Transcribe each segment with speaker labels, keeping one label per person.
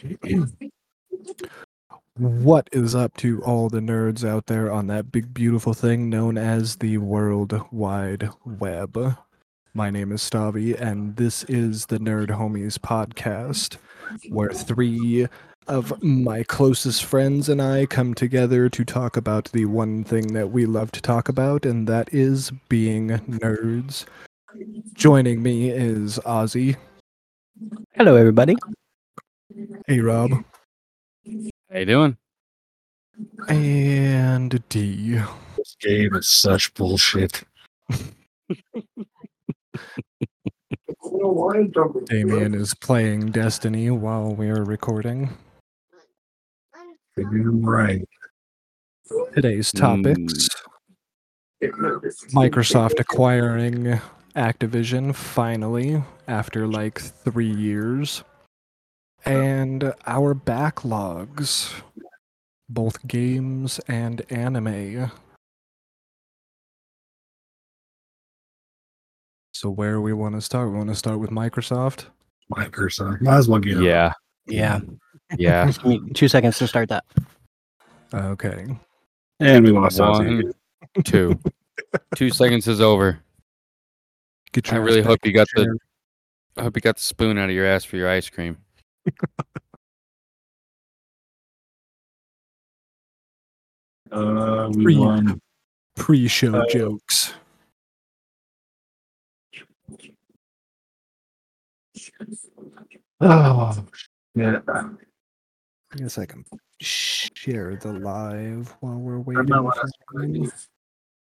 Speaker 1: what is up to all the nerds out there on that big, beautiful thing known as the World Wide Web? My name is Stavi, and this is the Nerd Homies podcast, where three of my closest friends and I come together to talk about the one thing that we love to talk about, and that is being nerds. Joining me is Ozzy.
Speaker 2: Hello, everybody.
Speaker 1: Hey, Rob.
Speaker 3: How you doing?
Speaker 1: And D.
Speaker 4: This game is such bullshit.
Speaker 1: Damien is playing Destiny while we are recording.
Speaker 4: You're right.
Speaker 1: Today's
Speaker 3: Hmm.
Speaker 1: topics Microsoft acquiring Activision finally after like three years, and our backlogs, both games and anime. So, where we want to start? We want to start with Microsoft.
Speaker 4: Microsoft. Might as well get it.
Speaker 3: Yeah,
Speaker 2: Yeah.
Speaker 3: yeah.
Speaker 2: Just give me two seconds to start that.
Speaker 1: Okay.
Speaker 4: And we lost Ozzy.
Speaker 3: One, two, two seconds is over.
Speaker 1: Get
Speaker 3: I
Speaker 1: ass
Speaker 3: really
Speaker 1: back
Speaker 3: hope you got
Speaker 1: in
Speaker 3: the. I hope you got the spoon out of your ass for your ice cream.
Speaker 4: Uh, we
Speaker 1: Free.
Speaker 4: won.
Speaker 1: pre-show
Speaker 4: Uh,
Speaker 1: jokes.
Speaker 4: Oh, shit. I'm
Speaker 1: I guess I can share the live while we're waiting. for
Speaker 4: not last
Speaker 1: everyone.
Speaker 4: one.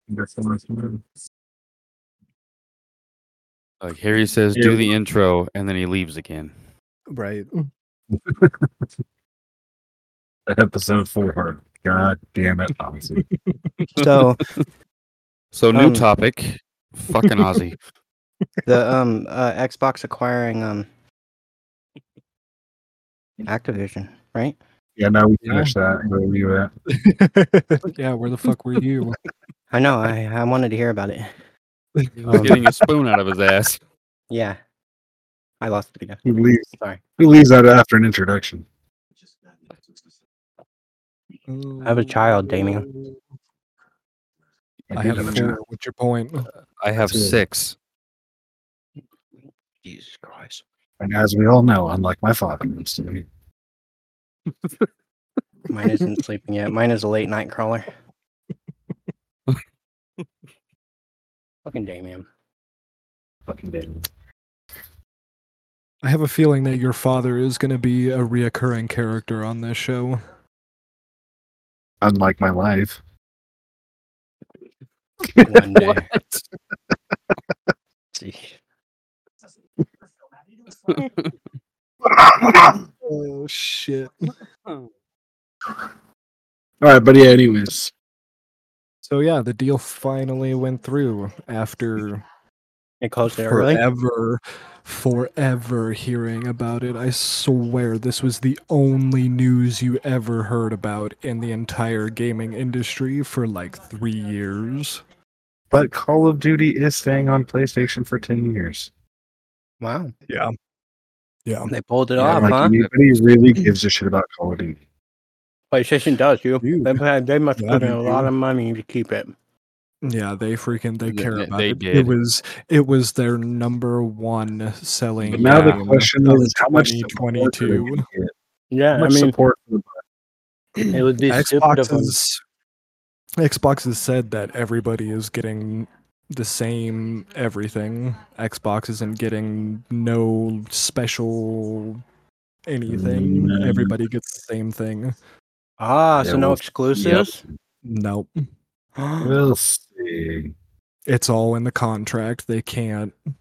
Speaker 4: That's the last one.
Speaker 3: Like Harry says,
Speaker 4: Yeah.
Speaker 3: do the intro, and then he leaves again.
Speaker 1: Right.
Speaker 4: Episode four. God damn it, Ozzy.
Speaker 2: So
Speaker 3: So new
Speaker 2: Um.
Speaker 3: topic. Fucking Aussie.
Speaker 2: the um uh, Xbox acquiring um Activision, right?
Speaker 4: yeah, now we finished that. Where were you at?
Speaker 1: yeah, where the fuck were you?
Speaker 2: I know. I I wanted to hear about it.
Speaker 3: He was getting a spoon out of his ass.
Speaker 2: Yeah. I lost it again.
Speaker 4: Who leaves,
Speaker 2: Sorry.
Speaker 4: who leaves that after an introduction?
Speaker 2: have a child, Damien.
Speaker 1: I
Speaker 4: do
Speaker 1: have
Speaker 4: a
Speaker 1: four. What's your point?
Speaker 3: I have
Speaker 4: Two.
Speaker 3: six.
Speaker 2: Jesus Christ.
Speaker 4: And as we all know, unlike my father, I'm still-
Speaker 2: Mine isn't sleeping yet. Mine is a late night crawler. Fucking Damien.
Speaker 4: fucking dead.
Speaker 1: I have a feeling that your father is going to be a reoccurring character on this show.
Speaker 4: Unlike my life.
Speaker 2: One day. Gee.
Speaker 1: Oh shit!
Speaker 4: All right, but yeah, anyways.
Speaker 1: So yeah, the deal finally went through after
Speaker 2: It closed it early.
Speaker 1: forever, forever hearing about it. I swear this was the only news you ever heard about in the entire gaming industry for like three years.
Speaker 4: But Call of Duty is staying on PlayStation for 10 years.
Speaker 2: Wow.
Speaker 1: Yeah. Yeah.
Speaker 2: They pulled it
Speaker 3: Yeah,
Speaker 2: off,
Speaker 4: like
Speaker 2: huh?
Speaker 4: anybody really gives a shit about Call of Duty.
Speaker 2: PlayStation does. You
Speaker 1: Dude.
Speaker 2: they, pay- they must
Speaker 1: Yeah,
Speaker 2: put in
Speaker 1: they
Speaker 2: a
Speaker 1: do.
Speaker 2: lot of money to keep it.
Speaker 1: Yeah, they freaking they
Speaker 3: Th-
Speaker 1: care
Speaker 3: th-
Speaker 1: about
Speaker 3: they
Speaker 1: it. It
Speaker 3: did.
Speaker 1: was it was their number one
Speaker 4: But
Speaker 1: selling.
Speaker 4: now the
Speaker 1: game
Speaker 4: question
Speaker 1: of
Speaker 4: is how much support are they
Speaker 1: 2022
Speaker 4: gonna get?
Speaker 2: Yeah,
Speaker 4: How much support for the-
Speaker 2: it would be stupid
Speaker 1: Xbox
Speaker 2: of 'em.
Speaker 1: is Xbox has said that everybody is getting the same everything. Xbox isn't getting no special anything.
Speaker 4: Mm.
Speaker 1: Everybody gets the same thing.
Speaker 2: Ah,
Speaker 4: Yeah,
Speaker 2: so no
Speaker 4: well,
Speaker 2: exclusives.
Speaker 1: Nope.
Speaker 4: We'll see.
Speaker 1: It's all in the contract. They can't.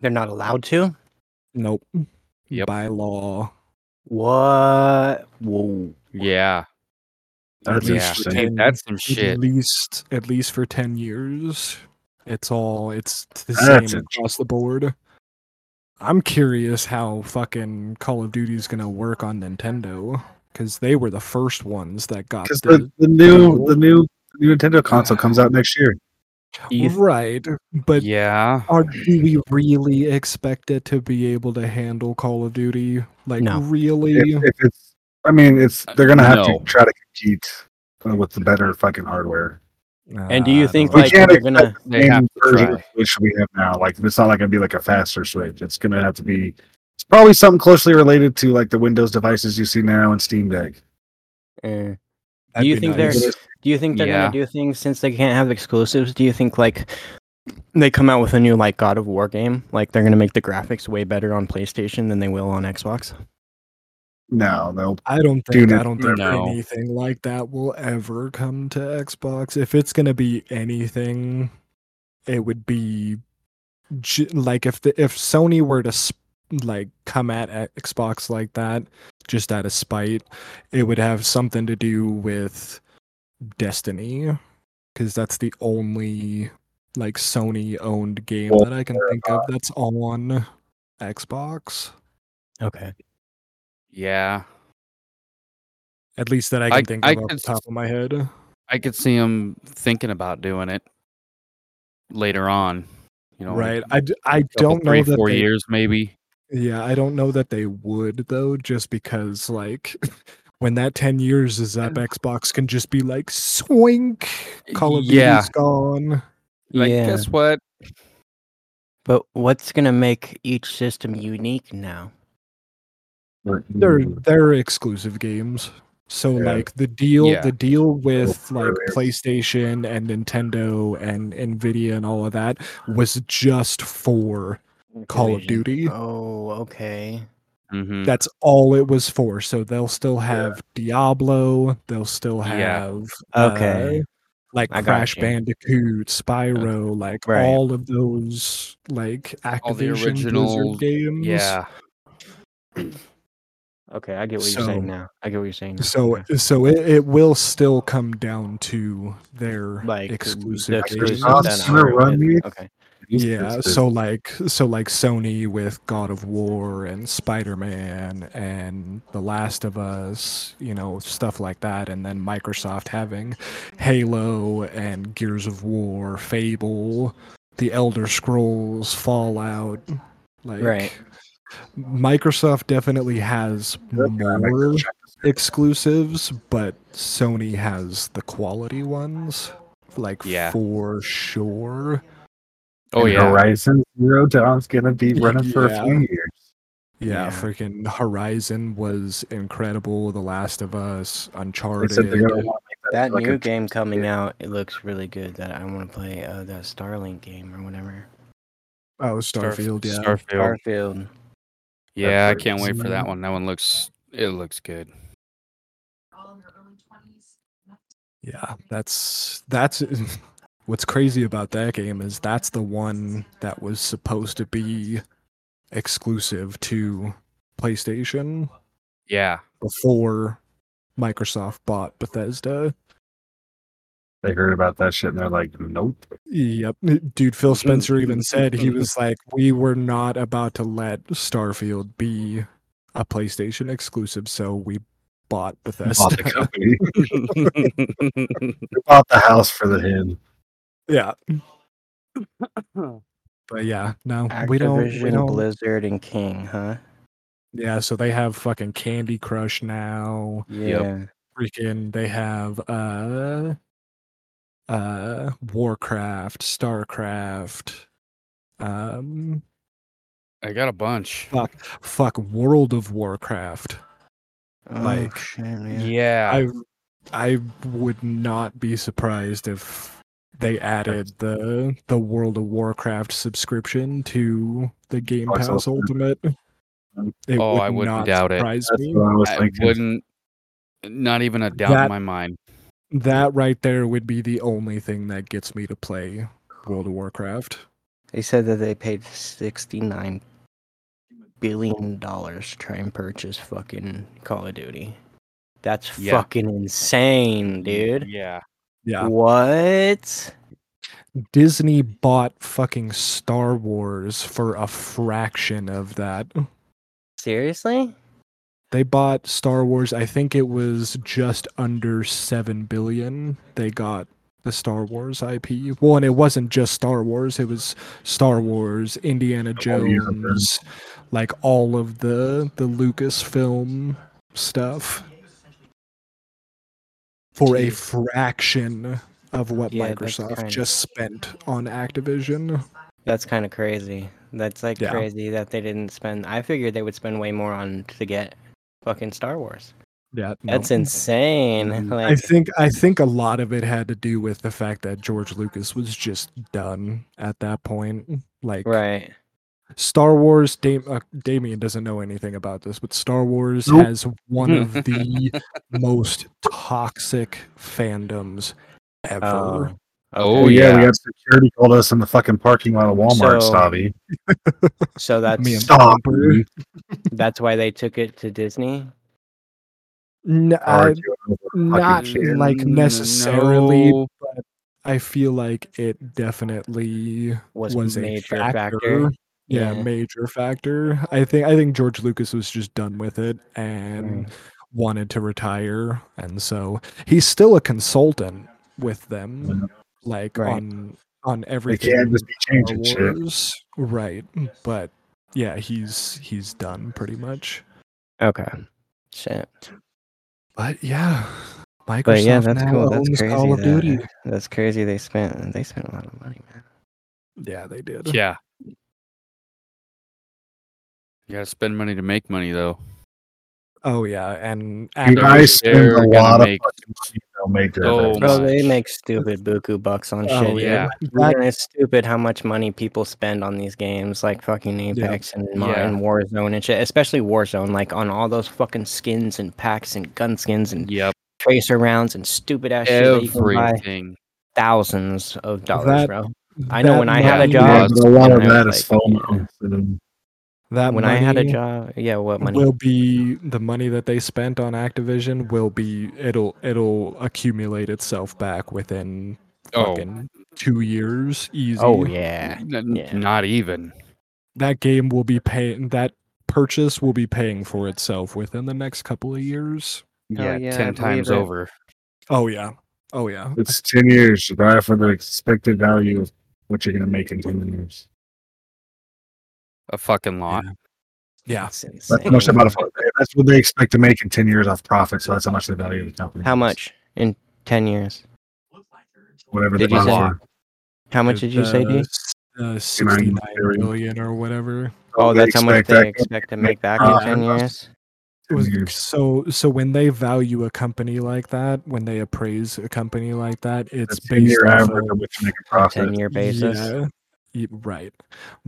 Speaker 2: They're not allowed to.
Speaker 1: Nope.
Speaker 3: Yep.
Speaker 1: By law.
Speaker 2: What? Whoa.
Speaker 3: Yeah.
Speaker 4: That's
Speaker 3: Yeah.
Speaker 4: interesting.
Speaker 3: Hey, that's some shit.
Speaker 1: At least at least for 10 years. It's all it's the
Speaker 4: That's
Speaker 1: same
Speaker 4: a-
Speaker 1: across the board. I'm curious how fucking Call of Duty is going to work on Nintendo cuz they were the first ones that got
Speaker 4: Because
Speaker 1: the
Speaker 4: the, E the new the new the new Nintendo console comes out next year.
Speaker 5: ETH.
Speaker 1: Right, but
Speaker 3: yeah.
Speaker 1: are do we really expect it to be able to handle Call of Duty? Like
Speaker 2: No.
Speaker 1: really?
Speaker 4: If, if it's, I mean, it's they're gonna have
Speaker 3: Uh, No.
Speaker 4: to try to compete uh, with the better fucking hardware.
Speaker 5: And do
Speaker 1: Ah,
Speaker 5: you think
Speaker 4: We
Speaker 5: like
Speaker 4: can't
Speaker 5: they're gonna?
Speaker 4: expect the
Speaker 3: They have
Speaker 4: same
Speaker 3: to
Speaker 4: version of
Speaker 3: try.
Speaker 4: Switch we have now. Like, it's not like gonna be like a faster Switch. It's gonna have to be. It's probably something closely related to like the Windows devices you see now and Steam Deck.
Speaker 5: eh.
Speaker 1: That'd
Speaker 5: do you
Speaker 1: be
Speaker 5: think
Speaker 1: nice.
Speaker 5: they're? Do you think they're
Speaker 3: Yeah.
Speaker 5: gonna do things since they can't have exclusives? Do you think like they come out with a new like God of War game? Like they're gonna make the graphics way better on PlayStation than they will on Xbox?
Speaker 4: No, they'll
Speaker 1: I don't
Speaker 4: Dude,
Speaker 1: think I
Speaker 4: it-
Speaker 1: don't think
Speaker 3: no.
Speaker 1: anything like that will ever come to Xbox. If it's gonna be anything, it would be j- like if the if Sony were to sp- like come at X- Xbox like that, just out of spite, it would have something to do with Destiny, because that's the only like Sony owned game
Speaker 4: Well,
Speaker 1: that I can think of that's on Xbox.
Speaker 5: Okay.
Speaker 3: Yeah.
Speaker 1: At least that I can
Speaker 3: I-
Speaker 1: think
Speaker 3: I
Speaker 1: of off
Speaker 3: could
Speaker 1: the top of my head.
Speaker 3: I could see him thinking about doing it later on. You know,
Speaker 1: right. I, d- I
Speaker 3: couple,
Speaker 1: don't
Speaker 3: three,
Speaker 1: know that
Speaker 3: four
Speaker 1: they,
Speaker 3: years maybe.
Speaker 1: Yeah, I don't know that they would though, just because like when that ten years is up, Xbox can just be like swink, Call of
Speaker 3: Yeah.
Speaker 1: Duty's gone.
Speaker 3: Like,
Speaker 5: yeah.
Speaker 3: guess what?
Speaker 5: But what's gonna make each system unique now?
Speaker 1: They're
Speaker 3: Mm-hmm.
Speaker 1: they're exclusive games. So
Speaker 4: Yeah.
Speaker 1: like the deal
Speaker 3: Yeah.
Speaker 1: the deal with
Speaker 4: Oh,
Speaker 1: like
Speaker 4: there
Speaker 1: PlayStation and Nintendo and Nvidia and all of that was just for Call of
Speaker 5: Division.
Speaker 1: Duty.
Speaker 5: Oh, okay.
Speaker 3: Mm-hmm.
Speaker 1: that's all it was for. So they'll still have Diablo. They'll still
Speaker 3: Yeah.
Speaker 1: have
Speaker 5: Okay.
Speaker 1: uh, like
Speaker 5: I got
Speaker 1: Crash
Speaker 5: you.
Speaker 3: Uh,
Speaker 1: Bandicoot, Spyro, like
Speaker 5: Right.
Speaker 1: all of those like
Speaker 3: All the
Speaker 1: Activision
Speaker 3: original-
Speaker 1: Blizzard games.
Speaker 3: Yeah.
Speaker 5: Okay, I get what
Speaker 1: So-
Speaker 5: you're saying now. I get what you're saying. now.
Speaker 1: So
Speaker 5: Okay.
Speaker 1: so it, it will still come down to their
Speaker 5: Like, the
Speaker 1: exclusive,
Speaker 4: exclusive
Speaker 1: games.
Speaker 4: then Us gonna
Speaker 5: I'm
Speaker 4: run
Speaker 5: with-
Speaker 4: these?
Speaker 5: Okay.
Speaker 4: Mm-hmm.
Speaker 1: Yeah, so like so like Sony with God of War and Spider-Man and The Last of Us, you know, stuff like that and then Microsoft having Halo and Gears of War, Fable, The Elder Scrolls, Fallout, like
Speaker 5: Right.
Speaker 1: Microsoft definitely has more exclusives, but Sony has the quality ones like
Speaker 3: Yeah.
Speaker 1: for sure.
Speaker 3: Oh
Speaker 4: And
Speaker 3: yeah.
Speaker 4: Horizon Zero Dawn's gonna be running for a few
Speaker 1: Yeah.
Speaker 4: years.
Speaker 1: Yeah,
Speaker 5: Yeah.
Speaker 1: freaking Horizon was incredible. The Last of Us,
Speaker 4: They
Speaker 1: Uncharted.
Speaker 4: said they're gonna want to make
Speaker 5: That
Speaker 4: like
Speaker 5: new
Speaker 4: a-
Speaker 5: game coming out, it looks really good. That I want to play uh, that Starlink game or whatever.
Speaker 1: oh,
Speaker 3: Starf-
Speaker 1: Starfield. yeah,
Speaker 3: Starfield.
Speaker 5: Starfield.
Speaker 3: Yeah, I can't wait for that
Speaker 1: Mhm.
Speaker 3: one. That one looks it looks good.
Speaker 1: yeah. That's that's what's crazy about that game is that's the one that was supposed to be exclusive to PlayStation
Speaker 3: Yeah.
Speaker 1: before Microsoft bought Bethesda.
Speaker 4: They heard about that shit and they're like, nope.
Speaker 1: Yep, dude. Phil Spencer even said he was like, "We were not about to let Starfield be a PlayStation exclusive, so we bought
Speaker 4: Bought the
Speaker 1: Bethesda."
Speaker 4: company. bought the house for the hen.
Speaker 1: yeah, but yeah, no, we don't. We
Speaker 5: Activision,
Speaker 1: don't.
Speaker 5: Blizzard, and King, huh?
Speaker 1: Yeah, so they have fucking Candy Crush now.
Speaker 5: Yeah.
Speaker 1: Freaking, they have uh, uh, Warcraft, Starcraft, um,
Speaker 3: I got a bunch.
Speaker 1: fuck, fuck, World of Warcraft.
Speaker 5: Oh,
Speaker 1: Like,
Speaker 5: shit, man.
Speaker 3: Yeah.
Speaker 1: I I would not be surprised if they added the the World of Warcraft subscription to the Game
Speaker 4: Oh, it's
Speaker 1: Pass
Speaker 4: also-
Speaker 1: Ultimate. It
Speaker 3: Oh, I wouldn't
Speaker 1: not
Speaker 3: doubt it.
Speaker 1: surprise
Speaker 4: That's
Speaker 1: me.
Speaker 4: what I was
Speaker 3: I
Speaker 4: thinking.
Speaker 3: wouldn't not even a doubt in
Speaker 1: That-
Speaker 3: my mind.
Speaker 1: That right there would be the only thing that gets me to play World of Warcraft.
Speaker 5: They said that they paid sixty-nine billion dollars to try and purchase fucking Call of Duty. That's
Speaker 3: Yeah.
Speaker 5: fucking insane, dude.
Speaker 3: Yeah.
Speaker 1: Yeah.
Speaker 5: What?
Speaker 1: Disney bought fucking Star Wars for a fraction of that.
Speaker 5: Seriously?
Speaker 1: They bought Star Wars. I think it was just under seven billion. They got the Star Wars IP. Well, and it wasn't just Star Wars; it was Star Wars, Indiana
Speaker 4: whole universe.
Speaker 1: Jones, like all of the the Lucasfilm stuff for a fraction of what
Speaker 5: Yeah, that's
Speaker 1: Microsoft
Speaker 5: kinda-
Speaker 1: just spent on Activision.
Speaker 5: That's kind of crazy. That's like
Speaker 1: Yeah.
Speaker 5: crazy that they didn't spend. I figured they would spend way more on to get fucking Star Wars.
Speaker 1: Yeah,
Speaker 5: That's insane. Like,
Speaker 1: Mm, I think I think a lot of it had to do with the fact that George Lucas was just done at that point. Like
Speaker 5: right.
Speaker 1: Star Wars, Dam- uh, Damien doesn't know anything about this, but Star Wars
Speaker 4: Nope.
Speaker 1: has one of the most toxic fandoms ever.
Speaker 5: Oh.
Speaker 3: Oh,
Speaker 4: Oh yeah,
Speaker 3: yeah.
Speaker 4: we had security called us in the fucking parking lot of Walmart,
Speaker 5: So-
Speaker 4: Stavi.
Speaker 5: So that's
Speaker 1: Me and-
Speaker 4: Stop.
Speaker 1: Bumper.
Speaker 4: dude.
Speaker 5: that's why they took it to Disney.
Speaker 1: N- uh,
Speaker 4: Hard you over fucking
Speaker 1: not
Speaker 4: shit.
Speaker 1: like
Speaker 3: N-
Speaker 1: necessarily,
Speaker 3: no.
Speaker 1: but I feel like it definitely
Speaker 5: Was,
Speaker 1: was a
Speaker 5: major
Speaker 1: factor.
Speaker 5: factor.
Speaker 1: yeah, major factor. I think I think George Lucas was just done with it and wanted to retire, and so he's still a consultant with them, like
Speaker 5: Right.
Speaker 1: on on
Speaker 4: They
Speaker 1: everything.
Speaker 4: can't just be changing
Speaker 1: Star
Speaker 4: shit.
Speaker 1: Wars. right? But yeah, he's he's done pretty much.
Speaker 5: Okay. Shit.
Speaker 1: But yeah, Microsoft
Speaker 5: But yeah, that's
Speaker 1: now
Speaker 5: cool. That's
Speaker 1: owns
Speaker 5: crazy.
Speaker 1: Call of
Speaker 5: that-
Speaker 1: Duty.
Speaker 5: That's crazy. They spent they spent a lot of money, man.
Speaker 1: Yeah, they did.
Speaker 3: Yeah. You gotta spend money to make money, though.
Speaker 1: Oh yeah, and
Speaker 4: You guys
Speaker 1: Activision-
Speaker 4: spend
Speaker 3: They're
Speaker 4: a
Speaker 3: gonna
Speaker 4: lot of fucking
Speaker 3: make
Speaker 4: money. They'll make their
Speaker 3: so
Speaker 4: thing.
Speaker 5: Bro, they
Speaker 3: much.
Speaker 5: make stupid buku bucks on
Speaker 1: Oh,
Speaker 5: shit. dude.
Speaker 3: yeah.
Speaker 1: That-
Speaker 5: Yeah, it's stupid how much money people spend on these games, like fucking Apex and, Mo-
Speaker 3: Yeah.
Speaker 5: and Warzone and shit. Especially Warzone, like on all those fucking skins and packs and gun skins and
Speaker 3: Yep.
Speaker 5: tracer rounds and stupid ass shit. that you can buy
Speaker 3: Everything.
Speaker 5: thousands of dollars,
Speaker 1: That-
Speaker 5: bro. I know
Speaker 1: that
Speaker 5: when I had a
Speaker 1: money-
Speaker 4: Yeah,
Speaker 5: job.
Speaker 4: but a lot of
Speaker 5: and I
Speaker 4: that
Speaker 5: was
Speaker 4: is
Speaker 5: like,
Speaker 4: FOMO. And
Speaker 1: That
Speaker 5: When I had a
Speaker 1: money-
Speaker 5: job, yeah, what money?
Speaker 1: will be the money that they spent on Activision will be it'll it'll accumulate itself back within
Speaker 3: Oh.
Speaker 1: fucking two years easy.
Speaker 5: oh yeah,
Speaker 3: N-
Speaker 5: Yeah.
Speaker 3: Not even.
Speaker 1: That game will be paying that purchase will be paying for itself within the next couple of years.
Speaker 5: Hell
Speaker 3: Yeah,
Speaker 5: yeah, I
Speaker 3: 10 times
Speaker 5: believe it.
Speaker 3: over.
Speaker 1: Oh yeah. Oh yeah.
Speaker 4: It's 10 years to buy for the expected value of what you're going to make in 10 years.
Speaker 3: A fucking lot.
Speaker 1: Yeah.
Speaker 5: That's
Speaker 4: That's how
Speaker 5: insane.
Speaker 4: much about a, That's what they expect to make in 10 years off profit. So that's how much the value of the company
Speaker 5: How
Speaker 4: is.
Speaker 5: much in ten years?
Speaker 4: Whatever
Speaker 5: Did
Speaker 4: the
Speaker 5: you say?
Speaker 4: bottom
Speaker 5: How much did you say,
Speaker 1: Uh,
Speaker 5: D?
Speaker 1: s- Uh, 69 billion or whatever.
Speaker 5: Oh, that's how much they
Speaker 4: that
Speaker 5: expect to make back
Speaker 4: uh,
Speaker 5: in ten years.
Speaker 1: It was-
Speaker 4: years.
Speaker 1: so so when they value a company like that, when they appraise a company like that, it's
Speaker 4: It's based
Speaker 1: based
Speaker 4: year
Speaker 1: off
Speaker 4: average
Speaker 1: of-
Speaker 4: of which make a profit.
Speaker 5: Ten year basis.
Speaker 1: Yeah, y- right.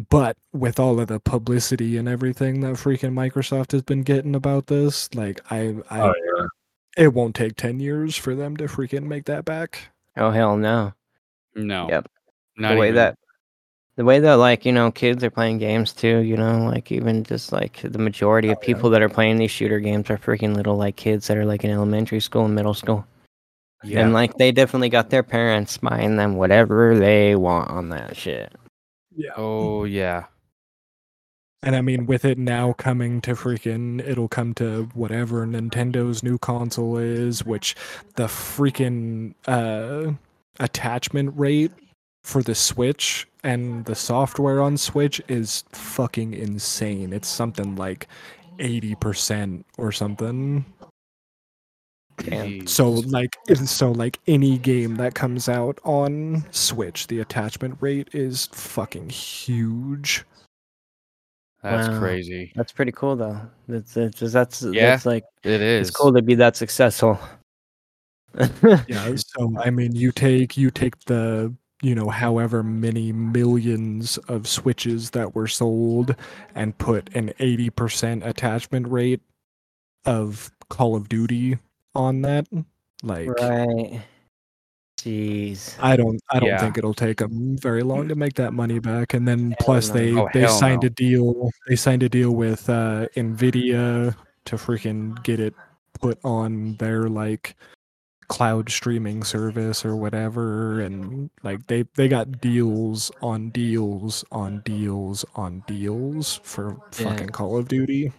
Speaker 1: But with all of the publicity and everything that freaking Microsoft has been getting about this, like I, I
Speaker 4: Oh, yeah.
Speaker 1: it won't take ten years for them to freaking make that back.
Speaker 5: Oh hell no.
Speaker 3: No.
Speaker 5: Yep.
Speaker 3: Not
Speaker 5: the way
Speaker 3: even.
Speaker 5: that the way that like you know kids are playing games too you know like even just like the majority of
Speaker 1: Oh, yeah.
Speaker 5: people that are playing these shooter games are freaking little like kids that are like in elementary school and middle school
Speaker 3: Yeah.
Speaker 5: and like they definitely got their parents buying them whatever they want on that shit
Speaker 1: Yeah.
Speaker 3: Oh, yeah.
Speaker 1: And I mean, with it now coming to freaking, it'll come to whatever Nintendo's new console is, which the freaking uh, attachment rate for the Switch and the software on Switch is fucking insane. It's something like 80% or something.
Speaker 5: Damn.
Speaker 3: Jeez.
Speaker 1: So like and so like any game that comes out on Switch, the attachment rate is fucking huge.
Speaker 3: That's
Speaker 5: Wow.
Speaker 3: crazy.
Speaker 5: that's pretty cool though that's that's that's,
Speaker 3: Yeah,
Speaker 5: that's like
Speaker 3: It is.
Speaker 5: it's cool to be that successful
Speaker 1: Yeah. So I mean, you take you take the you know however many millions of switches that were sold and put an 80% attachment rate of Call of Duty on that. Like
Speaker 5: right jeez
Speaker 1: I don't I don't
Speaker 3: Yeah.
Speaker 1: think it'll take them very long to make that money back. And then plus
Speaker 5: no.
Speaker 1: they
Speaker 3: Oh,
Speaker 1: they
Speaker 3: hell
Speaker 1: signed
Speaker 3: no.
Speaker 1: a deal they signed a deal with uh Nvidia to freaking get it put on their like cloud streaming service or whatever and like they they got deals on deals on deals on deals for
Speaker 5: Yeah.
Speaker 1: fucking Call of Duty.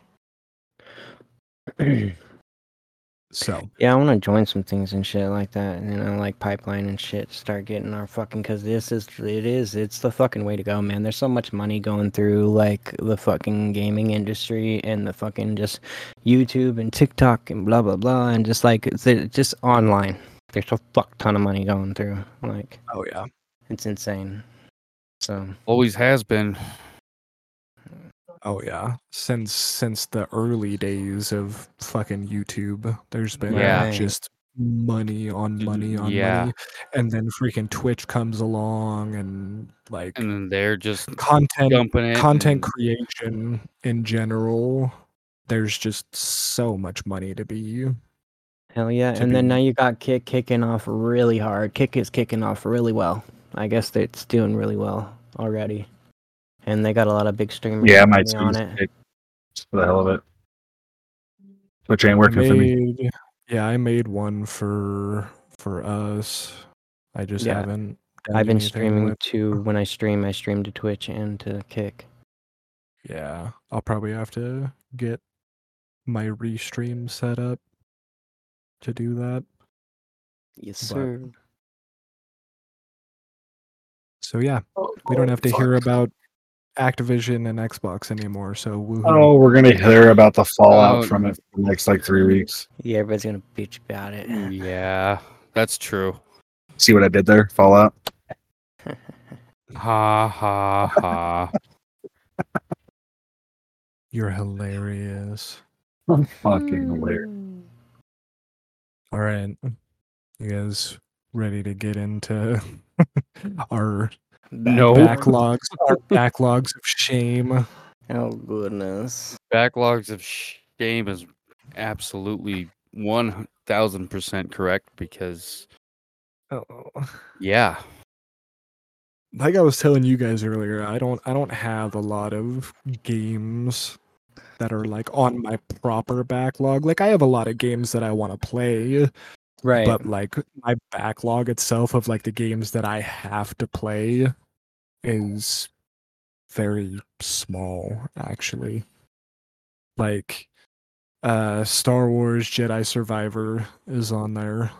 Speaker 1: So
Speaker 5: Yeah, I want to join some things and shit like that, and then I like pipeline and shit. Start getting our fucking because this is it is it's the fucking way to go, man. There's so much money going through like the fucking gaming industry and the fucking just YouTube and TikTok and blah blah blah, and just like it's it- just online. There's a fuck ton of money going through, like
Speaker 1: oh yeah.
Speaker 5: it's insane. So
Speaker 3: Always has been.
Speaker 1: Oh yeah. Since since the early days of fucking YouTube, there's been
Speaker 3: Yeah. Mm-hmm.
Speaker 1: just money on money on
Speaker 3: Yeah.
Speaker 1: money. And then freaking Twitch comes along and like
Speaker 3: And then they're just
Speaker 1: content
Speaker 3: dumping it.
Speaker 1: content
Speaker 3: and-
Speaker 1: creation in general there's just so much money to be
Speaker 5: hell yeah,
Speaker 1: To
Speaker 5: and then
Speaker 1: be-
Speaker 5: now you got Kick kicking off really hard. Kick is kicking off really well. I guess that it's doing really well already. And they got a lot of big streamers
Speaker 4: Yeah, I might
Speaker 5: working
Speaker 4: squeeze
Speaker 5: on it.
Speaker 4: it. Just for the hell of it. Which ain't working for me.
Speaker 1: made- yeah i made one for for us i just
Speaker 5: Yeah.
Speaker 1: haven't done
Speaker 5: I've been
Speaker 1: anything
Speaker 5: streaming
Speaker 1: with-
Speaker 5: to when I stream, I stream to Twitch and to Kick.
Speaker 1: yeah i'll probably have to get my restream set up to do that
Speaker 5: Yes,
Speaker 1: But- so yeah we don't have to
Speaker 4: Fuck.
Speaker 1: hear about activision and xbox anymore so woohoo.
Speaker 4: Oh, we're gonna hear about the fallout
Speaker 3: Oh.
Speaker 4: from it for the next like three weeks.
Speaker 5: Yeah, everybody's gonna bitch about it.
Speaker 3: Yeah, that's true.
Speaker 4: See what I did there? Fallout.
Speaker 3: Ha ha ha.
Speaker 1: you're hilarious Hmm.
Speaker 4: I'm fucking hilarious.
Speaker 1: All right. You guys ready to get into our
Speaker 4: Oh.
Speaker 3: no
Speaker 1: backlogs, our backlogs of shame?
Speaker 5: Oh goodness.
Speaker 3: backlogs of shame is absolutely one thousand percent correct because
Speaker 1: Oh.
Speaker 3: yeah,
Speaker 1: Like I was telling you guys earlier, I don't I don't have a lot of games that are like on my proper backlog. Like I have a lot of games that I want to play,
Speaker 5: Right.
Speaker 1: but like my backlog itself of like the games that I have to play is very small actually like uh Star Wars Jedi Survivor is on there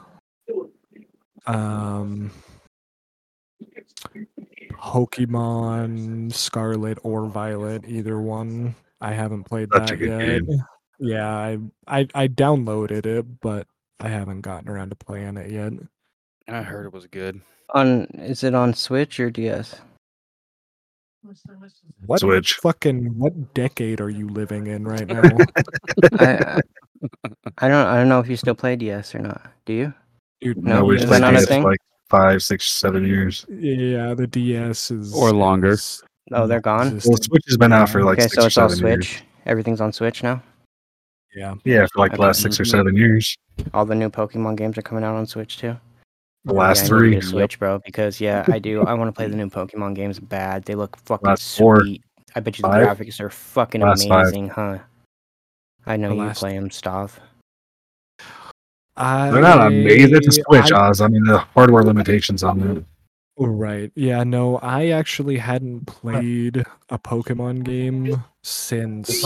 Speaker 1: um Pokemon Scarlet or Violet either one I haven't played
Speaker 4: Such a
Speaker 1: that
Speaker 4: good
Speaker 1: yet yeah I, I I downloaded it but I haven't gotten around to playing it yet
Speaker 3: I heard it was good.
Speaker 5: on is it on Switch or DS?
Speaker 1: What
Speaker 4: Switch.
Speaker 1: fucking what decade are you living in right now?
Speaker 5: I, I I don't I don't know if you still play DS or not. Do you?
Speaker 1: Dude,
Speaker 5: No,
Speaker 4: we
Speaker 5: it's
Speaker 4: just played
Speaker 5: not a
Speaker 4: DS for
Speaker 5: thing?
Speaker 4: like five, six, seven years.
Speaker 1: yeah, the DS is
Speaker 3: Or longer.
Speaker 1: is
Speaker 5: Oh, they're gone.
Speaker 4: Well,
Speaker 1: non-existent.
Speaker 4: Switch has been out for like
Speaker 5: okay,
Speaker 4: six
Speaker 5: so
Speaker 4: or
Speaker 5: it's all
Speaker 4: seven
Speaker 5: Switch. Everything's on Switch now.
Speaker 1: Yeah,
Speaker 4: years. Yeah, for like the
Speaker 5: Okay.
Speaker 4: last six or
Speaker 5: Mhm.
Speaker 4: seven years.
Speaker 5: All the new Pokemon games are coming out on Switch too.
Speaker 4: The last
Speaker 5: yeah, I need to
Speaker 4: three.
Speaker 5: get a Switch, bro, because yeah, I do. I want to play the new Pokemon games bad. They look fucking
Speaker 4: Last four.
Speaker 5: sweet. I bet you the
Speaker 4: Five.
Speaker 5: graphics are fucking
Speaker 4: Last five.
Speaker 5: amazing, huh? I know
Speaker 1: The
Speaker 5: you
Speaker 1: last-
Speaker 5: play them, Stav.
Speaker 1: I,
Speaker 4: They're not amazing. It's a Switch,
Speaker 1: I- Oh,
Speaker 4: Oz. I mean, the hardware limitations on them.
Speaker 1: right? Yeah, no, I actually hadn't played a Pokemon game since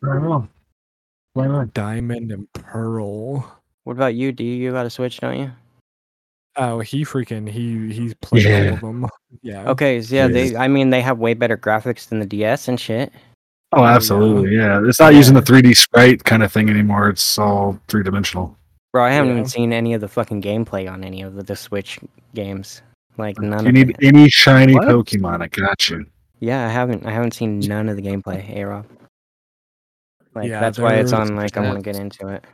Speaker 4: Why not?
Speaker 1: Diamond and Pearl.
Speaker 5: What about you? Do you got a Switch? Don't you?
Speaker 1: Oh, he freaking he he played all
Speaker 4: Yeah.
Speaker 1: of them. Yeah.
Speaker 5: Okay, so yeah,
Speaker 4: Yes.
Speaker 5: they. I mean, they have way better graphics than the DS and shit.
Speaker 4: Oh, absolutely. Yeah. It's not using the 3D sprite kind of thing anymore. It's all three dimensional.
Speaker 5: Bro, I haven't
Speaker 1: Yeah.
Speaker 5: even seen any of the fucking gameplay on any of the, the Switch games. Like none.
Speaker 4: You
Speaker 5: of
Speaker 4: need
Speaker 5: it.
Speaker 4: any shiny
Speaker 1: What?
Speaker 4: Pokemon. I got you.
Speaker 5: Yeah, I haven't. I haven't seen none of the gameplay, A Rob. Like
Speaker 1: Yeah,
Speaker 5: that's why it's
Speaker 1: there's-
Speaker 5: on. Like I want to get into it.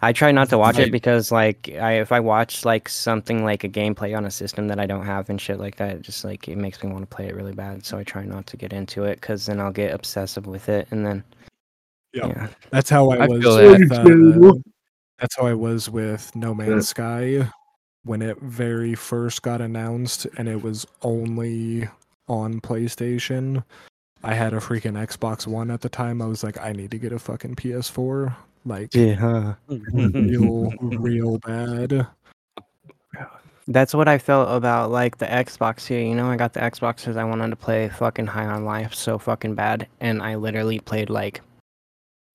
Speaker 5: I try not to watch
Speaker 3: I-
Speaker 5: it because, like, I if I watch like something like a gameplay on a system that I don't have and shit like that, it just like it makes me want to play it really bad. So I try not to get into it because then I'll get obsessive with it, and then
Speaker 1: Yeah.
Speaker 5: yeah,
Speaker 1: That's how I
Speaker 3: I
Speaker 1: was.
Speaker 3: feel
Speaker 1: with,
Speaker 4: that.
Speaker 1: uh, that's how I was with No
Speaker 4: Yeah.
Speaker 1: Man's Sky when it very first got announced, and it was only on PlayStation. I had a freaking Xbox One at the time. I was like, I need to get a fucking PS4, like
Speaker 5: yeah.
Speaker 1: real, real bad.
Speaker 5: That's what I felt about like the Xbox here. You know, I got the Xbox because I wanted to play fucking High on Life so fucking bad, and I literally played like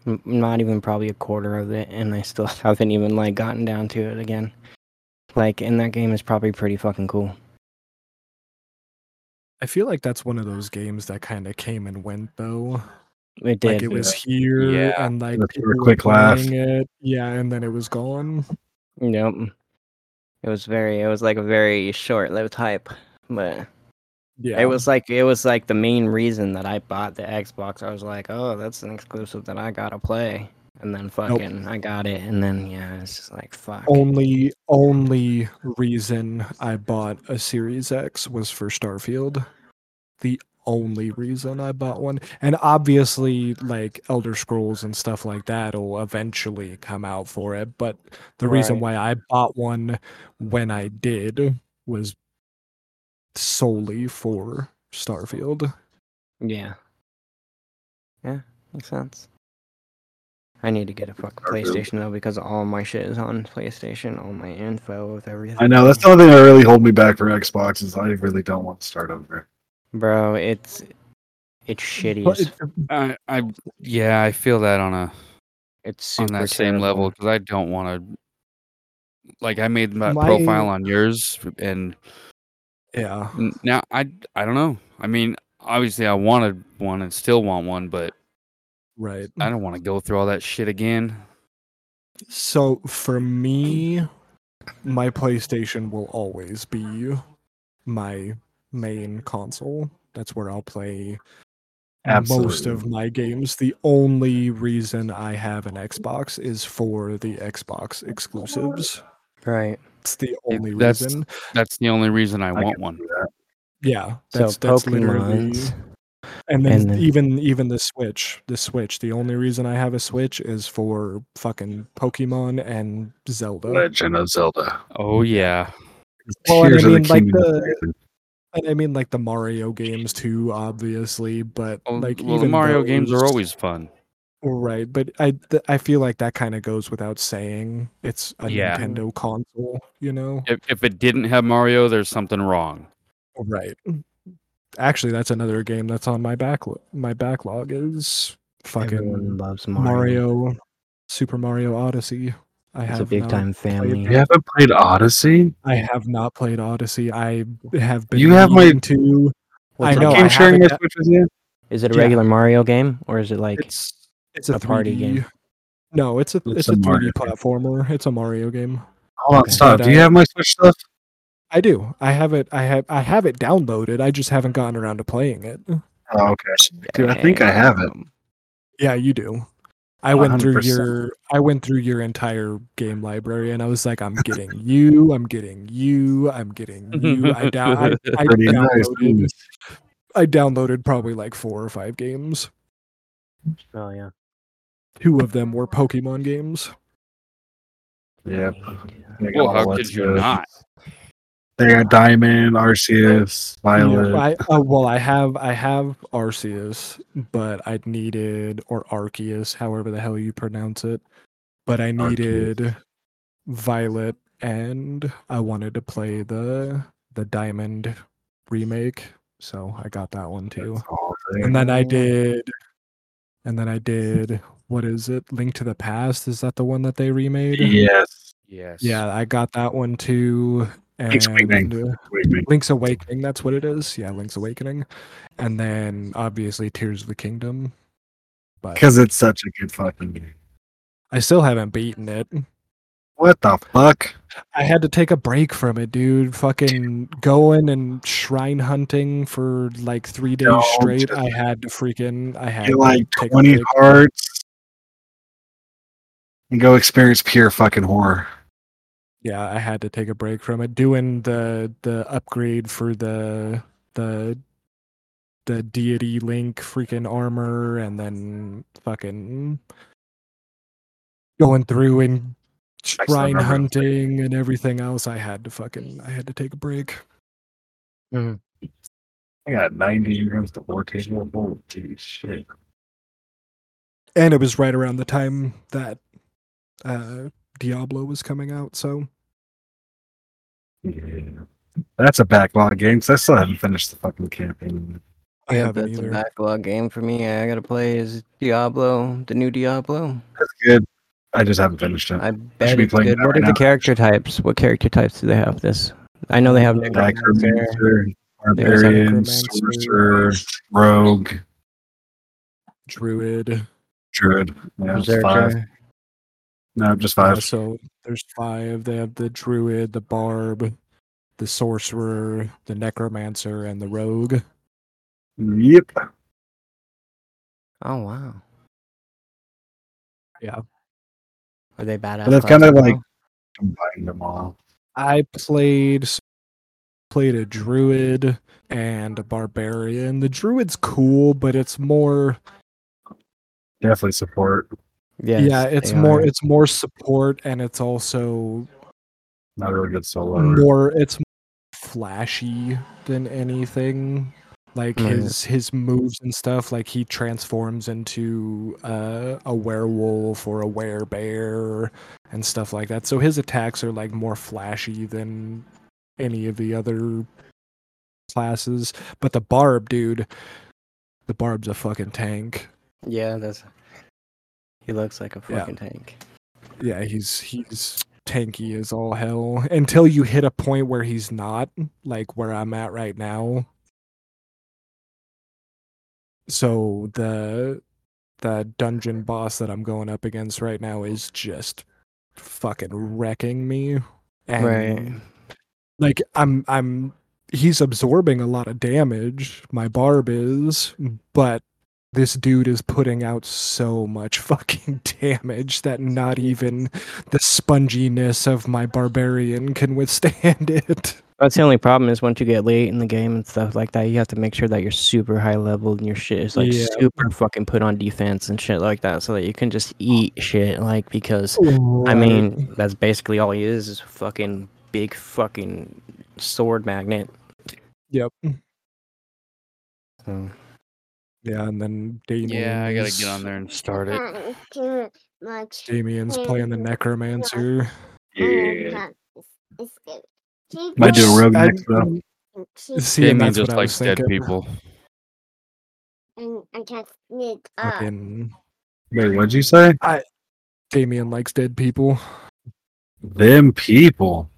Speaker 5: m- not even probably a quarter of it, and I still haven't even like gotten down to it again. Like, and that game is probably pretty fucking cool.
Speaker 1: I feel like that's one of those games that kind of came and went though.
Speaker 5: It did.
Speaker 1: Like it was here
Speaker 3: Yeah.
Speaker 1: and like
Speaker 4: That's
Speaker 1: people
Speaker 4: a
Speaker 1: were
Speaker 4: quick laugh.
Speaker 1: playing it, yeah, and then it was gone.
Speaker 5: Yep. It was very. It was like a very short-lived hype, but
Speaker 1: Yeah,
Speaker 5: it was like it was like the main reason that I bought the Xbox. I was like, oh, that's an exclusive that I gotta play, and then fucking I got it, and then yeah, it's just like fuck.
Speaker 1: only only reason I bought a Series X was for Starfield. The only reason I bought one, and obviously, like Elder Scrolls and stuff like that will eventually come out for it. But the reason why I bought one when I did was solely for Starfield.
Speaker 5: Yeah. Yeah, makes sense. I need to get a fucking
Speaker 4: Starfield.
Speaker 5: PlayStation though because all my shit is on PlayStation, all my info with everything.
Speaker 4: I know that's the only thing that really hold me back from Xbox is I really don't want to start over.
Speaker 5: Bro, it's it's shitty.
Speaker 1: But
Speaker 5: as
Speaker 1: it-
Speaker 3: I, I yeah, I feel that on a
Speaker 5: It's super
Speaker 3: on that same
Speaker 5: terrible.
Speaker 3: level because I don't want to. Like I made
Speaker 1: My-
Speaker 3: that profile on yours, and
Speaker 1: yeah,
Speaker 3: n- now I I don't know. I mean, obviously I wanted one and still want one, but
Speaker 1: right.
Speaker 3: I don't want to go through all that shit again.
Speaker 1: So for me, my PlayStation will always be my main console. That's where I'll play most of
Speaker 4: Absolutely.
Speaker 1: my games. The only reason I have an Xbox is for the Xbox exclusives.
Speaker 5: Right.
Speaker 1: It's the only
Speaker 3: that's-
Speaker 1: reason.
Speaker 3: That's the only reason I,
Speaker 4: I
Speaker 3: want
Speaker 4: can
Speaker 3: one.
Speaker 4: do that.
Speaker 1: Yeah, that's
Speaker 5: so
Speaker 1: that's literally.
Speaker 5: Pokemon's
Speaker 1: And then,
Speaker 5: and then-
Speaker 1: even even the Switch, the Switch. The only reason I have a Switch is for fucking Pokemon and Zelda.
Speaker 4: Legend of Zelda.
Speaker 3: Oh yeah,
Speaker 1: Well, and I
Speaker 4: Tears of the
Speaker 1: mean, like,
Speaker 4: Kingdom.
Speaker 1: the- And I mean, like the Mario games too, obviously, but
Speaker 3: well,
Speaker 1: like
Speaker 3: Oh, well, the
Speaker 1: even
Speaker 3: Mario games are
Speaker 1: those-
Speaker 3: always fun.
Speaker 1: right. But I, th- I feel like that kind of goes without saying. It's a
Speaker 3: Yeah.
Speaker 1: Nintendo console, you know.
Speaker 3: If, if it didn't have Mario, there's something wrong.
Speaker 1: Right. Actually, that's another game that's on my back my backlog is
Speaker 5: Everyone
Speaker 1: fucking
Speaker 5: loves Mario.
Speaker 1: Mario. Super Mario Odyssey. I
Speaker 5: It's
Speaker 1: have
Speaker 5: a big
Speaker 1: not-
Speaker 5: time family.
Speaker 4: You haven't played Odyssey?
Speaker 1: I have not played Odyssey. I have been.
Speaker 4: You have my-
Speaker 1: meaning to.
Speaker 5: What's
Speaker 1: I
Speaker 5: it
Speaker 1: know,
Speaker 5: like?
Speaker 4: Game
Speaker 1: I
Speaker 4: sharing
Speaker 1: haven't-
Speaker 4: this with you?
Speaker 5: Is it a
Speaker 1: yeah.
Speaker 5: regular Mario game or is it like
Speaker 1: It's it's a,
Speaker 5: a party
Speaker 1: 3D
Speaker 5: game.
Speaker 1: No, it's a
Speaker 4: It's
Speaker 1: it's,
Speaker 4: a
Speaker 1: a, 3D
Speaker 4: Mario game.
Speaker 1: platformer. It's a Mario game.
Speaker 4: Hold on,
Speaker 5: Okay.
Speaker 4: stop.
Speaker 1: But,
Speaker 4: Do you
Speaker 1: uh,
Speaker 4: have my Switch stuff?
Speaker 1: I do. I have it. I have. I have it downloaded. I just haven't gotten around to playing it.
Speaker 4: Oh, okay. Dude, I think I have it.
Speaker 5: Damn.
Speaker 1: Yeah, you do. I went through
Speaker 4: 100%.
Speaker 1: your. I went through your entire game library, and I was like, "I'm getting you. I'm getting you. I'm getting you." I, down, I, I
Speaker 4: Pretty nice.
Speaker 1: downloaded. I downloaded probably like four or five games.
Speaker 5: Oh yeah.
Speaker 1: Two of them were Pokemon games.
Speaker 4: Yeah. They got
Speaker 3: Well,
Speaker 4: all
Speaker 3: how
Speaker 4: that
Speaker 3: could you
Speaker 4: stuff.
Speaker 3: not?
Speaker 4: They got Diamond, Arceus,
Speaker 1: Yeah,
Speaker 4: Violet.
Speaker 1: I, uh, well, I have I have Arceus, but I needed or Arceus, however the hell you pronounce it. But I
Speaker 4: Arceus.
Speaker 1: needed Violet, and I wanted to play the the Diamond remake, so I got that one too.
Speaker 4: That's all they-
Speaker 1: And then I
Speaker 5: Yeah.
Speaker 1: did, and then I did. What is it? Link to the Past? Is that the one that they remade?
Speaker 4: Yes.
Speaker 3: Yes.
Speaker 1: Yeah, I got that one too.
Speaker 4: Link's Awakening.
Speaker 1: And, uh,
Speaker 4: Wait, wait.
Speaker 1: Link's Awakening, that's what it is. Yeah, Link's Awakening. And then obviously Tears of the Kingdom. But
Speaker 4: Because it's such a good fucking game.
Speaker 1: I still haven't beaten it.
Speaker 4: What the fuck?
Speaker 1: I had to take a break from it, dude. Fucking going and shrine hunting for like three days
Speaker 4: No,
Speaker 1: straight.
Speaker 4: just-
Speaker 1: I had to freaking I had
Speaker 4: Get
Speaker 1: to
Speaker 4: like
Speaker 1: take a
Speaker 4: 20
Speaker 1: break.
Speaker 4: hearts and go experience pure fucking horror.
Speaker 1: Yeah, I had to take a break from it. Doing the the upgrade for the the the deity link freaking armor and then fucking going through and
Speaker 4: still
Speaker 1: shrine
Speaker 4: remember.
Speaker 1: hunting and everything else. I had to fucking I had to take a break.
Speaker 4: I got 90 grams to 14. Holy shit.
Speaker 1: And it was right around the time that uh Diablo was coming out, so
Speaker 4: Yeah. That's a backlog game, so I still haven't finished the fucking campaign.
Speaker 1: I
Speaker 5: yeah,
Speaker 1: haven't
Speaker 5: that's a
Speaker 1: either.
Speaker 5: backlog game for me. I gotta play is Diablo, the new Diablo.
Speaker 4: That's good. I just haven't finished it.
Speaker 5: I bet
Speaker 4: be
Speaker 5: it's
Speaker 4: playing
Speaker 5: good.
Speaker 4: that
Speaker 5: What are
Speaker 4: right
Speaker 5: the
Speaker 4: now.
Speaker 5: character types? What character types do they have? This I know they have necromancer.
Speaker 4: Necromancer,
Speaker 5: There's a
Speaker 4: Barbarian,
Speaker 1: necromancer.
Speaker 4: Sorcerer, Rogue,
Speaker 1: Druid.
Speaker 4: Druid. Yeah, it's five.
Speaker 5: Berserker.
Speaker 4: No, just
Speaker 1: Uh,
Speaker 4: five.
Speaker 1: so there's five. They have the druid, the barb, the sorcerer, the necromancer, and the rogue.
Speaker 4: Yep.
Speaker 5: Oh wow.
Speaker 1: Yeah.
Speaker 5: Are they badass?
Speaker 4: that's kind of
Speaker 5: classes,
Speaker 4: like-
Speaker 5: though?
Speaker 4: Combine them all.
Speaker 1: I played played a druid and a barbarian. The druid's cool, but it's more
Speaker 4: Definitely support.
Speaker 5: Yes,
Speaker 1: yeah, it's
Speaker 5: they
Speaker 1: more
Speaker 5: are.
Speaker 1: it's more support and it's also
Speaker 4: Not a really good solo.
Speaker 1: more it's flashy than anything. Like
Speaker 5: Right.
Speaker 1: his his moves and stuff, like he transforms into uh, a werewolf or a werebear and stuff like that. So his attacks are like more flashy than any of the other classes. But the barb, dude, the barb's a fucking tank.
Speaker 5: Yeah, that's. He looks like a
Speaker 1: Yeah.
Speaker 5: fucking tank.
Speaker 1: Yeah, he's he's tanky as all hell until you hit a point where he's not, like where I'm at right now. So the the dungeon boss that I'm going up against right now is just fucking wrecking me. And
Speaker 5: Right.
Speaker 1: like I'm I'm he's absorbing a lot of damage, my barb is, but this dude is putting out so much fucking damage that not even the sponginess of my barbarian can withstand it.
Speaker 5: That's the only problem is once you get late in the game and stuff like that, you have to make sure that you're super high level and your shit is like
Speaker 1: Yeah.
Speaker 5: super fucking put on defense and shit like that, so that you can just eat shit. Like because I mean that's basically all he is is a fucking big fucking sword magnet.
Speaker 1: yep.
Speaker 5: So,
Speaker 1: Yeah, and then Damien
Speaker 3: Yeah, I gotta get on there and start it.
Speaker 6: Much.
Speaker 1: Damien's playing the necromancer.
Speaker 4: Yeah.
Speaker 6: Might
Speaker 4: Might do a
Speaker 1: Which
Speaker 4: rogue
Speaker 1: I-
Speaker 4: next though.
Speaker 1: See, and
Speaker 3: Damien
Speaker 1: that's
Speaker 3: just
Speaker 1: what I was
Speaker 3: likes dead
Speaker 1: thinking.
Speaker 3: people.
Speaker 6: I can't sneak up.
Speaker 1: Fucking
Speaker 4: Wait, what'd you say?
Speaker 1: Damien likes dead people.
Speaker 4: Them people.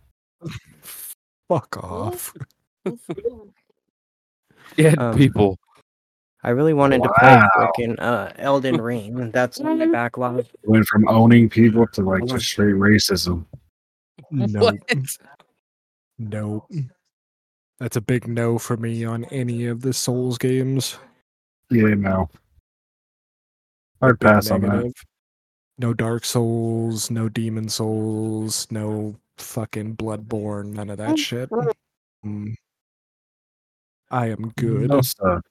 Speaker 1: Fuck off.
Speaker 3: Dead
Speaker 5: Um,
Speaker 3: people.
Speaker 5: I really wanted to play
Speaker 4: Wow.
Speaker 5: fucking uh, Elden Ring. That's on my backlog.
Speaker 4: Went from owning people to like just straight racism.
Speaker 1: No. Nope. That's a big no for me on any of the Souls games.
Speaker 4: Yeah, no. Hard
Speaker 1: Big
Speaker 4: pass on that.
Speaker 1: negative. No Dark Souls, no Demon Souls, no fucking Bloodborne, none of that shit. Mm. I am good.
Speaker 4: No stuff.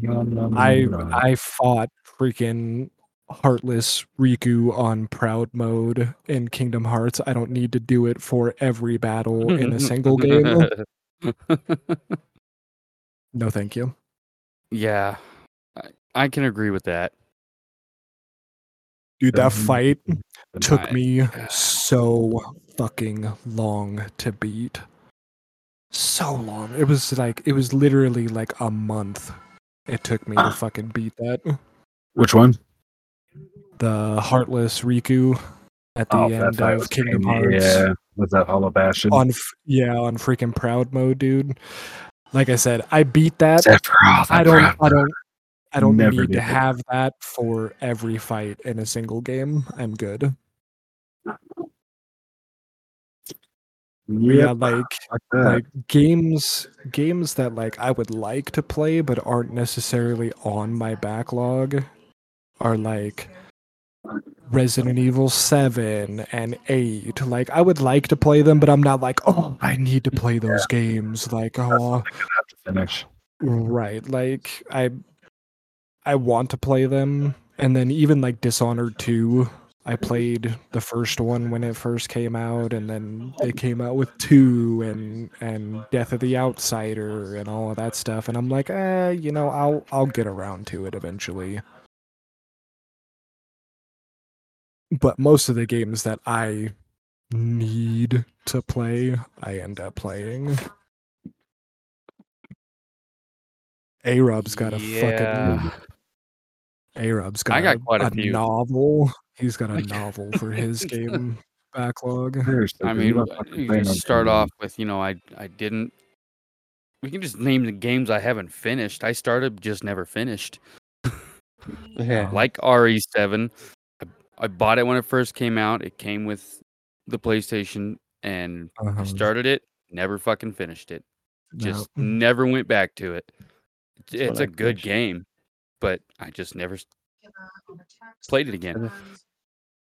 Speaker 4: No, no, no,
Speaker 1: I
Speaker 4: no.
Speaker 1: I fought freaking heartless Riku on proud mode in Kingdom Hearts. I don't need to do it for every battle in a single game. No, thank you.
Speaker 3: yeah, I, I can agree with that.
Speaker 1: Dude, that
Speaker 4: Mhm.
Speaker 1: fight took
Speaker 3: I-
Speaker 1: me so fucking long to beat. So long. It was like it was literally like a month. It took
Speaker 4: Ah.
Speaker 1: me to fucking beat that.
Speaker 4: Which one?
Speaker 1: The heartless Riku at the
Speaker 4: Oh, that
Speaker 1: end
Speaker 4: fight
Speaker 1: of
Speaker 4: was
Speaker 1: Kingdom
Speaker 4: pain.
Speaker 1: Hearts.
Speaker 4: Yeah, with that Hollow Bastion.
Speaker 1: On f- yeah, on freaking proud mode, dude. Like I said, I beat that.
Speaker 4: Sephiroth,
Speaker 1: I don't I don't I don't
Speaker 4: Never
Speaker 1: need
Speaker 4: did
Speaker 1: to
Speaker 4: it.
Speaker 1: have that for every fight in a single game. I'm good.
Speaker 4: Yep,
Speaker 1: Yeah, like
Speaker 4: fuck that.
Speaker 1: like games games that like I would like to play but aren't necessarily on my backlog are like Resident Evil 7 and 8. Like I would like to play them but I'm not like, "Oh, I need to play those games." Like, "Oh,
Speaker 4: have to finish.
Speaker 1: Right. Like I I want to play them and then even like Dishonored 2, I played the first one when it first came out and then they came out with 2 and and Death of the Outsider and all of that stuff and I'm like, "Eh, you know, I'll I'll get around to it eventually." But most of the games that I need to play, I end up playing. A Rob's got a
Speaker 3: Yeah.
Speaker 1: fucking. A Rob's got,
Speaker 3: I got quite a few.
Speaker 1: novel. He's got a
Speaker 3: Like-
Speaker 1: novel for his game backlog.
Speaker 4: Seriously,
Speaker 3: I
Speaker 4: dude,
Speaker 3: mean,
Speaker 4: don't
Speaker 3: uh,
Speaker 4: fucking
Speaker 3: you
Speaker 4: play
Speaker 3: can
Speaker 4: no
Speaker 3: just start
Speaker 4: games.
Speaker 3: off with, you know, I I didn't. We can just name the games I haven't finished. I started, just never finished.
Speaker 2: Yeah.
Speaker 3: Like RE7, I, I bought it when it first came out. It came with the PlayStation, and I
Speaker 1: Uh-huh.
Speaker 3: started it, never fucking finished it.
Speaker 1: No.
Speaker 3: Just never went back to it. It's-
Speaker 2: what
Speaker 3: It's
Speaker 2: I
Speaker 3: a good
Speaker 2: wish.
Speaker 3: game, but I just never s- played it again.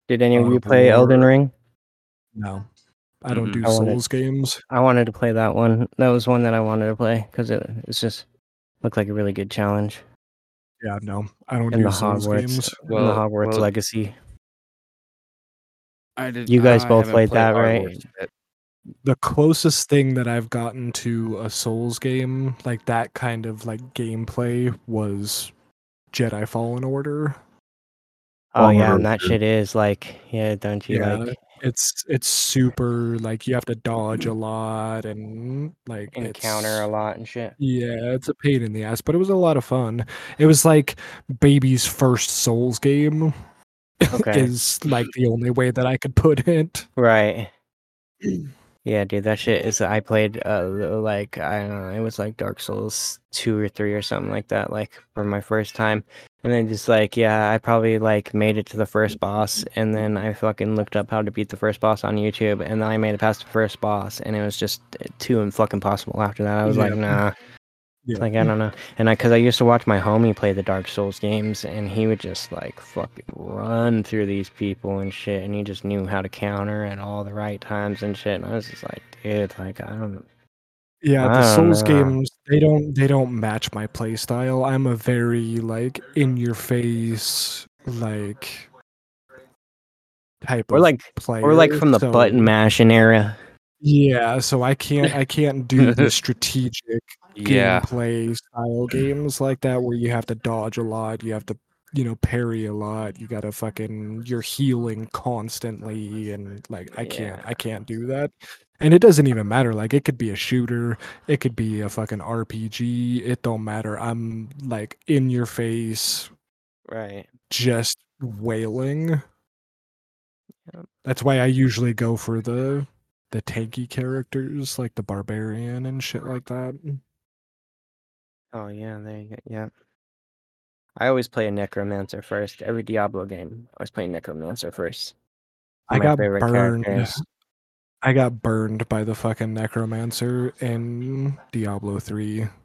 Speaker 5: Did any of
Speaker 1: Oh,
Speaker 5: you play Elden
Speaker 1: Lord.
Speaker 5: Ring?
Speaker 1: No, I don't
Speaker 3: Mm-mm.
Speaker 1: do
Speaker 5: I want it.
Speaker 1: Souls games.
Speaker 5: I wanted to play that one. That was one that I wanted to play because it it's just looked like a really good challenge.
Speaker 1: Yeah, no, I don't
Speaker 5: And
Speaker 1: do
Speaker 5: the
Speaker 1: Souls
Speaker 5: Hogwarts,
Speaker 1: games.
Speaker 5: and
Speaker 3: Well-
Speaker 5: the Hogwarts
Speaker 3: well-
Speaker 5: Legacy.
Speaker 3: I did,
Speaker 5: You guys
Speaker 3: I
Speaker 5: both
Speaker 3: haven't
Speaker 5: played that, right?
Speaker 3: Hogwarts yet.
Speaker 1: The closest thing that I've gotten to a Souls game, like that kind of like gameplay, was Jedi Fallen Order.
Speaker 5: Oh yeah,
Speaker 4: Oliver
Speaker 5: and that
Speaker 4: did.
Speaker 5: shit is like, yeah, don't you
Speaker 1: Yeah.
Speaker 5: like
Speaker 1: It's it's super like you have to dodge a lot and like
Speaker 5: encounter
Speaker 1: it's-
Speaker 5: a lot and shit?
Speaker 1: Yeah, it's a pain in the ass, but it was a lot of fun. It was like baby's first Souls game
Speaker 5: Okay,
Speaker 1: is like the only way that I could put it.
Speaker 5: right. Yeah, dude, that shit is. I played uh the- like I don't know, it was like Dark Souls two or three or something like that, like for my first time. And then just like, yeah, I probably like made it to the first boss, and then I fucking looked up how to beat the first boss on YouTube, and then I made it past the first boss, and it was just uh, too and fucking possible after that. I was like,
Speaker 1: Yeah.
Speaker 5: nah.
Speaker 1: Yeah.
Speaker 5: Like I don't know, and I because I used to watch my homie play the Dark Souls games, and he would just like fucking run through these people and shit, and he just knew how to counter at all the right times and shit. And I was just like, dude, like I don't,
Speaker 1: Yeah, the
Speaker 5: I don't
Speaker 1: Souls
Speaker 5: know.
Speaker 1: games they don't they don't match my play style. I'm a very like in your face like type
Speaker 5: or
Speaker 1: of
Speaker 5: like,
Speaker 1: player.
Speaker 5: or like from the
Speaker 1: so-
Speaker 5: button mashing era.
Speaker 1: Yeah, so I can't I can't do the strategic
Speaker 3: Yeah.
Speaker 1: gameplay style games like that where you have to dodge a lot, you have to you know parry a lot, you gotta fucking you're healing constantly and like I can't I can't do that. And it doesn't even matter. Like it could be a shooter, it could be a fucking RPG, it don't matter. I'm like in your face,
Speaker 5: Right.
Speaker 1: just wailing.
Speaker 5: Yep.
Speaker 1: That's why I usually go for the the tanky characters like the barbarian and shit like that.
Speaker 5: Oh yeah, there you go. Yeah. I always play a necromancer first. Every Diablo game, I always play necromancer first.
Speaker 1: I
Speaker 5: my
Speaker 1: got
Speaker 5: favorite
Speaker 1: burned.
Speaker 5: characters.
Speaker 1: I got burned by the fucking necromancer in Diablo 3.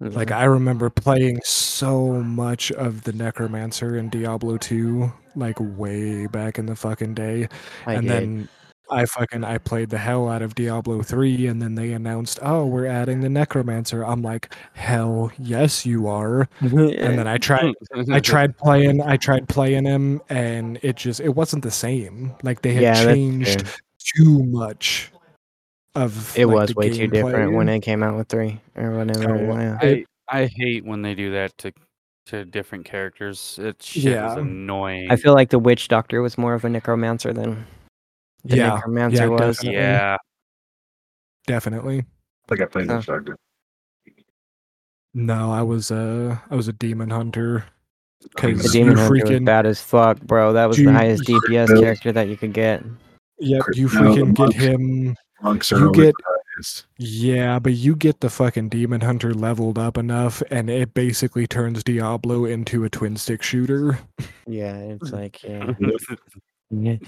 Speaker 1: Like
Speaker 5: Mhm.
Speaker 1: I remember playing so much of the necromancer in Diablo 2 like way back in the fucking day
Speaker 5: I
Speaker 1: and
Speaker 5: did.
Speaker 1: then I fucking I played the hell out of Diablo 3 and then they announced, "Oh, we're adding the necromancer." I'm like, "Hell, yes you are." And then I tried I tried playing I tried playing him and it just it wasn't the same. Like they had
Speaker 5: yeah, that's
Speaker 1: changed
Speaker 5: true.
Speaker 1: too much of
Speaker 5: It
Speaker 1: like,
Speaker 5: was
Speaker 1: the
Speaker 5: way too different
Speaker 1: gameplay.
Speaker 5: when it came out with three or whenever.
Speaker 1: Oh,
Speaker 5: yeah.
Speaker 3: I, I hate when they do that to to different characters. It shit
Speaker 1: Yeah.
Speaker 3: is annoying.
Speaker 5: I feel like the witch doctor was more of a necromancer than the
Speaker 1: Yeah,
Speaker 5: necromancer
Speaker 1: yeah,
Speaker 5: was.
Speaker 1: definitely.
Speaker 3: yeah.
Speaker 1: definitely.
Speaker 4: Like I played
Speaker 3: uh,
Speaker 5: Huh.
Speaker 4: this doctor.
Speaker 1: No, I was a I was a demon hunter cuz
Speaker 5: The
Speaker 1: you
Speaker 5: demon hunter was
Speaker 1: freaking
Speaker 5: bad as fuck, bro. That was
Speaker 1: Dude,
Speaker 5: the highest DPS
Speaker 4: those-
Speaker 5: character that you could get.
Speaker 1: yep,
Speaker 4: crit-
Speaker 1: you
Speaker 4: no, the
Speaker 1: freaking get
Speaker 4: monks.
Speaker 1: him
Speaker 4: Monks are
Speaker 1: You
Speaker 4: always
Speaker 1: get-
Speaker 4: the highest.
Speaker 1: Yeah, but you get the fucking demon hunter leveled up enough, and it basically turns Diablo into a twin stick shooter.
Speaker 5: Yeah, it's like yeah. Yeah.
Speaker 3: Yep.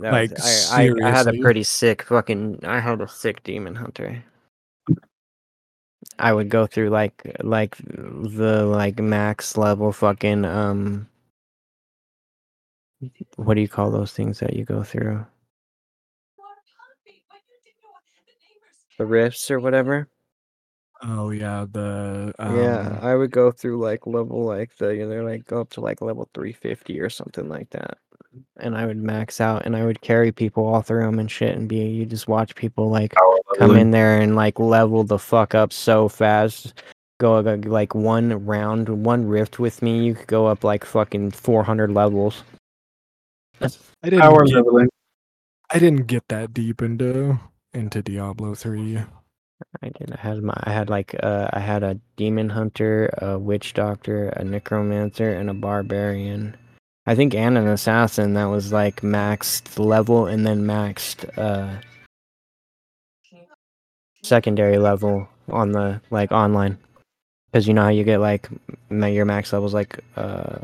Speaker 5: That
Speaker 1: Like,
Speaker 5: was, I, I, I had a
Speaker 1: seriously.
Speaker 5: pretty sick fucking. I had a sick demon hunter. I would go through like like the like max level fucking um. What do you call those things that you go through? The rifts or whatever.
Speaker 1: Oh yeah, the um,
Speaker 5: yeah, I would go through like level like the you know like go up to like level 350 or something like that. And I would max out and I would carry people all through them and shit and be you just watch people like
Speaker 4: Power
Speaker 5: come
Speaker 4: leveling.
Speaker 5: in there and like level the fuck up so fast. Go go- like one round, one rift with me, you could go up like fucking 400 levels.
Speaker 1: I didn't
Speaker 4: Power
Speaker 1: get,
Speaker 4: leveling.
Speaker 1: I didn't get that deep into into Diablo three.
Speaker 5: I did. I had my. I had like. Uh, I had a demon hunter, a witch doctor, a necromancer, and a barbarian. I think and an assassin that was like maxed level and then maxed uh secondary level on the like online because you know how you get like ma- your max levels like uh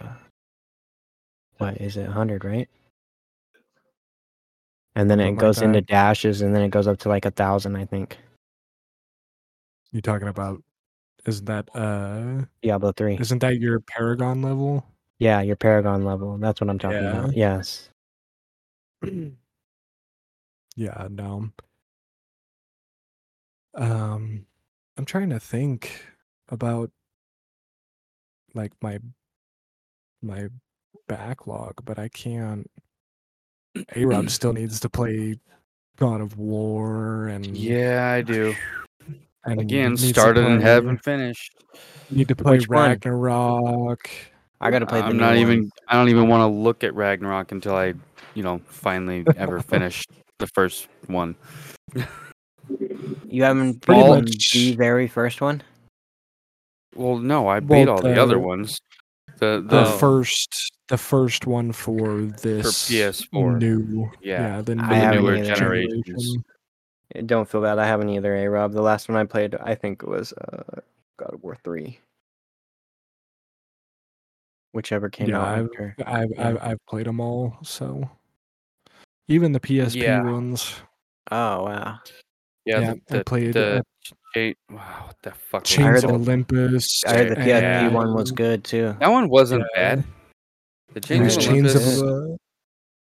Speaker 5: what is it 100 right and then it
Speaker 1: Something like
Speaker 5: goes into
Speaker 1: that.
Speaker 5: dashes and then it goes up to like a thousand i think
Speaker 1: You talking about? Isn't that uh?
Speaker 5: diablo 3
Speaker 1: Isn't that your Paragon level?
Speaker 5: yeah your paragon level that's what i'm talking
Speaker 1: Yeah.
Speaker 5: about yes
Speaker 1: Yeah, no. Um, I'm trying to think about like my my backlog, but I can't. A Rob still needs to play God of War and
Speaker 5: Mm.
Speaker 3: Yeah, I do.
Speaker 1: and
Speaker 3: Again,
Speaker 1: needs to
Speaker 3: started and
Speaker 1: play-
Speaker 3: haven't finished.
Speaker 1: Need to play
Speaker 3: Which one?
Speaker 1: Ragnarok.
Speaker 5: i gotta play the
Speaker 3: I'm
Speaker 5: new
Speaker 3: not
Speaker 5: one.
Speaker 3: even. I don't even want to look at Ragnarok until I, you know, finally ever finish the first one.
Speaker 5: you haven't
Speaker 1: Pretty
Speaker 5: beaten
Speaker 1: much.
Speaker 5: the very first one
Speaker 3: Well, no, I beat
Speaker 1: Well,
Speaker 3: all the other
Speaker 1: the-
Speaker 3: ones. The
Speaker 1: The
Speaker 3: the,
Speaker 1: first, the first one for this
Speaker 3: PS4.
Speaker 1: new,
Speaker 3: Yeah,
Speaker 1: the
Speaker 5: I
Speaker 1: new-
Speaker 5: haven't newer either.
Speaker 3: generations.
Speaker 5: Uh, Don't feel bad. I haven't either, eh, Rob. The last one I played, I think, was uh, God of War 3. Whichever came
Speaker 1: Yeah,
Speaker 5: out
Speaker 1: I've-
Speaker 5: after.
Speaker 1: I've,
Speaker 5: Yeah.
Speaker 1: I've I've played them all, so even the PSP
Speaker 3: Yeah.
Speaker 1: ones.
Speaker 5: Oh, wow.
Speaker 3: yeah,
Speaker 1: yeah, I
Speaker 3: the,
Speaker 1: played,
Speaker 3: the
Speaker 1: uh,
Speaker 3: Ch- eight. Wow, what the fuck? was
Speaker 1: Chains
Speaker 3: it
Speaker 5: heard
Speaker 1: of
Speaker 5: the-
Speaker 3: called?
Speaker 1: Olympus.
Speaker 5: I heard the PSP
Speaker 3: Yeah.
Speaker 5: one was good, too.
Speaker 3: That one wasn't
Speaker 1: Yeah.
Speaker 3: bad. The
Speaker 1: and
Speaker 3: Chains
Speaker 1: there's
Speaker 3: of
Speaker 1: Chains of
Speaker 3: Olympus-
Speaker 1: uh,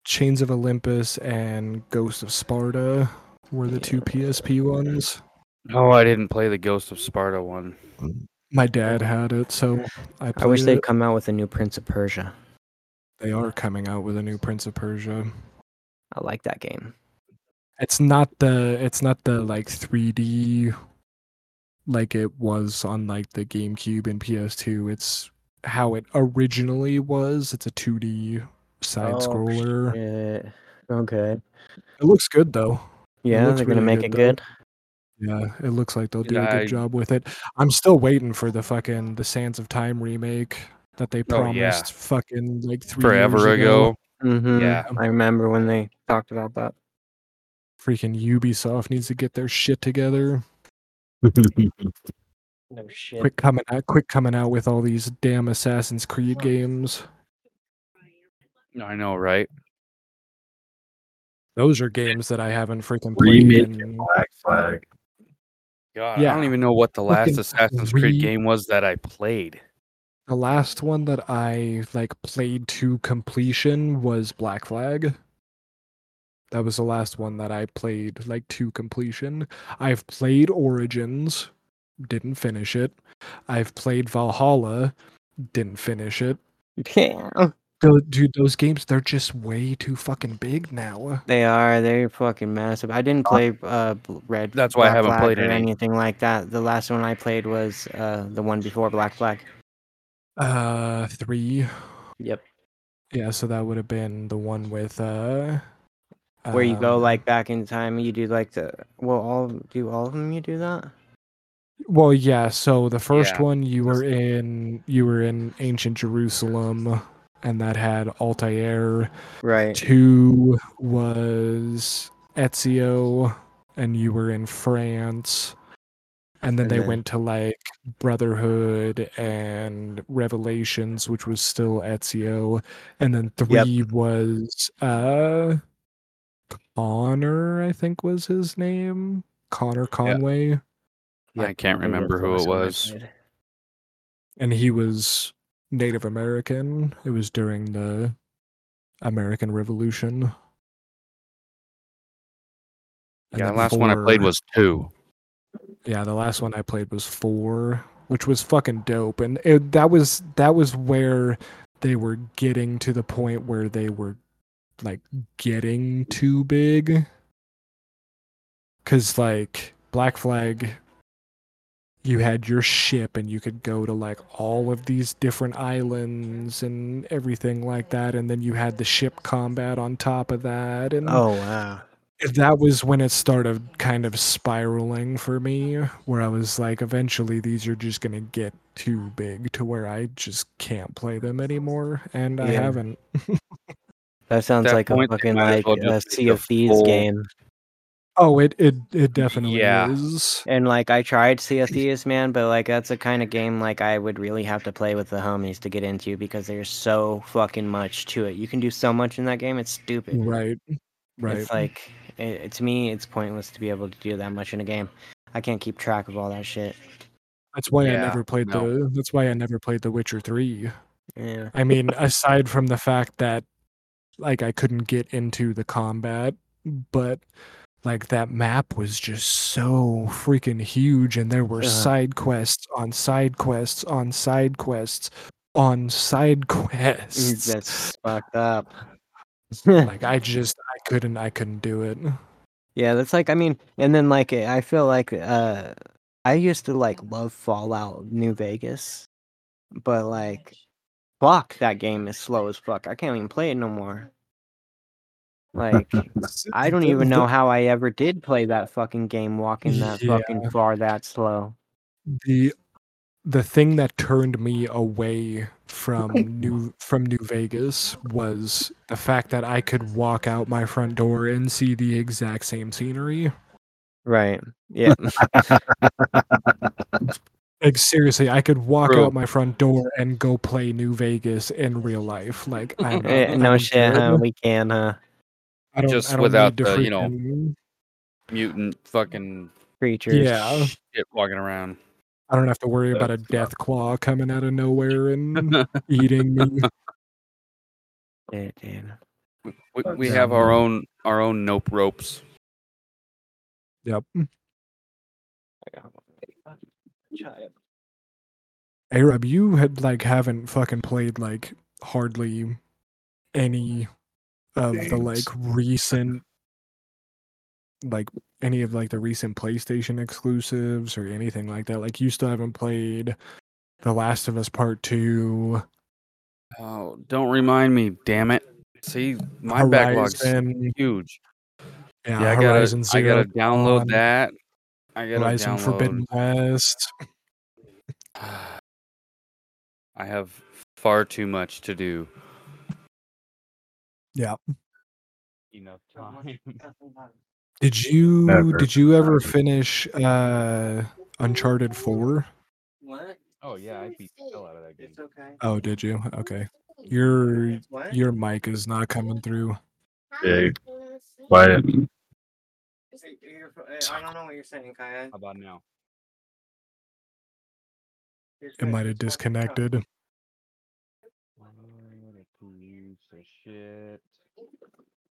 Speaker 1: Chains of Olympus and Ghost of Sparta were the two PSP ones.
Speaker 3: No, I didn't play the Ghost of Sparta one.
Speaker 1: My dad had it, so I played
Speaker 5: I wish they'd
Speaker 1: it.
Speaker 5: come out with a new Prince of Persia.
Speaker 1: They are coming out with a new Prince of Persia.
Speaker 5: I like that game.
Speaker 1: It's not the it's not the like 3D like it was on like the GameCube and PS2. It's how it originally was. It's a 2D side
Speaker 5: Oh,
Speaker 1: scroller.
Speaker 5: shit. Okay.
Speaker 1: It looks good though.
Speaker 5: Yeah,
Speaker 1: looks
Speaker 5: they're going to
Speaker 1: really
Speaker 5: make it
Speaker 1: good, though.
Speaker 5: good.
Speaker 1: Yeah, it looks like they'll do a
Speaker 3: I-
Speaker 1: good job with it. I'm still waiting for the fucking the Sands of Time remake that they
Speaker 3: Oh, yeah.
Speaker 1: promised fucking like 3 years
Speaker 3: Forever ago.
Speaker 5: Mm-hmm.
Speaker 3: Yeah.
Speaker 5: I remember when they talked about that.
Speaker 1: Freaking Ubisoft needs to get their shit together.
Speaker 5: No shit.
Speaker 1: Quick coming out, quick coming out with all these damn Assassin's Creed games.
Speaker 3: No, I know, right?
Speaker 1: Those are games that I haven't freaking played.
Speaker 4: Remake.
Speaker 1: in-
Speaker 4: Black flag.
Speaker 3: God, I
Speaker 1: Yeah.
Speaker 3: don't even know what the last
Speaker 1: Fucking
Speaker 3: Assassin's
Speaker 1: re-
Speaker 3: Creed game was that I played.
Speaker 1: The last one that I like played to completion was Black Flag. That was the last one that I played like to completion. I've played Origins, didn't finish it. I've played Valhalla, didn't finish it.
Speaker 5: Yeah.
Speaker 1: Tho- Dude, those games they're just way too fucking big now.
Speaker 5: They are. They're fucking massive. I didn't play uh bl- Red.
Speaker 3: Oh. That's why I
Speaker 5: Black
Speaker 3: haven't
Speaker 5: Flag
Speaker 3: played
Speaker 5: or
Speaker 3: any.
Speaker 5: anything like that. The last one I played was uh the one before Black Flag.
Speaker 1: Uh, three.
Speaker 5: Yep.
Speaker 1: Yeah, so that would have been the one with uh,
Speaker 5: Where you go
Speaker 1: um,
Speaker 5: like back in time, you do like the well, all do all of them. You do that.
Speaker 1: Well, yeah. So the first
Speaker 3: Yeah.
Speaker 1: one you were in, you were in ancient Jerusalem, and that had Altair.
Speaker 5: Right.
Speaker 1: Two was Ezio, and you were in France. And then
Speaker 5: And
Speaker 1: they
Speaker 5: then-
Speaker 1: went to like Brotherhood and Revelations, which was still Ezio. And then three
Speaker 5: Yep.
Speaker 1: was uh Connor, I think was his name. Connor Conway.
Speaker 3: I can't remember who it was.
Speaker 1: and he was Native American. It was during the American Revolution. And
Speaker 3: Yeah, the
Speaker 1: then
Speaker 3: last one I played
Speaker 1: four-
Speaker 3: was two.
Speaker 1: yeah the last one I played was four, which was fucking dope, and it, that was that was where they were getting to the point where they were like getting too big, because like Black Flag you had your ship and you could go to like all of these different islands and everything like that and then you had the ship combat on top of that and
Speaker 5: Oh wow.
Speaker 1: that was when it started kind of spiraling for me, where I was like, eventually these are just gonna get too big to where I just can't play them anymore, and I
Speaker 5: Yeah.
Speaker 1: haven't.
Speaker 5: That sounds
Speaker 3: that
Speaker 5: like
Speaker 3: point, they
Speaker 5: a fucking
Speaker 3: might as
Speaker 5: like
Speaker 3: well
Speaker 5: a
Speaker 3: just make
Speaker 5: Sea
Speaker 3: a
Speaker 5: of Thieves
Speaker 3: full-
Speaker 5: game.
Speaker 1: Oh, it it it definitely
Speaker 3: Yeah.
Speaker 1: is.
Speaker 5: And like I tried Sea of Thieves, man, but like that's a kind of game like I would really have to play with the homies to get into because there's so fucking much to it. You can do so much in that game. It's stupid.
Speaker 1: Right, right.
Speaker 5: It's like it, to me, it's pointless to be able to do that much in a game. I can't keep track of all that shit.
Speaker 1: That's why
Speaker 3: Yeah,
Speaker 1: I never played
Speaker 3: no.
Speaker 1: the. That's why I never played The Witcher Three.
Speaker 5: Yeah.
Speaker 1: I mean, aside from the fact that, like, I couldn't get into the combat, but like that map was just so freaking huge, and there were
Speaker 5: Uh-huh.
Speaker 1: side quests on side quests on side quests on side quests.
Speaker 5: That's fucked up.
Speaker 1: like I just I couldn't I couldn't do it.
Speaker 5: Yeah, that's like I mean, and then like I feel like uh I used to like
Speaker 1: Mm-hmm.
Speaker 5: love Fallout New Vegas, but like fuck that game is slow as fuck. I can't even play it no more. Like I don't even know how I ever did play that fucking game walking that
Speaker 1: Yeah.
Speaker 5: fucking far that slow.
Speaker 1: the the thing that turned me away from new from new vegas was the fact that i could walk out my front door and see the exact same scenery
Speaker 5: Right. Yeah.
Speaker 1: like seriously i could walk
Speaker 3: Bro.
Speaker 1: out my front door and go play new vegas in real life like i'm,
Speaker 5: Eh, no
Speaker 1: I'm
Speaker 5: shit, huh?
Speaker 1: good.
Speaker 5: We can huh
Speaker 1: I don't,
Speaker 3: Just
Speaker 1: I don't
Speaker 3: without
Speaker 1: need to
Speaker 3: the, you know,
Speaker 1: freaking-
Speaker 3: mutant fucking
Speaker 5: creatures.
Speaker 1: yeah
Speaker 3: shit walking around.
Speaker 1: i don't have to worry about a death claw coming out of nowhere and eating me
Speaker 5: Shit, dude.
Speaker 3: We,
Speaker 4: But,
Speaker 3: we have
Speaker 4: um,
Speaker 3: our own our own nope ropes.
Speaker 1: yep Arab, you had like haven't fucking played like hardly any of the
Speaker 4: Games.
Speaker 1: like recent like any of like the recent PlayStation exclusives or anything like that. Like you still haven't played The Last of Us Part 2,
Speaker 3: Oh, don't remind me, damn it. See, my backlog's
Speaker 1: Horizon,
Speaker 3: huge.
Speaker 1: yeah,
Speaker 3: Yeah, I gotta
Speaker 1: Horizon
Speaker 3: I
Speaker 1: Zero,
Speaker 3: gotta download
Speaker 1: Dawn,
Speaker 3: that. I gotta
Speaker 1: Horizon
Speaker 3: download
Speaker 1: Forbidden West.
Speaker 3: I have far too much to do.
Speaker 1: Yeah.
Speaker 3: Enough time.
Speaker 1: Did you
Speaker 4: Never.
Speaker 1: did you ever finish uh Uncharted 4?
Speaker 5: What?
Speaker 3: Oh
Speaker 6: yeah, I beat the hell
Speaker 3: out of that game.
Speaker 5: okay.
Speaker 1: Oh, did you? Okay. Your
Speaker 5: What?
Speaker 1: your mic is not coming through.
Speaker 4: Hey, Quiet.
Speaker 5: I don't know what you're saying, Kaya.
Speaker 3: How about now?
Speaker 1: It might have disconnected.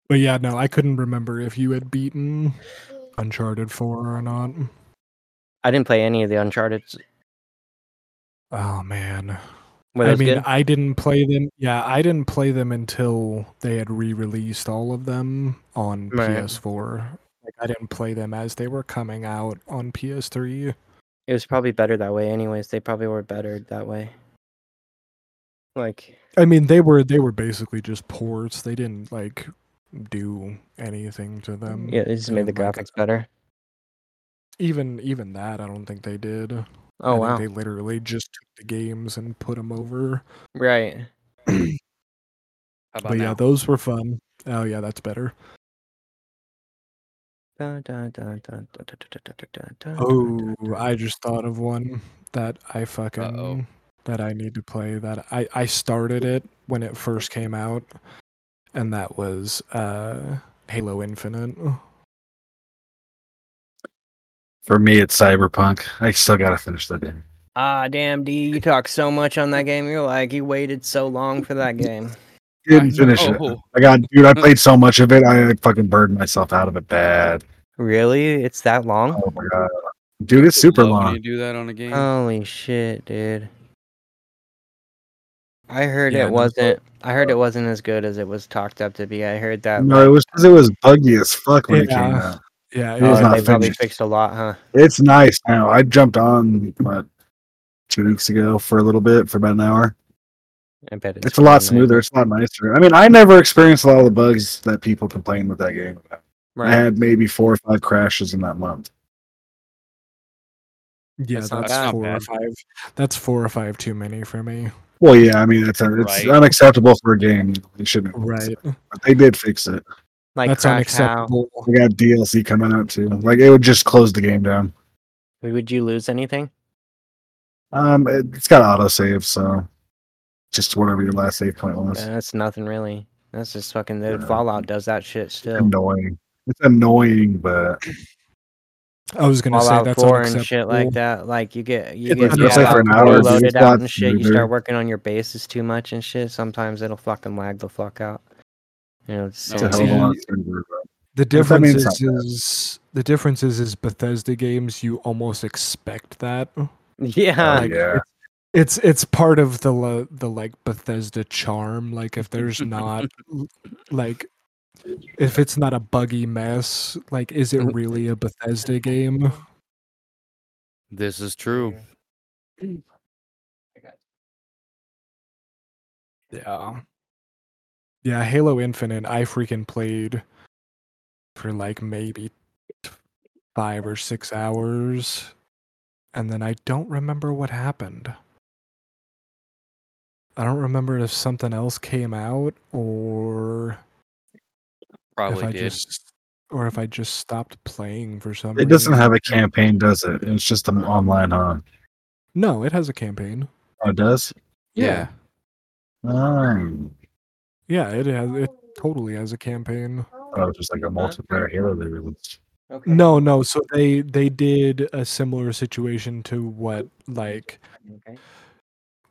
Speaker 1: But yeah, no, I couldn't remember if you had beaten Uncharted 4 or not.
Speaker 5: I didn't play any of the Uncharted.
Speaker 1: Oh man.
Speaker 5: Were
Speaker 1: I
Speaker 5: those
Speaker 1: mean,
Speaker 5: good?
Speaker 1: I didn't play them. Yeah, I didn't play them until they had re-released all of them on
Speaker 5: Right.
Speaker 1: PS4. Like I didn't play them as they were coming out on PS3.
Speaker 5: It was probably better that way, anyways. They probably were better that way. Like,
Speaker 1: I mean, they were they were basically just ports. They didn't like do anything to them.
Speaker 5: yeah, they just
Speaker 1: they
Speaker 5: made the
Speaker 1: didn't like
Speaker 5: graphics better.
Speaker 1: Even even that, I don't think they did.
Speaker 5: Oh
Speaker 1: I
Speaker 5: wow,
Speaker 1: think they literally just took the games and put them over.
Speaker 5: right?
Speaker 3: How about
Speaker 1: But yeah,
Speaker 3: now?
Speaker 1: those were fun. Oh yeah, that's better.
Speaker 5: Dun, dun, dun, dun, dun, dun, dun, dun, dun, dun, dun, dun,
Speaker 1: Oh,
Speaker 5: dun, dun.
Speaker 1: I just thought of one that I fucking that I need to play. That I I started it when it first came out, and that was uh Halo Infinite.
Speaker 4: For me, it's Cyberpunk. I still gotta finish the game.
Speaker 5: Ah, damn, D, you talk so much on that game. You're like, you waited so long for that game.
Speaker 4: Didn't finish it.
Speaker 3: know. Oh.
Speaker 4: I got, dude. I played so much of it. I like, fucking burned myself out of it bad.
Speaker 5: Really? It's that long?
Speaker 4: Oh my god, dude, it's super
Speaker 3: Love when
Speaker 4: long.
Speaker 3: You do that on a game.
Speaker 1: Uh,
Speaker 5: Holy shit, dude. I heard
Speaker 1: Yeah,
Speaker 5: it
Speaker 1: no.
Speaker 5: wasn't. I heard it wasn't as good as it was talked up to be. I heard that.
Speaker 4: No, it was 'cause it was buggy as fuck when it
Speaker 1: Yeah.
Speaker 4: came out.
Speaker 1: Yeah, it
Speaker 4: Oh,
Speaker 1: was
Speaker 4: it's
Speaker 5: uh,
Speaker 4: not
Speaker 5: they probably
Speaker 4: finished.
Speaker 5: fixed a lot, huh?
Speaker 4: It's nice now. I jumped on what two weeks ago for a little bit for about an hour.
Speaker 5: I bet it's,
Speaker 4: It's a lot
Speaker 5: fucking nice.
Speaker 4: smoother. It's a lot nicer. I mean, I never experienced a lot of the bugs that people complain with that game about. I had maybe four or five crashes in that month.
Speaker 1: Yeah,
Speaker 5: That's
Speaker 1: that's,
Speaker 5: not
Speaker 3: bad.
Speaker 1: four or
Speaker 3: Not
Speaker 1: five. That's four or five too many for me.
Speaker 4: Well, yeah, I mean it's it's
Speaker 3: Right.
Speaker 4: unacceptable for a game. They shouldn't,
Speaker 1: Right.
Speaker 4: But they did fix it.
Speaker 5: Like
Speaker 1: that's
Speaker 5: crash how?
Speaker 1: unacceptable.
Speaker 4: We got DLC coming out too. Like it would just close the game down.
Speaker 5: Would you lose anything?
Speaker 4: Um, it, it's got auto save, so just whatever your last save point was.
Speaker 5: That's nothing really. That's just fucking the
Speaker 4: Yeah.
Speaker 5: Fallout does that shit still.
Speaker 4: Annoying. It's annoying, but
Speaker 1: I was gonna say
Speaker 5: Fallout
Speaker 1: that's
Speaker 5: Four
Speaker 1: unacceptable.
Speaker 5: and shit like that. Like you get you
Speaker 4: Yeah,
Speaker 5: get
Speaker 1: that's
Speaker 5: yeah,
Speaker 1: like for
Speaker 4: an hour, it's
Speaker 5: loaded
Speaker 4: just
Speaker 5: out
Speaker 4: not
Speaker 5: and shit. You
Speaker 4: smoother.
Speaker 5: start working on your bases too much and shit. Sometimes it'll fucking lag the fuck out. You know, it's
Speaker 3: No,
Speaker 4: it's a
Speaker 5: it's-
Speaker 4: hell of a lot.
Speaker 1: See,
Speaker 4: simpler, but-
Speaker 1: The
Speaker 4: But that
Speaker 1: difference
Speaker 4: means
Speaker 1: is,
Speaker 4: it's not bad.
Speaker 1: is the difference is is Bethesda games you almost expect that.
Speaker 5: yeah.
Speaker 1: Like,
Speaker 4: yeah.
Speaker 1: it's- It's it's part of the lo- the like Bethesda charm. Like if there's not l- like if it's not a buggy mess, like is it really a Bethesda game?
Speaker 3: This is true.
Speaker 1: Yeah. Yeah, Halo Infinite, I freaking played for like maybe t- five or six hours. And then I don't remember what happened. I don't remember if something else came out or
Speaker 3: Probably
Speaker 1: if I
Speaker 3: did.
Speaker 1: just or if I just stopped playing for some
Speaker 4: It
Speaker 1: reason.
Speaker 4: doesn't have a campaign, does it? It's just an online, huh?
Speaker 1: No, it has a campaign.
Speaker 4: Oh, it does.
Speaker 3: Yeah.
Speaker 4: Oh,
Speaker 1: Yeah, it has it totally has a campaign.
Speaker 4: oh just like a multiplayer Halo they released.
Speaker 5: Okay.
Speaker 1: No, no. So they they did a similar situation to what like
Speaker 5: Okay.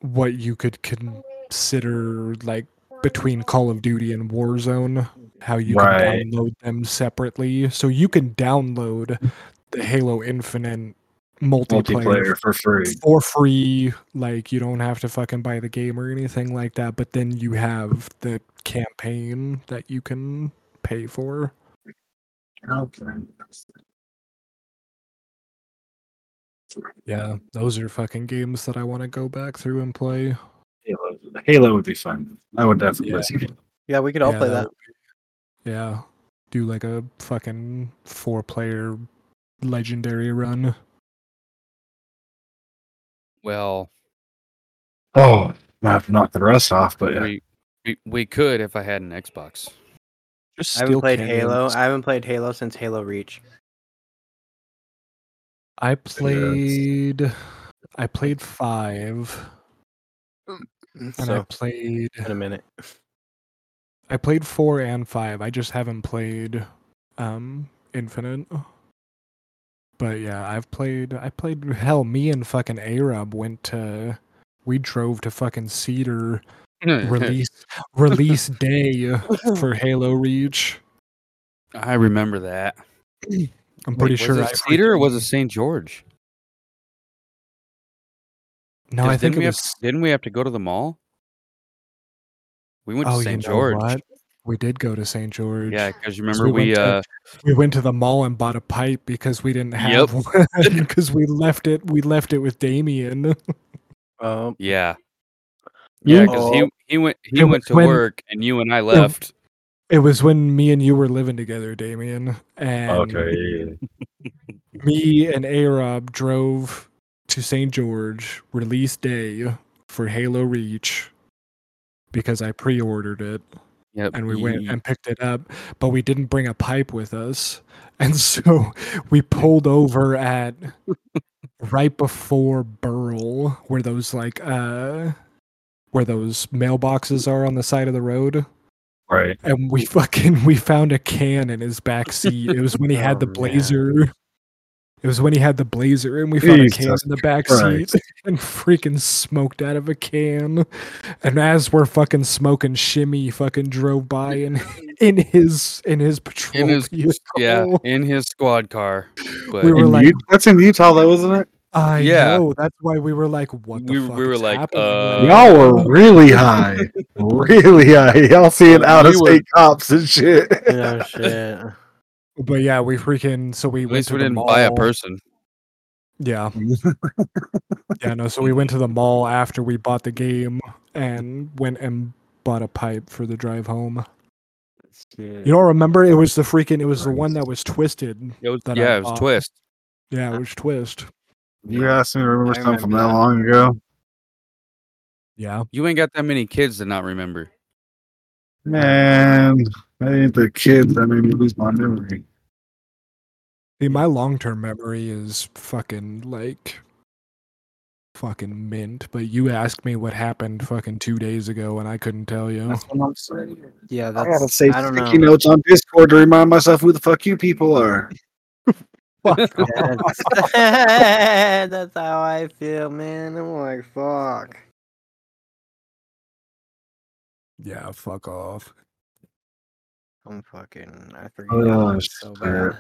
Speaker 1: what you could consider like um, between Call of Duty and Warzone, how you
Speaker 4: Right.
Speaker 1: can download them separately. So you can download the Halo Infinite multiplayer,
Speaker 4: Multiplayer for free.
Speaker 1: for free. Like you don't have to fucking buy the game or anything like that. But then you have the campaign that you can pay for.
Speaker 4: Okay.
Speaker 1: Yeah, those are fucking games that I want to go back through and play.
Speaker 4: Halo. Halo would be fun. I would definitely
Speaker 1: Yeah.
Speaker 4: see it.
Speaker 2: Yeah, we could all
Speaker 1: Yeah,
Speaker 2: play
Speaker 1: that
Speaker 2: that.
Speaker 1: Yeah. Do like a fucking four player legendary run.
Speaker 3: Well,
Speaker 4: Oh, I have to knock the rest off, but yeah.
Speaker 3: we, we we could if I had an Xbox.
Speaker 1: Just
Speaker 5: I haven't
Speaker 1: steal
Speaker 5: played
Speaker 1: cannons.
Speaker 5: Halo. I haven't played Halo since Halo Reach.
Speaker 1: I played I played five and I
Speaker 5: So
Speaker 1: played
Speaker 5: in a minute.
Speaker 1: I played four and five. I just haven't played um Infinite. But yeah, I've played I played hell, me and fucking Arab went to we drove to fucking Cedar release release day for Halo Reach.
Speaker 3: I remember that.
Speaker 1: I'm pretty
Speaker 3: Wait,
Speaker 1: sure
Speaker 3: was
Speaker 1: I
Speaker 3: it Cedar or was it St. George?
Speaker 1: No,
Speaker 3: Did-
Speaker 1: I think
Speaker 3: didn't
Speaker 1: it
Speaker 3: we
Speaker 1: was.
Speaker 3: have, didn't we have to go to the mall? We went
Speaker 1: oh,
Speaker 3: to
Speaker 1: you know
Speaker 3: St. George.
Speaker 1: what? We did go to St. George.
Speaker 3: Yeah, because you
Speaker 1: So
Speaker 3: remember
Speaker 1: we
Speaker 3: we,
Speaker 1: went to-
Speaker 3: uh
Speaker 1: we went to the mall and bought a pipe because we didn't
Speaker 3: Yep.
Speaker 1: have one because we left it. We left it with Damien. Um,
Speaker 5: Oh,
Speaker 3: yeah. Yeah, because he
Speaker 5: Oh.
Speaker 3: he went he
Speaker 1: It
Speaker 3: went
Speaker 1: was
Speaker 3: to
Speaker 1: when-
Speaker 3: work and you and I left.
Speaker 1: It was when me and you were living together, Damien, and
Speaker 4: Okay. yeah, yeah.
Speaker 1: me and Arab drove to St. George release day for Halo Reach because I pre-ordered it.
Speaker 3: Yep.
Speaker 1: and we went
Speaker 3: ye-
Speaker 1: and picked it up, but we didn't bring a pipe with us. And so we pulled over at right before Burl, where those like uh where those mailboxes are on the side of the road.
Speaker 4: Right.
Speaker 1: And we fucking we found a can in his back seat. It was when he had the
Speaker 5: Oh, man.
Speaker 1: blazer. It was when he had the blazer and we found a can
Speaker 4: Jesus
Speaker 1: in the back
Speaker 4: Christ.
Speaker 1: seat and freaking smoked out of a can. And as we're fucking smoking, Shimmy fucking drove by and in his in his patrol
Speaker 3: in his
Speaker 1: vehicle.
Speaker 3: yeah, in his squad car. But
Speaker 1: We were
Speaker 4: In
Speaker 1: like-
Speaker 4: Ut- that's in Utah, though, isn't it?
Speaker 1: I
Speaker 3: Yeah.
Speaker 1: know. That's why we were like, what the
Speaker 3: We- we
Speaker 1: fuck?
Speaker 3: were
Speaker 1: is
Speaker 3: like,
Speaker 1: happening?
Speaker 3: uh,
Speaker 4: Y'all were really high, really high. Y'all seeing out of state cops and shit.
Speaker 5: no Oh, shit.
Speaker 1: but yeah, we freaking so we
Speaker 3: at
Speaker 1: went
Speaker 3: least
Speaker 1: to
Speaker 3: we
Speaker 1: the
Speaker 3: didn't buy a
Speaker 1: mall.
Speaker 3: person.
Speaker 1: Yeah. yeah, no. So we went to the mall after we bought the game and went and bought a pipe for the drive home. You don't remember? It was the freaking. It was the one that was twisted.
Speaker 3: It was,
Speaker 1: that I
Speaker 3: yeah, it was
Speaker 1: bought.
Speaker 3: Twist.
Speaker 1: Yeah, it was twist.
Speaker 4: You asked me to remember
Speaker 2: I
Speaker 4: something from that
Speaker 2: remember that.
Speaker 4: long ago.
Speaker 1: Yeah.
Speaker 3: You ain't got that many kids to not remember.
Speaker 4: Man, I ain't the kid that made me lose my memory.
Speaker 1: See, my long term memory is fucking like fucking mint. But you asked me what happened fucking two days ago, and I couldn't tell you.
Speaker 4: what I'm saying.
Speaker 5: Yeah,
Speaker 4: I gotta
Speaker 5: that's
Speaker 4: say
Speaker 5: I don't
Speaker 4: sticky
Speaker 5: know.
Speaker 4: notes on Discord to remind myself who the fuck you people are.
Speaker 5: That's, that's how I feel, man. I'm like, fuck.
Speaker 1: Yeah, fuck off.
Speaker 5: I'm fucking. I forget.
Speaker 4: Oh,
Speaker 5: I'm so
Speaker 4: shit.
Speaker 5: bad.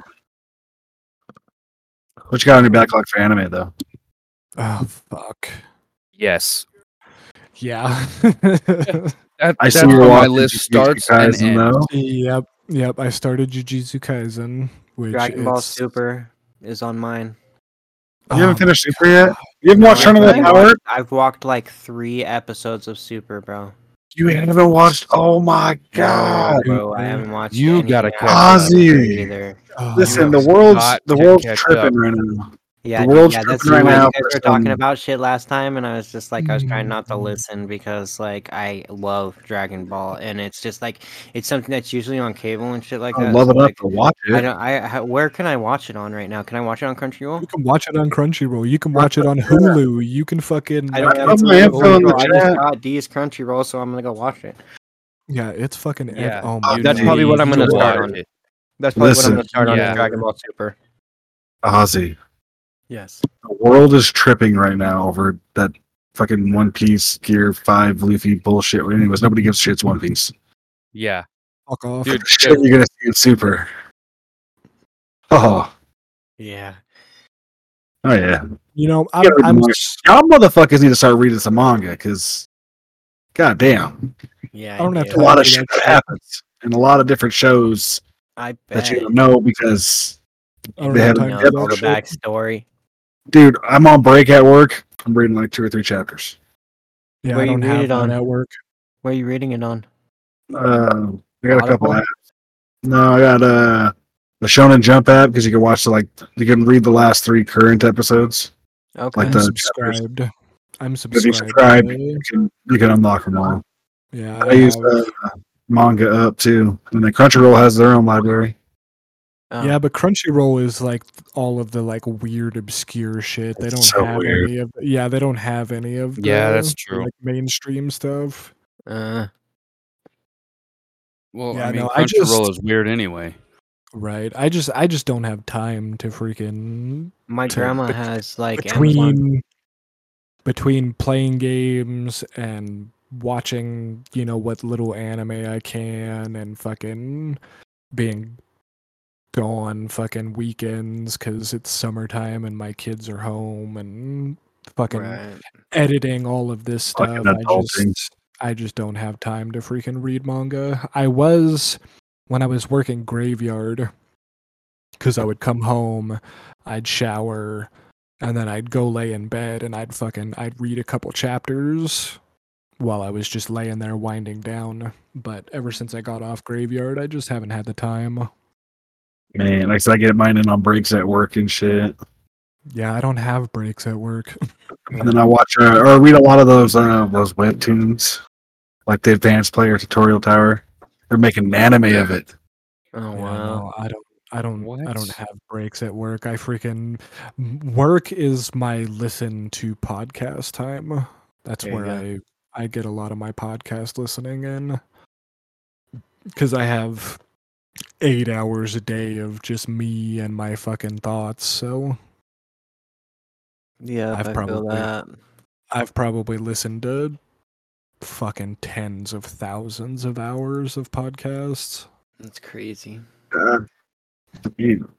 Speaker 4: What you got on your backlog for anime though?
Speaker 1: Oh fuck.
Speaker 3: Yes.
Speaker 1: Yeah.
Speaker 3: That,
Speaker 4: I
Speaker 3: that's
Speaker 4: see
Speaker 3: where
Speaker 4: you're
Speaker 3: my
Speaker 4: watching
Speaker 3: list
Speaker 4: Jujutsu
Speaker 3: starts and
Speaker 4: Kaisen,
Speaker 3: ends.
Speaker 4: though.
Speaker 1: yep. Yep. I started Jujutsu Kaisen, which
Speaker 5: Dragon Ball
Speaker 1: it's-
Speaker 5: Super is on mine.
Speaker 4: You haven't
Speaker 1: Oh,
Speaker 4: finished Super yet. You haven't
Speaker 5: No,
Speaker 4: watched
Speaker 5: I've-
Speaker 4: Tournament of
Speaker 5: I've
Speaker 4: Power.
Speaker 5: watched- I've walked like three episodes of Super, bro.
Speaker 4: You haven't watched. Oh my
Speaker 5: No,
Speaker 4: god!
Speaker 5: bro, I
Speaker 1: dude.
Speaker 5: haven't watched.
Speaker 3: You
Speaker 5: any
Speaker 3: gotta
Speaker 5: of
Speaker 3: catch
Speaker 5: that
Speaker 4: up.
Speaker 5: either.
Speaker 4: Ozzy.
Speaker 5: either.
Speaker 1: oh,
Speaker 4: Listen,
Speaker 1: yeah.
Speaker 4: the world's
Speaker 3: got
Speaker 4: the
Speaker 3: to
Speaker 4: world's
Speaker 3: catch
Speaker 4: tripping right now.
Speaker 5: Yeah,
Speaker 4: The
Speaker 5: dude,
Speaker 4: world's
Speaker 5: yeah, that's
Speaker 4: tripping right
Speaker 5: right now.
Speaker 4: now
Speaker 5: You guys
Speaker 4: for
Speaker 5: were talking
Speaker 4: some-
Speaker 5: about shit last time, and I was just like, I was trying not to
Speaker 1: Mm.
Speaker 5: listen because, like, I love Dragon Ball, and it's just like it's something that's usually on cable and shit like
Speaker 4: I
Speaker 5: that.
Speaker 4: love
Speaker 5: so,
Speaker 4: it up
Speaker 5: like,
Speaker 4: to watch
Speaker 5: I
Speaker 4: it.
Speaker 5: don't. I ha- where can I watch it on right now? Can I watch it on Crunchyroll?
Speaker 1: You can watch it on Crunchyroll. You can watch it on Hulu. You can fucking. uh,
Speaker 5: I don't
Speaker 4: I
Speaker 5: have
Speaker 4: put my info in the
Speaker 5: Crunchyroll. I just
Speaker 4: chat.
Speaker 5: got D's Crunchyroll, so I'm gonna go watch it.
Speaker 1: Yeah, it's fucking. ev-
Speaker 3: Yeah.
Speaker 1: oh
Speaker 4: Uh,
Speaker 1: my
Speaker 5: that's
Speaker 1: God.
Speaker 5: probably what I'm
Speaker 3: You
Speaker 5: gonna
Speaker 3: need
Speaker 5: start
Speaker 3: watch
Speaker 5: on.
Speaker 3: it.
Speaker 5: That's probably
Speaker 4: Listen,
Speaker 5: what I'm gonna start on
Speaker 3: yeah.
Speaker 5: is Dragon Ball Super.
Speaker 4: Ozzy,
Speaker 5: Yes.
Speaker 4: the world is tripping right now over that fucking One Piece Gear Five Luffy bullshit. Anyways, nobody gives a shit. It's One Piece.
Speaker 3: Yeah.
Speaker 1: Fuck off.
Speaker 3: Dude,
Speaker 4: Shit, you're gonna see in Super. Oh,
Speaker 5: Yeah.
Speaker 4: oh yeah.
Speaker 1: You know, I'm,
Speaker 4: Get rid of
Speaker 1: I'm
Speaker 4: the
Speaker 1: s-
Speaker 4: Y'all motherfuckers need to start reading some manga because, goddamn,
Speaker 5: Yeah.
Speaker 1: I don't have
Speaker 5: dude.
Speaker 4: a
Speaker 1: to-
Speaker 4: lot of
Speaker 1: Yeah,
Speaker 4: shit
Speaker 1: that's
Speaker 4: that
Speaker 1: true.
Speaker 4: happens in a lot of different shows
Speaker 5: I bet.
Speaker 4: that you don't know because,
Speaker 1: I don't
Speaker 4: They
Speaker 1: have
Speaker 4: have
Speaker 1: Oh, time
Speaker 5: know
Speaker 1: for
Speaker 5: all the
Speaker 1: that shit.
Speaker 5: backstory.
Speaker 4: dude, I'm on break at work. I'm reading like two or three chapters.
Speaker 1: Yeah,
Speaker 5: Where
Speaker 1: I
Speaker 5: you
Speaker 1: don't
Speaker 5: read
Speaker 1: have
Speaker 5: it
Speaker 1: time
Speaker 5: on.
Speaker 1: at work.
Speaker 5: Where are you reading it on?
Speaker 4: Uh, I got a couple
Speaker 5: Audible?
Speaker 4: apps. No, I got uh, the Shonen Jump app because you can watch the like you can read the last three current episodes.
Speaker 5: Okay.
Speaker 4: Like
Speaker 1: I'm
Speaker 4: the chapters.
Speaker 1: subscribed. I'm
Speaker 4: If uh, you
Speaker 1: subscribed.
Speaker 4: subscribe,
Speaker 1: really.
Speaker 4: you can you can unlock them all.
Speaker 1: Yeah,
Speaker 4: I use uh, manga up too, and then Crunchyroll has their own library.
Speaker 5: Oh.
Speaker 1: Yeah, but Crunchyroll is like all of the like weird, obscure shit. They
Speaker 4: It's
Speaker 1: don't
Speaker 4: so
Speaker 1: have
Speaker 4: weird.
Speaker 1: any of. Yeah, they don't have any of.
Speaker 3: Yeah,
Speaker 1: the,
Speaker 3: that's true.
Speaker 1: Like mainstream stuff.
Speaker 5: Uh,
Speaker 3: Well,
Speaker 1: Yeah,
Speaker 3: I mean,
Speaker 1: no, I just-
Speaker 3: Crunchyroll is weird anyway.
Speaker 1: Right. I just, I just don't have time to freaking
Speaker 5: my
Speaker 1: To-
Speaker 5: grandma
Speaker 1: bet-
Speaker 5: has like Amazon.
Speaker 1: between between playing games and watching, you know, what little anime I can and fucking being gone fucking weekends cuz it's summertime and my kids are home and fucking
Speaker 5: Right.
Speaker 1: editing all of this
Speaker 4: Fucking
Speaker 1: stuff. I
Speaker 4: adulting.
Speaker 1: just I just don't have time to freaking read manga. I was when I was working graveyard cuz I would come home, I'd shower, and then I'd go lay in bed and I'd fucking I'd read a couple chapters while I was just laying there winding down. But ever since I got off graveyard, I just haven't had the time.
Speaker 4: Man, like I said, I get mine in on breaks at work and shit.
Speaker 1: Yeah, I don't have breaks at work.
Speaker 4: And then I watch uh, or I read a lot of those uh, those webtoons, like the Advanced Player Tutorial Tower. They're making an anime of it.
Speaker 5: Oh
Speaker 1: Yeah,
Speaker 5: wow.
Speaker 1: no, I don't. I don't. I
Speaker 3: What?
Speaker 1: don't have breaks at work. I freaking m- work is my listen to podcast time. That's
Speaker 5: There you
Speaker 1: where I I get a lot of my podcast listening in because I have eight hours a day of just me and my fucking thoughts. So
Speaker 5: Yeah,
Speaker 1: I've
Speaker 5: I feel
Speaker 1: probably-
Speaker 5: that.
Speaker 1: I've probably listened to fucking tens of thousands of hours of podcasts.
Speaker 5: That's crazy.
Speaker 4: Uh, you-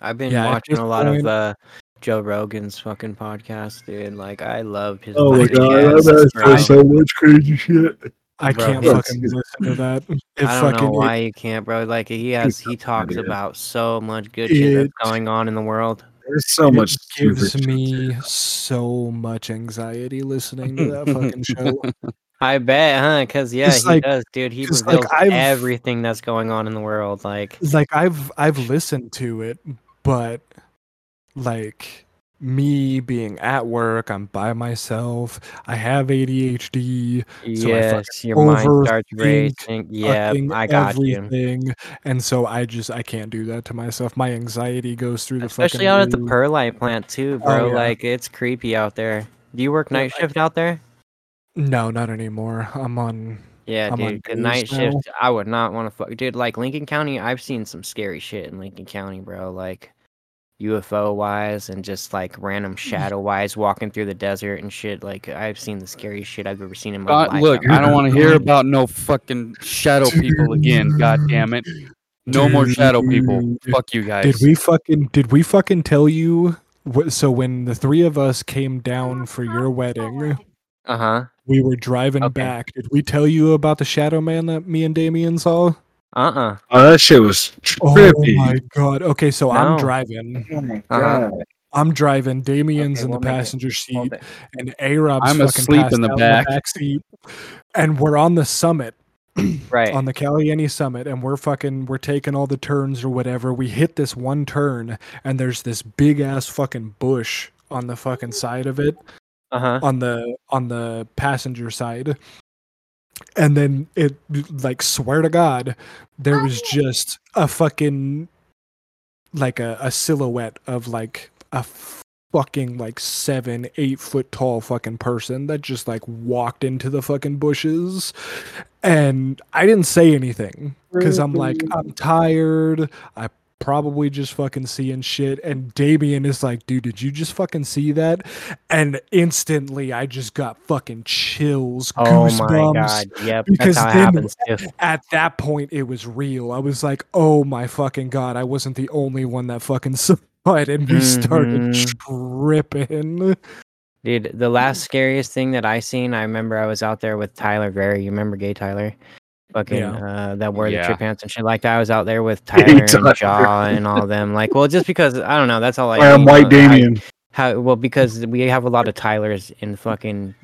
Speaker 5: I've been
Speaker 1: Yeah, at
Speaker 5: watching
Speaker 1: this
Speaker 5: a lot
Speaker 1: point-
Speaker 5: of uh, Joe Rogan's fucking podcast, dude. Like I loved his.
Speaker 4: oh my god,
Speaker 5: podcast,
Speaker 4: that
Speaker 5: bro.
Speaker 4: so much crazy shit.
Speaker 1: I
Speaker 5: Bro,
Speaker 1: can't
Speaker 4: it's-
Speaker 1: fucking listen to that. It
Speaker 5: I don't know
Speaker 1: fucking it-
Speaker 5: why you can't, bro. Like he has, he talks
Speaker 4: dude.
Speaker 5: about so much good shit that's
Speaker 1: It-
Speaker 5: going on in the world.
Speaker 4: There's so
Speaker 1: it
Speaker 4: much. stupid
Speaker 1: gives
Speaker 4: shit.
Speaker 1: me so much anxiety listening to that fucking show.
Speaker 5: I bet, huh? Because yeah,
Speaker 1: Just
Speaker 5: he
Speaker 1: like-
Speaker 5: does, dude. He reveals
Speaker 1: just like I've-
Speaker 5: everything that's going on in the world. Like,
Speaker 1: like I've I've listened to it, but like me being at work, I'm by myself. I have ADHD. So I
Speaker 5: yes, your mind starts
Speaker 1: overthink
Speaker 5: racing. Yeah,
Speaker 1: fucking
Speaker 5: I got you.
Speaker 1: everything, and so I just I can't do that to myself. My anxiety goes through the
Speaker 5: Especially
Speaker 1: fucking
Speaker 5: out at the
Speaker 1: roof.
Speaker 5: perlite plant too, bro.
Speaker 1: yeah.
Speaker 5: Like, it's creepy out there. Do you work night shift out there?
Speaker 1: No, not anymore. I'm on.
Speaker 5: Yeah,
Speaker 1: I'm on
Speaker 5: dude. The
Speaker 1: days
Speaker 5: night
Speaker 1: now.
Speaker 5: shift. I would not want to fuck, dude. Like Lincoln County, I've seen some scary shit in Lincoln County, bro. Like UFO wise, and just like random shadow wise, walking through the desert and shit. Like I've seen the scariest shit I've ever seen in my
Speaker 3: God,
Speaker 5: life.
Speaker 3: look,
Speaker 5: out
Speaker 3: I don't
Speaker 5: there.
Speaker 3: want to hear about no fucking shadow people again. God damn it. No more shadow people.
Speaker 1: Dude.
Speaker 3: Fuck you guys.
Speaker 1: Did we fucking did we fucking tell you? Wh- so when the three of us came down for your wedding,
Speaker 5: Uh huh.
Speaker 1: we were driving
Speaker 5: Okay.
Speaker 1: back. Did we tell you about the shadow man that me and Damien saw?
Speaker 5: Uh uh
Speaker 4: Oh, that shit was
Speaker 1: Oh
Speaker 4: trippy.
Speaker 1: my god. Okay, so I'm
Speaker 5: No.
Speaker 1: driving.
Speaker 4: Oh my
Speaker 5: Uh-huh.
Speaker 1: I'm driving. Damien's
Speaker 5: Okay,
Speaker 1: in
Speaker 5: we'll
Speaker 1: the
Speaker 5: make it.
Speaker 1: passenger seat,
Speaker 5: Hold it.
Speaker 1: and A Rob's
Speaker 3: I'm
Speaker 1: fucking
Speaker 3: asleep in
Speaker 1: passed
Speaker 3: the
Speaker 1: out
Speaker 3: back.
Speaker 1: seat. And we're on the summit,
Speaker 5: Right.
Speaker 1: on the Caliente summit, and we're fucking, we're taking all the turns or whatever. We hit this one turn, and there's this big ass fucking bush on the fucking side of it,
Speaker 5: Uh huh.
Speaker 1: on the on the passenger side. And then it, like, swear to God, there was just a fucking like a, a silhouette of like a fucking like seven eight foot tall fucking person that just like walked into the fucking bushes and i didn't say anything because i'm like i'm tired i probably just fucking seeing shit and damien is like dude did you just fucking see that and instantly i just got fucking chills
Speaker 5: Oh my
Speaker 1: goosebumps
Speaker 5: god. Yep.
Speaker 1: because
Speaker 5: That's how it
Speaker 1: then-
Speaker 5: happens. too.
Speaker 1: at that point it was real. I was like, oh my fucking god, I wasn't the only one that fucking saw it and we started
Speaker 5: Mm-hmm.
Speaker 1: tripping.
Speaker 5: Dude, the
Speaker 4: Mm-hmm.
Speaker 5: last scariest thing that I seen, I remember I was out there with Tyler Gray. You remember Gay Tyler? Fucking
Speaker 1: Yeah.
Speaker 5: uh, that wore the
Speaker 3: Yeah.
Speaker 5: trip pants and shit like that. I was out there with Tyler
Speaker 4: Tyler.
Speaker 5: and Jaw and all them. Like, well, just because I don't know, that's all I.
Speaker 4: I am
Speaker 5: seen,
Speaker 4: White
Speaker 5: uh, I-
Speaker 4: Damien.
Speaker 5: how well because we have a lot of Tylers in fucking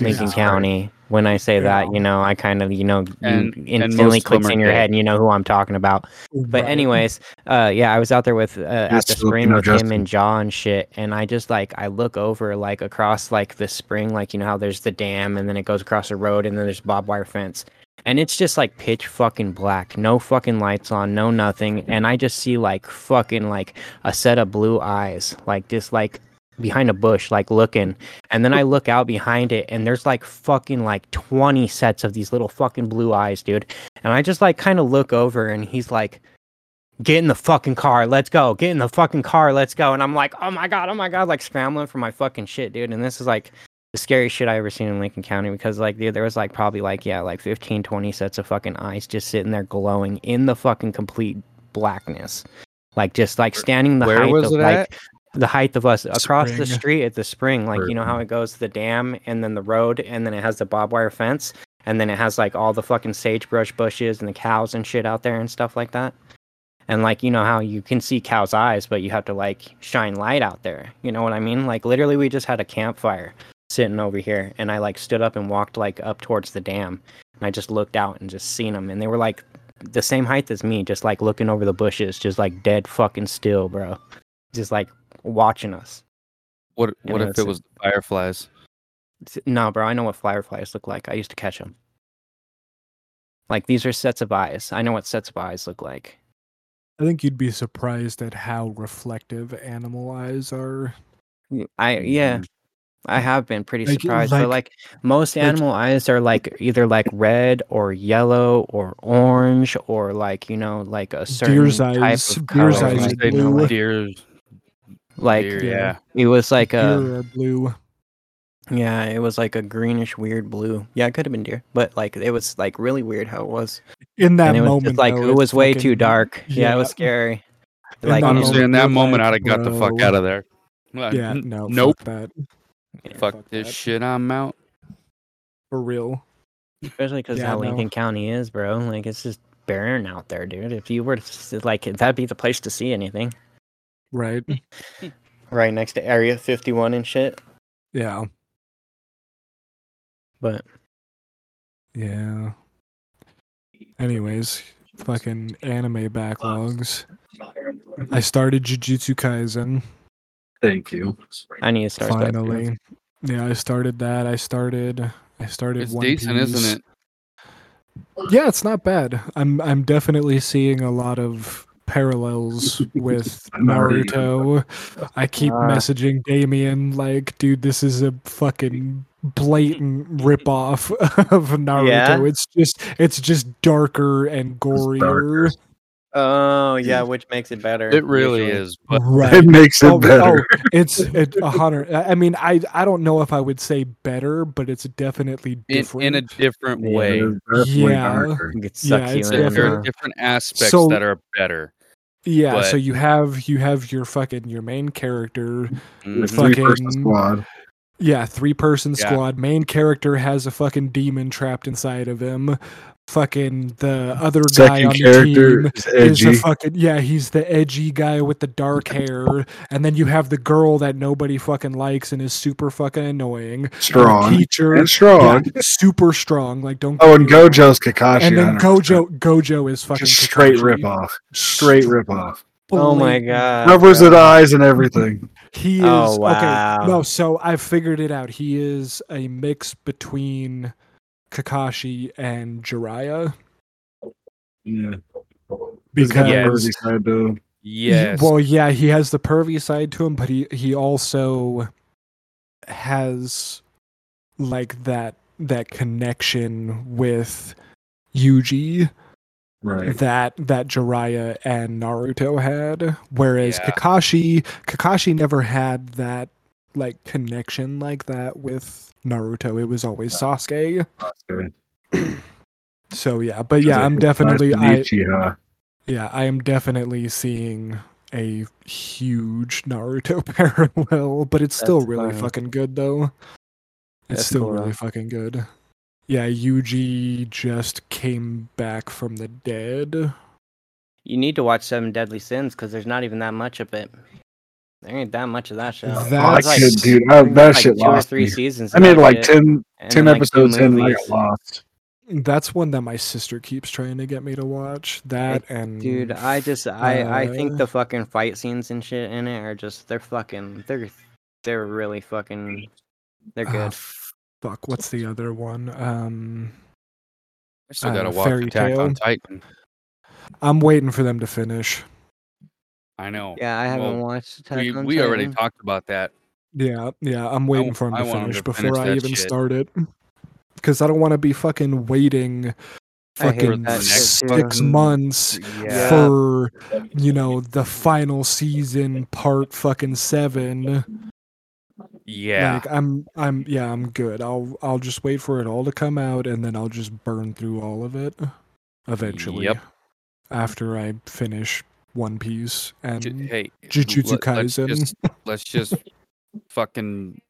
Speaker 5: Lincoln
Speaker 4: Jesus
Speaker 5: County. When I say
Speaker 1: Yeah.
Speaker 5: that, you know, I kind of you know you
Speaker 3: And- and
Speaker 5: instantly
Speaker 3: most of them
Speaker 5: clicks
Speaker 3: are
Speaker 5: in your
Speaker 3: gay.
Speaker 5: head and you know who I'm talking about. But
Speaker 1: Right.
Speaker 5: anyways, uh, yeah, I was out there with uh, at
Speaker 4: Yes,
Speaker 5: the
Speaker 4: Filipino
Speaker 5: spring with him
Speaker 4: Justin.
Speaker 5: and Jaw and shit, and I just like I look over like across like the spring, like you know how there's the dam and then it goes across the road and then there's barbed wire fence, and it's just like pitch fucking black, no fucking lights on, no nothing, and I just see like fucking like a set of blue eyes, like just like behind a bush, like looking, and then I look out behind it, and there's like fucking like 20 sets of these little fucking blue eyes, dude. And I just like kind of look over, and he's like, Get in the fucking car, let's go. Get in the fucking car, let's go. And I'm like, Oh my God, oh my God, like scrambling for my fucking shit, dude. And this is like the scariest shit I ever seen in Lincoln County because, like, dude, there was like probably like, yeah, like 15, 20 sets of fucking eyes just sitting there glowing in the fucking complete blackness. Like, just like standing the
Speaker 3: Where
Speaker 5: height
Speaker 3: was
Speaker 5: of
Speaker 3: it
Speaker 5: like
Speaker 3: at?
Speaker 5: the height of us across the
Speaker 1: Spring.
Speaker 5: street at the spring like you know how it goes to the dam and then the road and then it has the barbed wire fence and then it has like all the fucking sagebrush bushes and the cows and shit out there and stuff like that and like you know how you can see cows eyes but you have to like shine light out there you know what i mean like literally we just had a campfire sitting over here and i like stood up and walked like up towards the dam and i just looked out and just seen them and they were like the same height as me just like looking over the bushes just like dead fucking still bro just like watching us.
Speaker 3: What
Speaker 5: Yeah,
Speaker 3: what if
Speaker 5: that's
Speaker 3: it
Speaker 5: it.
Speaker 3: was fireflies?
Speaker 5: S- No, bro, I know what fireflies look like. I used to catch them. Like these are sets of eyes. I know what sets of eyes look like.
Speaker 1: I think you'd be surprised at how reflective animal eyes are.
Speaker 5: Y- I yeah, I have been pretty
Speaker 1: Mm-hmm. Like-
Speaker 5: surprised. but
Speaker 1: like-
Speaker 5: like most
Speaker 1: like-
Speaker 5: animal eyes are like either like red or yellow or orange or like you know like a certain
Speaker 1: Deer's
Speaker 5: type
Speaker 1: eyes-
Speaker 5: of color.
Speaker 1: deer's
Speaker 3: I was
Speaker 1: eyes
Speaker 5: like,
Speaker 3: gonna
Speaker 1: are
Speaker 5: you know,
Speaker 1: blue.
Speaker 5: like,
Speaker 3: deer,
Speaker 5: like,
Speaker 3: deer,
Speaker 1: Yeah.
Speaker 3: yeah.
Speaker 5: it was like uh, a
Speaker 1: Deer are blue.
Speaker 5: yeah, it was like a greenish weird blue. Yeah, it could have been deer, but like it was like really weird how it was.
Speaker 1: In that
Speaker 5: and it was just,
Speaker 1: moment,
Speaker 5: like
Speaker 1: though,
Speaker 5: it
Speaker 1: it's
Speaker 5: was way too
Speaker 1: fucking-
Speaker 5: dark. Yeah, it was
Speaker 1: yeah.
Speaker 5: scary.
Speaker 1: And
Speaker 5: Like
Speaker 1: not
Speaker 5: and-
Speaker 1: only-
Speaker 3: Honestly, in that
Speaker 1: you're
Speaker 3: moment,
Speaker 1: like,
Speaker 3: I'd have got the fuck
Speaker 1: "Bro."
Speaker 3: out of there. Well,
Speaker 1: Yeah,
Speaker 3: n-
Speaker 1: no.
Speaker 3: Nope.
Speaker 1: Fuck that. Yeah,
Speaker 3: Fuck,
Speaker 1: fuck
Speaker 3: this
Speaker 1: that.
Speaker 3: shit. I'm out.
Speaker 1: For real.
Speaker 5: especially because
Speaker 1: Yeah,
Speaker 5: how
Speaker 1: no.
Speaker 5: Lincoln County is, bro. Like it's just barren out there, dude. If you were to, s- like, that'd be the place to see anything.
Speaker 1: Right.
Speaker 5: Mm. Right next to Area 51 and shit.
Speaker 1: Yeah.
Speaker 5: But
Speaker 1: Yeah. Anyways, fucking anime backlogs. I started Jujutsu Kaisen
Speaker 4: Thank you.
Speaker 5: I need to start that too.
Speaker 1: finally. Yeah, I started that. I started. I started.
Speaker 3: It's
Speaker 1: One
Speaker 3: decent,
Speaker 1: Piece.
Speaker 3: isn't it?
Speaker 1: Yeah, it's not bad. I'm I'm definitely seeing a lot of parallels with
Speaker 4: Naruto.
Speaker 1: Naruto. I keep
Speaker 5: Ah.
Speaker 1: messaging Damien like, dude, this is a fucking blatant ripoff of Naruto.
Speaker 5: Yeah?
Speaker 1: It's just it's just darker and gorier.
Speaker 5: Oh yeah, which makes it better.
Speaker 3: It really
Speaker 5: usually.
Speaker 3: is, but
Speaker 1: Right.
Speaker 4: It makes it
Speaker 1: Oh,
Speaker 4: better.
Speaker 1: oh, it's it, a hundred. I I mean, I I don't know if I would say better, but it's definitely
Speaker 3: in,
Speaker 1: different.
Speaker 3: in a different
Speaker 5: Yeah.
Speaker 3: way.
Speaker 4: It is definitely
Speaker 1: Yeah.
Speaker 4: darker.
Speaker 5: It
Speaker 1: Yeah,
Speaker 5: sucks
Speaker 1: it's
Speaker 5: you in.
Speaker 3: There
Speaker 5: uh,
Speaker 1: different.
Speaker 5: huh?
Speaker 3: are different aspects
Speaker 1: So-
Speaker 3: that are better.
Speaker 1: yeah,
Speaker 3: but-
Speaker 1: so you have you have your fucking your main character
Speaker 4: The
Speaker 3: Mm,
Speaker 1: Fucking-
Speaker 4: three-person squad.
Speaker 1: Yeah, three person
Speaker 3: Yeah.
Speaker 1: squad. Main character has a fucking demon trapped inside of him. Fucking the other guy on
Speaker 4: Second
Speaker 1: the
Speaker 4: character
Speaker 1: team
Speaker 4: is
Speaker 1: is
Speaker 4: edgy.
Speaker 1: the fucking yeah, he's the edgy guy with the dark hair. And then you have the girl that nobody fucking likes and is super fucking annoying.
Speaker 4: strong.
Speaker 1: The teacher
Speaker 4: and strong.
Speaker 1: yeah, super strong. Like don't
Speaker 4: Oh,
Speaker 1: get
Speaker 4: and
Speaker 1: me wrong.
Speaker 4: Gojo's Kakashi.
Speaker 1: And then
Speaker 4: 100%.
Speaker 1: Gojo Gojo is fucking
Speaker 4: Just straight
Speaker 1: Kakashi.
Speaker 4: rip off. Straight rip off.
Speaker 5: Oh my
Speaker 1: Blatant.
Speaker 5: god.
Speaker 4: Covers
Speaker 5: bro.
Speaker 4: it eyes and everything.
Speaker 1: He is
Speaker 5: Oh,
Speaker 1: okay.
Speaker 5: wow.
Speaker 1: No, so I figured it out. He is a mix between Kakashi and Jiraiya.
Speaker 4: Yeah.
Speaker 1: Because-
Speaker 4: Because side to him.
Speaker 1: Ye-
Speaker 3: yes.
Speaker 1: well, yeah, he has the pervy side to him, but he he also has like that that connection with Yuji
Speaker 4: right.
Speaker 1: that that Jiraiya and Naruto had, whereas
Speaker 3: Yeah.
Speaker 1: Kakashi Kakashi never had that like connection like that with Naruto. It was always Sasuke.
Speaker 4: Okay.
Speaker 1: So yeah, but yeah,
Speaker 4: Like,
Speaker 1: I'm
Speaker 4: nice
Speaker 1: definitely
Speaker 4: to
Speaker 1: I
Speaker 4: meet you, huh?
Speaker 1: yeah, I am definitely seeing a huge Naruto parallel, but it's still
Speaker 5: That's
Speaker 1: really
Speaker 5: fine.
Speaker 1: fucking good though. It's
Speaker 5: That's
Speaker 1: still
Speaker 5: cool,
Speaker 1: really
Speaker 5: though.
Speaker 1: fucking good. Yeah, Yuji just came back from the dead.
Speaker 5: You need to watch Seven Deadly Sins because there's not even that much of it. There ain't that much of that show.
Speaker 1: That's-
Speaker 5: There's
Speaker 4: Oh, I
Speaker 1: That's-
Speaker 4: could, dude. I,
Speaker 5: there's
Speaker 4: that
Speaker 5: like
Speaker 4: shit
Speaker 5: two or
Speaker 4: lost
Speaker 5: three
Speaker 4: me.
Speaker 5: seasons.
Speaker 4: I
Speaker 5: of
Speaker 4: made
Speaker 5: that
Speaker 4: like
Speaker 5: shit,
Speaker 4: 10,
Speaker 5: and
Speaker 4: 10
Speaker 5: then, like, two
Speaker 4: episodes in and I
Speaker 5: movies.
Speaker 4: got lost.
Speaker 1: That's one that my sister keeps trying to get me to watch. That and
Speaker 5: Dude, I just I I
Speaker 1: uh,
Speaker 5: think the fucking fight scenes and shit in it are just they're fucking they're they're really fucking they're
Speaker 1: ah,
Speaker 5: good.
Speaker 1: fuck, what's the other one? Um
Speaker 3: I still
Speaker 1: uh,
Speaker 3: gotta watch
Speaker 1: Fairy
Speaker 3: Attack
Speaker 1: Tail.
Speaker 3: on Titan.
Speaker 1: I'm waiting for them to finish.
Speaker 3: I know.
Speaker 5: yeah, I haven't
Speaker 3: well,
Speaker 5: watched Attack
Speaker 3: We,
Speaker 5: on
Speaker 3: we already
Speaker 5: Titan.
Speaker 3: talked about that.
Speaker 1: Yeah, yeah, I'm waiting for him
Speaker 3: I
Speaker 1: to
Speaker 3: want 'em
Speaker 1: finish
Speaker 3: to
Speaker 1: before
Speaker 3: finish
Speaker 1: I
Speaker 3: that
Speaker 1: even
Speaker 3: shit.
Speaker 1: start it. Because I don't want to be fucking waiting
Speaker 5: I hate
Speaker 1: fucking
Speaker 5: that shit
Speaker 1: six
Speaker 5: too.
Speaker 3: fucking-
Speaker 1: months
Speaker 3: Yeah.
Speaker 1: for, you know, the final season part fucking seven.
Speaker 3: Yeah.
Speaker 1: Like I'm I'm yeah, I'm good. I'll I'll just wait for it all to come out and then I'll just burn through all of it eventually.
Speaker 3: Yep.
Speaker 1: After I finish One Piece
Speaker 3: Ju-
Speaker 1: and
Speaker 5: eh,
Speaker 3: hey,
Speaker 1: um, Jujutsu
Speaker 3: let's
Speaker 1: Kaisen.
Speaker 3: just- Let's just, fucking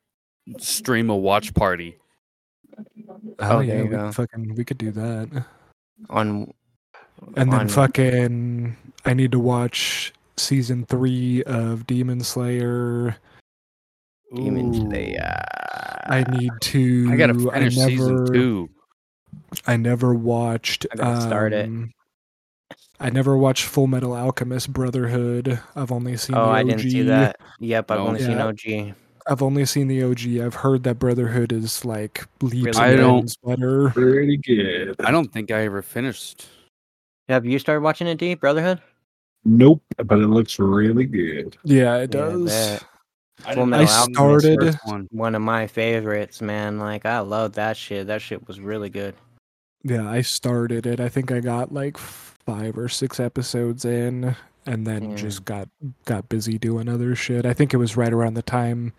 Speaker 3: stream a watch party.
Speaker 1: oh,
Speaker 5: Oh,
Speaker 1: yeah,
Speaker 5: there you
Speaker 1: we,
Speaker 5: go.
Speaker 1: fucking we could do that.
Speaker 5: on
Speaker 1: And then
Speaker 5: on-
Speaker 1: fucking, I need to watch season three of Demon Slayer.
Speaker 5: Demon
Speaker 3: Ooh,
Speaker 5: Slayer.
Speaker 1: I
Speaker 5: Ah,
Speaker 1: need to.
Speaker 3: I gotta finish
Speaker 1: never,
Speaker 3: season two.
Speaker 1: I never watched.
Speaker 5: I gotta start it.
Speaker 1: um, I never watched Full Metal Alchemist Brotherhood. I've only seen.
Speaker 5: Oh,
Speaker 1: the OG.
Speaker 5: I didn't see that. Yep, I've
Speaker 3: No.
Speaker 5: only
Speaker 1: Yeah.
Speaker 5: seen OG.
Speaker 1: I've only seen the OG. I've heard that Brotherhood is like leaps
Speaker 5: I
Speaker 1: and
Speaker 3: don't-
Speaker 1: bounds better.
Speaker 4: Pretty good.
Speaker 3: I don't think I ever finished.
Speaker 5: Have you started watching it, D? Brotherhood?
Speaker 4: Nope, but it looks really good.
Speaker 1: Yeah, it
Speaker 5: Yeah,
Speaker 1: does.
Speaker 5: that-
Speaker 3: I,
Speaker 5: Full
Speaker 3: didn't
Speaker 5: Metal
Speaker 3: finish the
Speaker 1: started-
Speaker 3: first one.
Speaker 5: One of my favorites, man. Like I love that shit. That shit was really good.
Speaker 1: Yeah, I started it. I think I got like five or six episodes in and then
Speaker 5: Yeah.
Speaker 1: just got got busy doing other shit. I think it was right around the time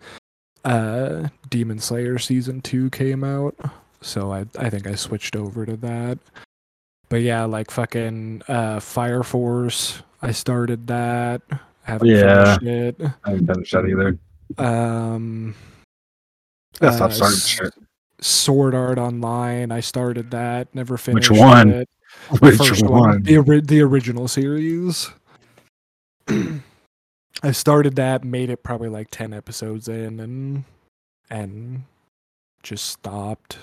Speaker 1: uh Demon Slayer season 2 came out. So I I think I switched over to that. But yeah, like fucking uh Fire Force, I started that. Haven't
Speaker 4: Yeah.
Speaker 1: finished it.
Speaker 4: I haven't finished that either.
Speaker 1: Um
Speaker 4: That's not
Speaker 1: uh,
Speaker 4: starting
Speaker 1: S-
Speaker 4: shit.
Speaker 1: Sword Art Online, I started that, never
Speaker 4: Which
Speaker 1: finished
Speaker 4: one?
Speaker 1: it. The
Speaker 4: Which
Speaker 1: first
Speaker 4: one?
Speaker 1: The, ori- the original series. I started that, made it probably like ten episodes in, and and just stopped.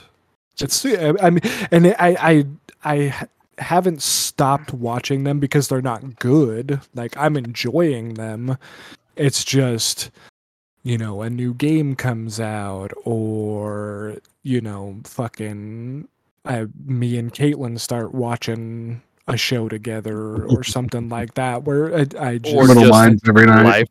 Speaker 1: It's yeah, I mean, and I I I ha- haven't stopped watching them because they're not good. Like I'm enjoying them. It's just you know a new game comes out or you know fucking I me and Caitlin start watching a show together or something like that where I, I
Speaker 3: Or
Speaker 1: just
Speaker 4: Criminal
Speaker 3: just
Speaker 4: Minds every night.
Speaker 3: Life.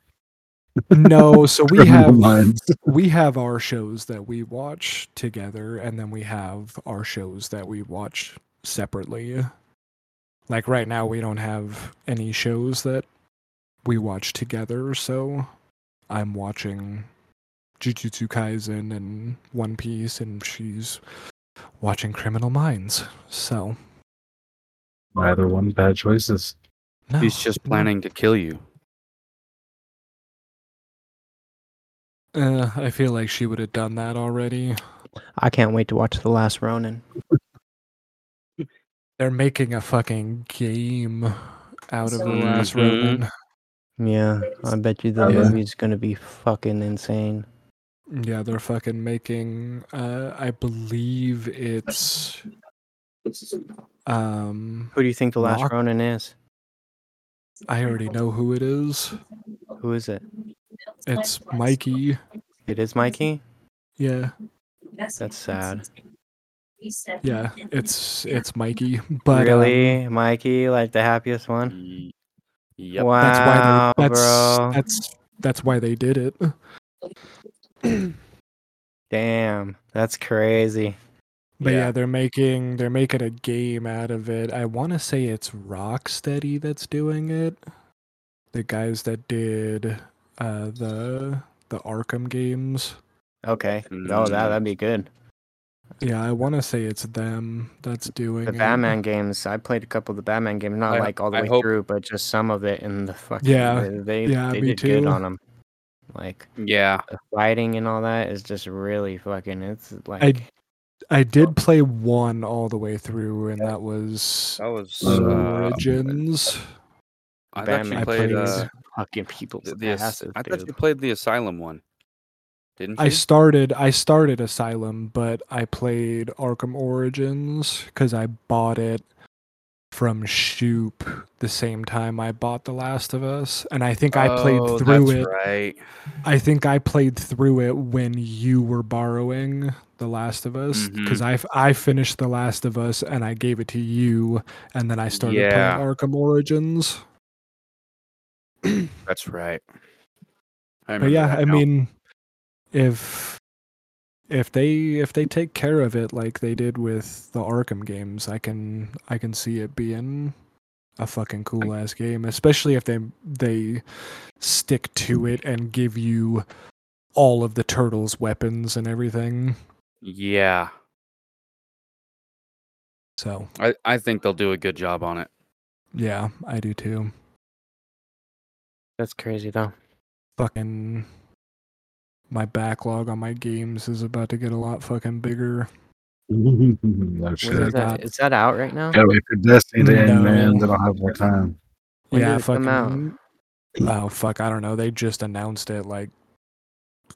Speaker 1: no so we
Speaker 4: Criminal
Speaker 1: have
Speaker 4: Minds.
Speaker 1: we have our shows that we watch together and then we have our shows that we watch separately like right now we don't have any shows that we watch together so i'm watching jujutsu kaisen and one piece and she's watching criminal minds so
Speaker 4: My other one, bad choices.
Speaker 1: no,
Speaker 3: He's just
Speaker 1: no.
Speaker 3: planning to kill you.
Speaker 1: uh, i feel like she would have done that already
Speaker 5: I can't wait to watch The Last Ronin.
Speaker 1: they're making a fucking game out of the last
Speaker 3: Mhm.
Speaker 1: ronin
Speaker 5: Yeah, I bet you the
Speaker 4: Yeah.
Speaker 5: movie's gonna be fucking insane.
Speaker 1: Yeah, they're fucking making uh I believe it's um
Speaker 5: Who do you think The Last
Speaker 1: Lock-
Speaker 5: Ronin is?
Speaker 1: I already know who it is.
Speaker 5: Who is it?
Speaker 1: It's Mikey.
Speaker 5: It is Mikey.
Speaker 1: Yeah.
Speaker 5: That's sad.
Speaker 1: Yeah, it's it's Mikey. But um,
Speaker 5: really, Mikey, like the happiest one.
Speaker 3: Y- Yep.
Speaker 5: Wow,
Speaker 1: that's why they, that's
Speaker 5: bro.
Speaker 1: that's that's why they did it.
Speaker 5: Damn, that's crazy.
Speaker 1: But yeah.
Speaker 3: Yeah.
Speaker 1: they're making they're making a game out of it. I want to say it's Rocksteady that's doing it. The guys that did uh the the Arkham games.
Speaker 5: Okay.
Speaker 1: Mm-hmm.
Speaker 5: Oh, that that'd be good.
Speaker 1: Yeah, I want to say it's them that's doing
Speaker 5: The
Speaker 1: it.
Speaker 5: Batman games. I played a couple of the Batman games, not
Speaker 3: I-
Speaker 5: like all the
Speaker 3: I
Speaker 5: way
Speaker 3: hope-
Speaker 5: through, but just some of it. And the fucking
Speaker 1: Yeah,
Speaker 5: they- they
Speaker 1: yeah,
Speaker 5: they
Speaker 1: me
Speaker 5: did good
Speaker 1: too.
Speaker 5: on them. Like
Speaker 3: Yeah.
Speaker 5: the fighting and all that is just really fucking. It's like
Speaker 1: I I
Speaker 3: Oh.
Speaker 1: did play one all the way through, and that was
Speaker 3: That was.
Speaker 4: Uh,
Speaker 1: Origins.
Speaker 3: I thought
Speaker 5: Batman
Speaker 3: you
Speaker 1: I
Speaker 3: played.
Speaker 1: played-
Speaker 3: Uh,
Speaker 5: fucking people's
Speaker 3: the, the as-
Speaker 5: asses,
Speaker 3: I thought you
Speaker 5: dude.
Speaker 3: played the Asylum one. Didn't you?
Speaker 1: I started I started Asylum, but I played Arkham Origins because I bought it from Shoop the same time I bought The Last of Us, and I think I
Speaker 3: Oh,
Speaker 1: played through
Speaker 3: that's
Speaker 1: it.
Speaker 3: Right.
Speaker 1: I think I played through it when you were borrowing The Last of Us
Speaker 3: Mm-hmm.
Speaker 1: because I f I I finished The Last of Us and I gave it to you, and then I started
Speaker 3: Yeah.
Speaker 1: playing Arkham Origins.
Speaker 3: That's right. I
Speaker 1: But yeah,
Speaker 3: that
Speaker 1: I
Speaker 3: now.
Speaker 1: mean, if if they if they take care of it like they did with the Arkham games, I can I can see it being a fucking cool ass game, especially if they they stick to it and give you all of the turtles' weapons and everything.
Speaker 3: yeah,
Speaker 1: So
Speaker 3: I, I think they'll do a good job on it.
Speaker 1: yeah, I do too.
Speaker 5: That's crazy though.
Speaker 1: Fucking my backlog on my games is about to get a lot fucking bigger.
Speaker 4: no
Speaker 5: When
Speaker 1: Sure.
Speaker 5: is
Speaker 4: Oh, shit.
Speaker 5: that? Is that out right now?
Speaker 4: Gotta wait for Destiny to
Speaker 1: No.
Speaker 4: end, man. Then I'll have more time.
Speaker 5: When did
Speaker 1: yeah,
Speaker 5: it come out?
Speaker 1: fucking- Oh fuck, I don't know. They just announced it like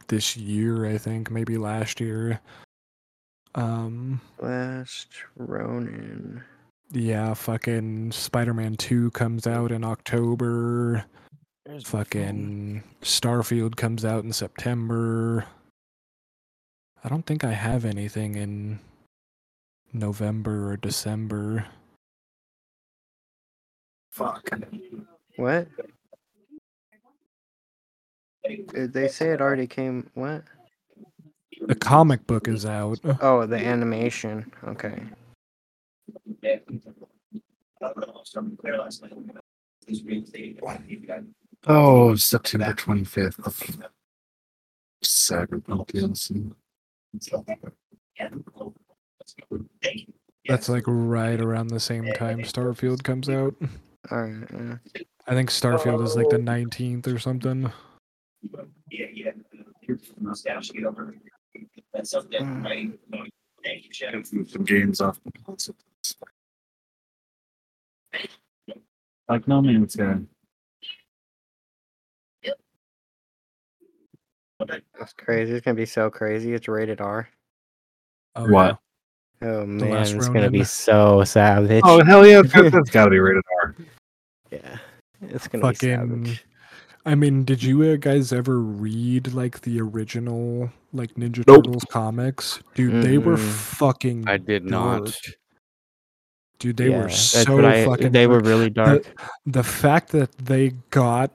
Speaker 1: this year, I think, maybe last year. Um,
Speaker 5: Last Ronin.
Speaker 1: yeah, fucking Spider-Man Two comes out in October.
Speaker 5: There's my phone.
Speaker 1: Fucking Starfield comes out in September. I don't think I have anything in November or December.
Speaker 4: Fuck.
Speaker 5: What? Uh, They say it already came. What?
Speaker 1: The comic book is out.
Speaker 5: Oh, the animation. Okay.
Speaker 4: Oh, September 25th. Cyberpunk DLC.
Speaker 1: That's like right around the same time Starfield comes out.
Speaker 5: All right. Yeah.
Speaker 1: I think Starfield is like the 19th or something.
Speaker 7: Yeah, yeah. Mustache, get over. it. That's something,
Speaker 5: Oh,
Speaker 7: right? Thank you, Chef.
Speaker 4: Some games off. the concept. Like No Man's Sky.
Speaker 5: That's crazy. It's gonna be so crazy. It's rated R.
Speaker 1: Oh,
Speaker 4: What?
Speaker 5: Oh man,
Speaker 1: last
Speaker 5: it's
Speaker 1: round
Speaker 5: gonna be
Speaker 1: in.
Speaker 5: so savage.
Speaker 4: Oh hell yeah! That, that's got to be rated R.
Speaker 5: yeah, it's gonna be
Speaker 1: Fucking.
Speaker 5: savage.
Speaker 1: I mean, did you uh, guys ever read like the original like Ninja
Speaker 4: Nope.
Speaker 1: Turtles comics? Dude, they were
Speaker 5: Mm-mm.
Speaker 1: fucking.
Speaker 3: I did not.
Speaker 1: dark. Dude, they
Speaker 5: Yeah,
Speaker 1: were
Speaker 5: that's
Speaker 1: so
Speaker 5: what I-
Speaker 1: fucking.
Speaker 5: They
Speaker 1: dark.
Speaker 5: were really dark.
Speaker 1: the fact that they got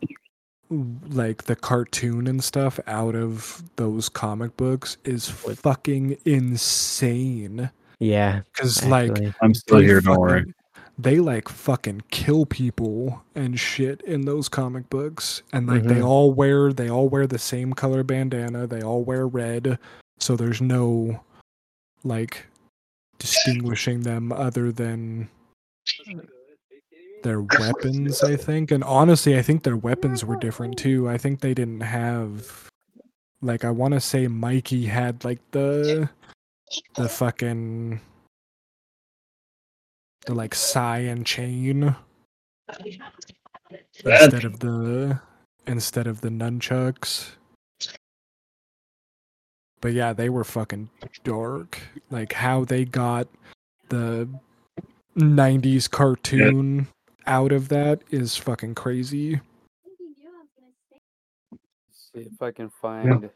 Speaker 1: like the cartoon and stuff out of those comic books is fucking insane.
Speaker 5: yeah,
Speaker 1: Cause like
Speaker 5: actually.
Speaker 4: I'm still
Speaker 1: they
Speaker 4: here. Don't worry.
Speaker 1: fucking- They like fucking kill people and shit in those comic books, and like they
Speaker 5: Mhm.
Speaker 1: all wear they all wear the same color bandana. They all wear red, so there's no like distinguishing them other than their weapons. I think, and honestly, I think their weapons were different too. I think they didn't have like I want to say Mikey had like the the fucking the like cyan chain instead of the instead of the nunchucks. But yeah, they were fucking dark. Like how they got the '90s cartoon out of that is fucking crazy.
Speaker 3: See if I can find.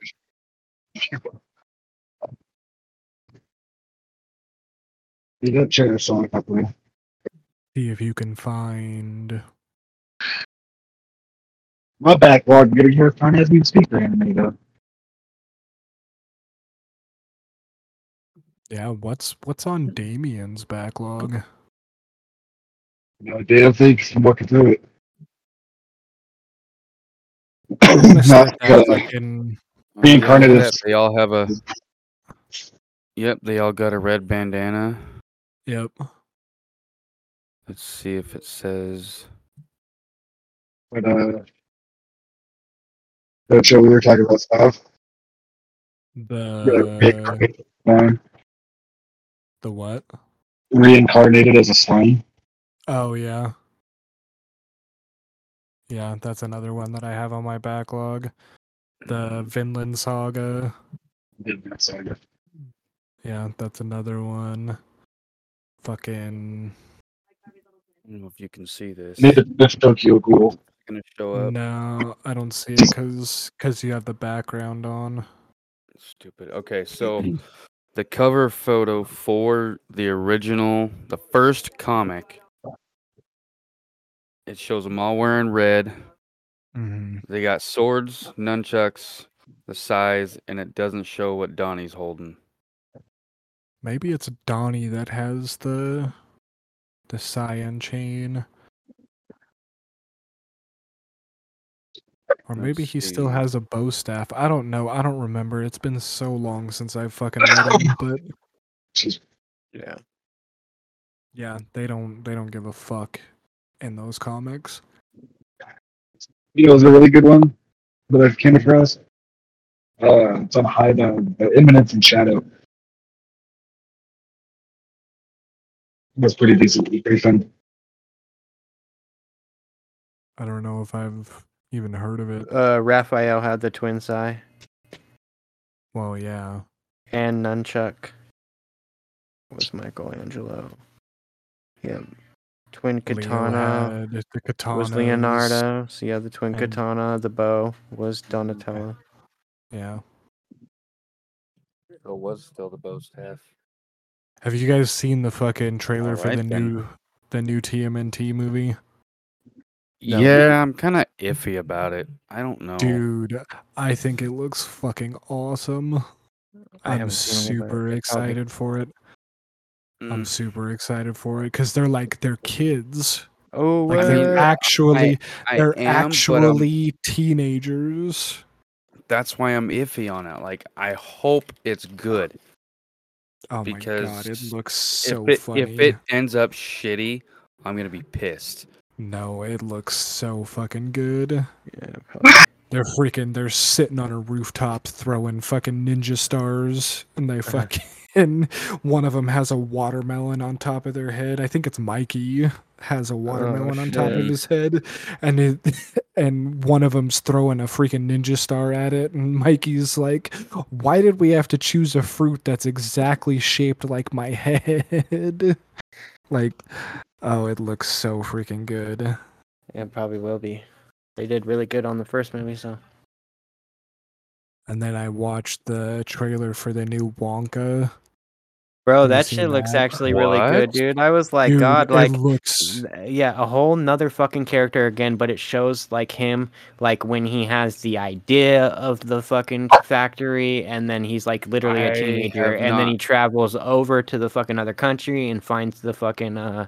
Speaker 4: You got chair song company.
Speaker 1: See if you can find.
Speaker 4: My backlog getting here kind of has me speaker anime though.
Speaker 1: Yeah, what's what's on Damien's backlog?
Speaker 4: No damn thing. I'm working through it.
Speaker 1: Wanna start
Speaker 4: Not
Speaker 1: that
Speaker 4: good.
Speaker 1: fucking-
Speaker 3: Oh, yeah, look at
Speaker 4: Reincarnated.
Speaker 3: that, They all have a. Yep, they all got a red bandana.
Speaker 1: Yep.
Speaker 3: Let's see if it says.
Speaker 4: But uh, that show we were talking about stuff.
Speaker 3: Uh,
Speaker 1: The
Speaker 4: Slime,
Speaker 1: the what?
Speaker 4: reincarnated as a slime.
Speaker 1: Oh yeah. Yeah, that's another one that I have on my backlog. The Vinland Saga. Yeah, that's another one. Fucking
Speaker 3: I don't know if you can see this.
Speaker 4: Neither does Tokyo Ghoul.
Speaker 3: It's gonna show up.
Speaker 1: no, I don't see it because because you have the background on.
Speaker 3: Stupid. Okay, so the cover photo for the original, the first comic, it shows them all wearing red.
Speaker 1: Mm-hmm.
Speaker 3: They got swords, nunchucks, the size, and it doesn't show what Donnie's holding.
Speaker 1: Maybe it's Donnie that has the the cyan chain. Or
Speaker 3: Let's
Speaker 1: maybe he still
Speaker 3: see.
Speaker 1: has a bow staff. I don't know. I don't remember. It's been so long since I've fucking read him, but
Speaker 5: Yeah.
Speaker 1: yeah, they don't they don't give a fuck in those comics.
Speaker 4: You know, it's a really good one that I've came across. Uh, it's on High Down, uh, Imminence and Shadow. That's pretty decent. Pretty fun.
Speaker 1: I don't know if I've even heard of it.
Speaker 5: Uh, Raphael had the twin sai
Speaker 1: Well, yeah.
Speaker 5: and nunchuck. Was Michelangelo? Yep. Twin
Speaker 1: Leo
Speaker 5: katana.
Speaker 1: had the katana
Speaker 5: was Leonardo. So yeah, the twin
Speaker 1: and-
Speaker 5: katana, the bow was Donatello.
Speaker 1: Yeah.
Speaker 3: It was still the bow staff.
Speaker 1: Have you guys seen the fucking trailer for
Speaker 3: Alright
Speaker 1: the
Speaker 3: then.
Speaker 1: new the new TMNT movie? No.
Speaker 3: Yeah, I'm kind of iffy about it. I don't know.
Speaker 1: Dude, I think it looks fucking awesome.
Speaker 5: I
Speaker 1: I'm
Speaker 5: haven't seen any,
Speaker 1: super
Speaker 5: but it probably-
Speaker 1: excited for it. I'm
Speaker 3: Mm,
Speaker 1: super excited for it because they're like they're kids.
Speaker 5: Oh,
Speaker 1: Like
Speaker 3: I mean,
Speaker 1: they're actually
Speaker 3: I
Speaker 1: they're
Speaker 3: am, but um, I'm-
Speaker 1: actually teenagers.
Speaker 3: that's why I'm iffy on it. Like, I hope it's good.
Speaker 1: Oh my god, it
Speaker 3: Because
Speaker 1: looks so
Speaker 3: if it,
Speaker 1: funny.
Speaker 3: If it ends up shitty, I'm gonna be pissed.
Speaker 1: no, it looks so fucking good.
Speaker 5: Yeah, probably.
Speaker 1: They're
Speaker 5: Uh-huh.
Speaker 1: freaking they're sitting on a rooftop throwing fucking ninja stars and they fucking and one of them has a watermelon on top of their head. I think it's Mikey has a
Speaker 5: Oh,
Speaker 1: watermelon on top of
Speaker 3: shit.
Speaker 1: his head, and it, and one of them's throwing a freaking ninja star at it, and Mikey's like, "Why did we have to choose a fruit that's exactly shaped like my head?" like, oh, it looks so freaking good.
Speaker 5: It probably will be. They did really good on the first movie, so
Speaker 1: And then I watched the trailer for the new Wonka. Have
Speaker 5: bro,
Speaker 1: you
Speaker 5: that
Speaker 1: seen
Speaker 5: shit looks
Speaker 1: that?
Speaker 5: actually really
Speaker 3: What?
Speaker 5: good, dude. I was like,
Speaker 1: Dude,
Speaker 5: God,
Speaker 1: it
Speaker 5: like
Speaker 1: looks
Speaker 5: Th- yeah a whole nother fucking character again but it shows like him like when he has the idea of the fucking factory and then he's like literally
Speaker 3: I
Speaker 5: a teenager
Speaker 3: have
Speaker 5: and then he
Speaker 3: not-
Speaker 5: travels over to the fucking other country and finds the fucking uh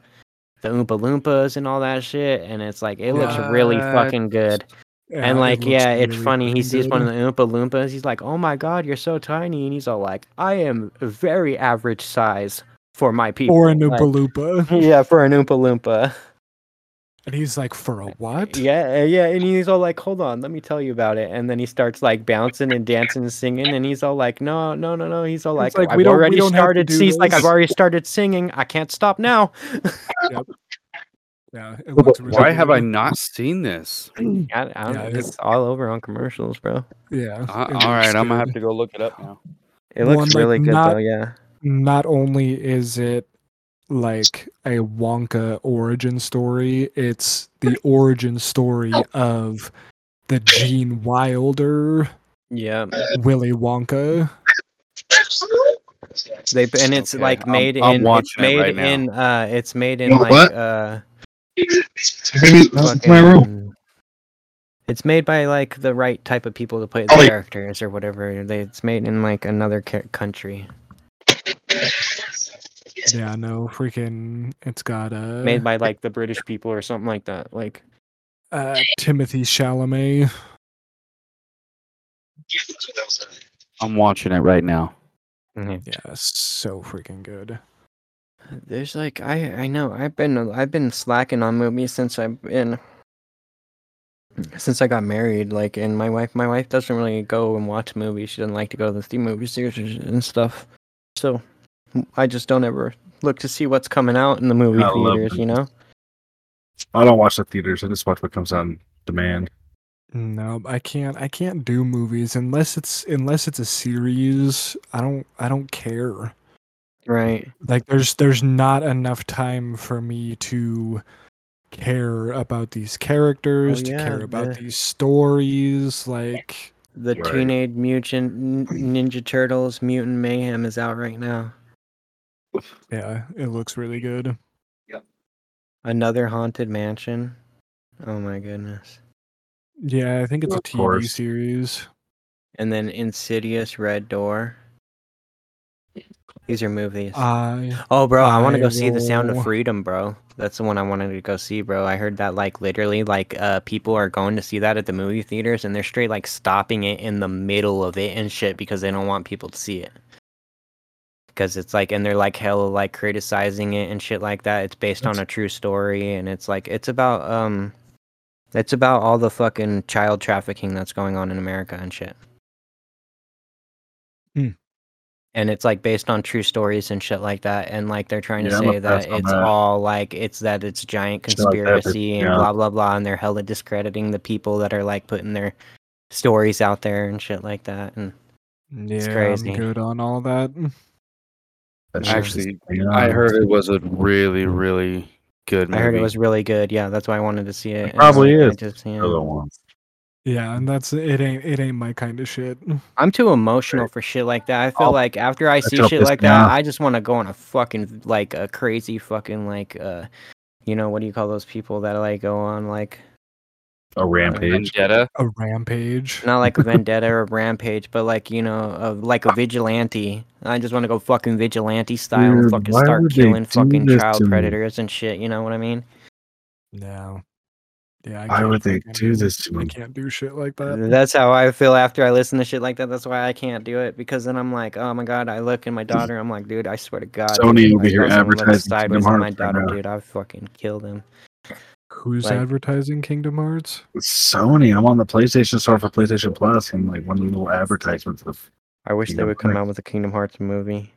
Speaker 5: the oompa loompas and all that shit and it's like it looks really
Speaker 3: What?
Speaker 5: fucking good
Speaker 1: yeah,
Speaker 5: and
Speaker 1: it
Speaker 5: like
Speaker 1: looks
Speaker 5: yeah it's
Speaker 1: really
Speaker 5: funny he
Speaker 1: freaking
Speaker 5: sees one
Speaker 1: good.
Speaker 5: of the oompa loompas he's like oh my god you're so tiny and he's all like i am very average size for my people
Speaker 1: or a new
Speaker 5: like-
Speaker 1: Balupa.
Speaker 5: yeah for an oompa loompa
Speaker 1: And he's like, for a what?
Speaker 5: Yeah, uh, yeah, and he's all like, "Hold on, let me tell you about it." And then he starts like bouncing and dancing and singing, and he's all like, "No, no, no, no." He's all
Speaker 1: It's
Speaker 5: like,
Speaker 1: like,
Speaker 5: "I've
Speaker 1: we don't- we
Speaker 5: already
Speaker 1: don't have to
Speaker 5: started."
Speaker 1: do
Speaker 5: He's like,
Speaker 1: this.
Speaker 5: "I've already started singing. I can't stop now."
Speaker 1: Yeah, it looks really
Speaker 3: Why have I
Speaker 1: good.
Speaker 3: not seen this?
Speaker 5: I, I don't,
Speaker 1: Yeah, it
Speaker 5: it's
Speaker 1: is.
Speaker 5: all over on commercials, bro.
Speaker 1: Yeah.
Speaker 3: Uh,
Speaker 1: it
Speaker 3: all right,
Speaker 1: looks
Speaker 3: I'm gonna
Speaker 1: good.
Speaker 3: have to go look it up now.
Speaker 5: It
Speaker 1: One,
Speaker 5: looks
Speaker 1: like,
Speaker 5: really good
Speaker 1: not-
Speaker 5: though. Yeah,
Speaker 1: Not only is it like a Wonka origin story, it's the origin story
Speaker 5: Oh.
Speaker 1: of the Gene Wilder
Speaker 5: yeah.
Speaker 1: Willy Wonka.
Speaker 5: They and it's
Speaker 3: Okay,
Speaker 5: like
Speaker 3: I'm-
Speaker 5: made
Speaker 3: I'm
Speaker 5: in. It's
Speaker 3: watching it
Speaker 5: made
Speaker 3: right now.
Speaker 5: in. Uh, it's made in
Speaker 4: You know
Speaker 5: like
Speaker 4: what?
Speaker 5: uh.
Speaker 4: Maybe that's my room.
Speaker 5: fucking- It's made by like the right type of people to play the
Speaker 4: Oh, yeah.
Speaker 5: characters or whatever. They, it's made in like another ca- country.
Speaker 1: Yeah, no freaking. It's got uh,
Speaker 5: made by like the British people or something like that. Like
Speaker 1: uh Timothy Chalamet.
Speaker 3: I'm watching it right now.
Speaker 4: Mm-hmm.
Speaker 1: Yeah, so freaking good.
Speaker 5: there's like I I know I've been I've been slacking on movies since I've been since I got married. Like and my wife my wife doesn't really go and watch movies. She doesn't like to go to the theme movie theaters and stuff. So I just don't ever look to see what's coming out in the movie
Speaker 4: I love
Speaker 5: theaters. You know.
Speaker 4: I don't watch the theaters. I just watch what comes on demand.
Speaker 1: No, I can't. I can't do movies unless it's unless it's a series. I don't. I don't care.
Speaker 5: Right.
Speaker 1: Like there's there's not enough time for me to care about these characters, to
Speaker 5: yeah,
Speaker 1: care about
Speaker 5: the-
Speaker 1: these stories. Like
Speaker 5: The
Speaker 4: Right.
Speaker 5: Teenage Mutant N- Ninja Turtles Mutant Mayhem is out right now.
Speaker 1: yeah, it looks really good.
Speaker 5: Another haunted mansion. Oh my goodness.
Speaker 1: Yeah, I think it's a
Speaker 4: Of
Speaker 1: TV
Speaker 4: course.
Speaker 1: series.
Speaker 5: and then Insidious Red Door. These are movies.
Speaker 1: I
Speaker 5: oh, bro, I want to
Speaker 1: Uh, I
Speaker 5: go see The Sound
Speaker 1: will-
Speaker 5: of Freedom, bro. That's the one I wanted to go see, bro. I heard that like literally, like uh, people are going to see that at the movie theaters, and they're straight like stopping it in the middle of it and shit because they don't want people to see it. Because it's like, and they're like hella like criticizing it and shit like that. It's based on a true story, and it's like it's about um, it's about all the fucking child trafficking that's going on in America and shit.
Speaker 1: Hmm.
Speaker 5: And it's like based on true stories and shit like that. And like they're trying to
Speaker 4: Yeah, I'm a
Speaker 5: say that
Speaker 4: pass on
Speaker 5: it's
Speaker 4: that.
Speaker 5: all like it's that it's giant
Speaker 4: Shit like that, but-
Speaker 5: conspiracy and
Speaker 4: yeah.
Speaker 5: blah blah blah. And they're hella discrediting the people that are like putting their stories out there and shit like that. And
Speaker 1: yeah,
Speaker 5: crazy.
Speaker 1: I'm good on all that.
Speaker 4: That shit's
Speaker 3: Actually,
Speaker 4: just-
Speaker 3: I heard it was a really, really good movie.
Speaker 5: I heard it was really good. Yeah, that's why I wanted to see it. and,
Speaker 4: probably
Speaker 5: like, I
Speaker 4: is.
Speaker 5: just, yeah.
Speaker 4: Another one.
Speaker 1: Yeah, and that's it. Ain't it ain't my kind of shit.
Speaker 5: I'm too emotional for shit like that. I feel
Speaker 4: Oh,
Speaker 5: like after I see
Speaker 4: shit'll
Speaker 5: shit
Speaker 4: piss
Speaker 5: like
Speaker 4: me
Speaker 5: that,
Speaker 4: off.
Speaker 5: I just want to go on a fucking like a crazy fucking like uh, you know what do you call those people that like go on like
Speaker 4: A rampage.
Speaker 3: Vendetta.
Speaker 1: A rampage.
Speaker 5: not like a vendetta or a rampage, but like you know uh, like a vigilante. I just want to go fucking vigilante style and
Speaker 4: Dude,
Speaker 5: fucking
Speaker 4: why
Speaker 5: start
Speaker 4: would they
Speaker 5: killing
Speaker 4: do
Speaker 5: fucking
Speaker 4: this
Speaker 5: child
Speaker 4: to me?
Speaker 5: predators and shit. You know what I mean?
Speaker 1: No. Yeah. I
Speaker 4: Why
Speaker 1: can't
Speaker 4: would they
Speaker 1: freaking-
Speaker 4: do this to
Speaker 1: I
Speaker 4: me?
Speaker 1: can't do shit like that.
Speaker 5: That's how I feel after I listen to shit like that. That's why I can't do it because then I'm like, oh my god. I look at my daughter. I'm like, dude, I swear to God. dude,
Speaker 4: Sony
Speaker 5: if
Speaker 4: will
Speaker 5: my
Speaker 4: be here
Speaker 5: cousin looks
Speaker 4: advertising Kingdom
Speaker 5: sideways at my
Speaker 4: Hearts right
Speaker 5: daughter,
Speaker 4: now.
Speaker 5: dude. I fucking kill them.
Speaker 1: Who's
Speaker 5: Like-
Speaker 1: advertising Kingdom Hearts?
Speaker 4: Sony. I'm on the PlayStation store for PlayStation Plus, and like one little advertisement for the
Speaker 5: I wish they
Speaker 4: Kingdom
Speaker 5: would come
Speaker 4: Hearts.
Speaker 5: out with a Kingdom Hearts movie.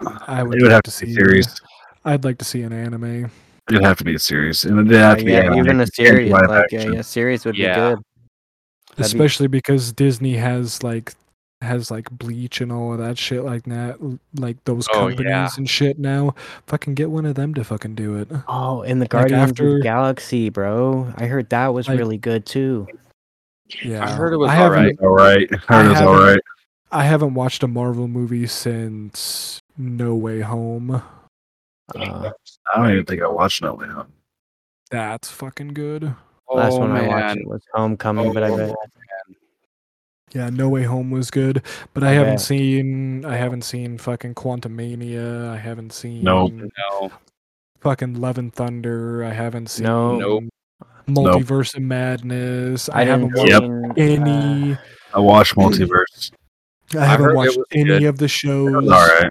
Speaker 1: I would,
Speaker 4: It would
Speaker 1: like
Speaker 4: have
Speaker 1: to
Speaker 4: to be
Speaker 1: see.
Speaker 4: serious.
Speaker 1: I'd like to see an anime.
Speaker 4: It'd have to be serious, and it'd have to
Speaker 5: yeah,
Speaker 4: be
Speaker 5: even a
Speaker 4: animated and
Speaker 5: series
Speaker 4: live
Speaker 5: like
Speaker 4: action.
Speaker 5: a, a series would
Speaker 3: Yeah.
Speaker 5: be good. That'd be-
Speaker 1: especially because Disney has like has like bleach and all of that shit like that like those
Speaker 3: Oh,
Speaker 1: companies
Speaker 3: yeah.
Speaker 1: and shit now fucking get one of them to fucking do it
Speaker 5: Oh, and the Guardians of
Speaker 1: after-
Speaker 5: the Galaxy, bro. I heard that was
Speaker 1: Like-
Speaker 5: really good too.
Speaker 1: yeah
Speaker 3: I heard it was
Speaker 1: I haven't-
Speaker 3: alright.
Speaker 4: All right,
Speaker 1: I
Speaker 4: Heard it was all
Speaker 1: haven't-
Speaker 4: right.
Speaker 1: i haven't watched a marvel movie since no way home
Speaker 5: Uh,
Speaker 4: I don't even think I watched No Way Home.
Speaker 1: that's fucking good
Speaker 5: last
Speaker 3: Oh,
Speaker 5: one I watched
Speaker 3: man.
Speaker 5: was Homecoming, but I
Speaker 3: Oh,
Speaker 5: bet
Speaker 1: yeah no way home was good but
Speaker 3: Oh,
Speaker 1: i haven't
Speaker 5: bet.
Speaker 1: seen i haven't seen fucking quantumania i haven't seen
Speaker 4: Nope.
Speaker 3: No.
Speaker 1: fucking love and thunder i haven't seen
Speaker 5: No.
Speaker 3: Nope.
Speaker 1: multiverse of madness i,
Speaker 5: I
Speaker 1: haven't
Speaker 5: didn't
Speaker 1: watched
Speaker 4: Yep.
Speaker 5: see
Speaker 1: any
Speaker 4: I watched Multiverse.
Speaker 1: I haven't
Speaker 3: heard it
Speaker 1: watched
Speaker 3: was
Speaker 1: any
Speaker 3: good.
Speaker 1: of the shows.
Speaker 4: It was all right.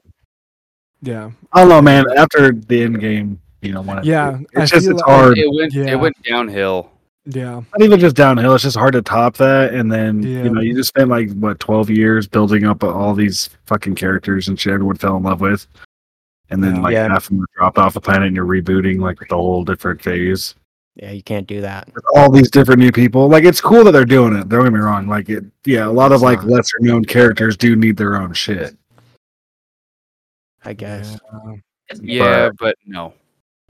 Speaker 1: Yeah,
Speaker 4: I don't know, man. After the end game, you know, when it-
Speaker 1: Yeah, I
Speaker 4: it's just
Speaker 1: feel
Speaker 4: it's
Speaker 1: like-
Speaker 4: hard.
Speaker 3: It went
Speaker 1: Yeah.
Speaker 3: it went downhill.
Speaker 1: yeah,
Speaker 4: not even just downhill. It's just hard to top that. And then
Speaker 1: Yeah.
Speaker 4: you know, you just spent like what twelve years building up all these fucking characters and shit everyone fell in love with, and then
Speaker 1: Yeah.
Speaker 4: like
Speaker 5: Yeah.
Speaker 4: half of them are dropped off the planet and you're rebooting like the whole different phase.
Speaker 5: Yeah, you can't do that.
Speaker 4: With all these different new people. Like it's cool that they're doing it. Don't get me wrong. Like it, yeah, a lot of
Speaker 5: It's
Speaker 4: like
Speaker 5: not.
Speaker 4: lesser known characters do need their own shit.
Speaker 5: I guess
Speaker 1: yeah.
Speaker 3: Yeah, but no.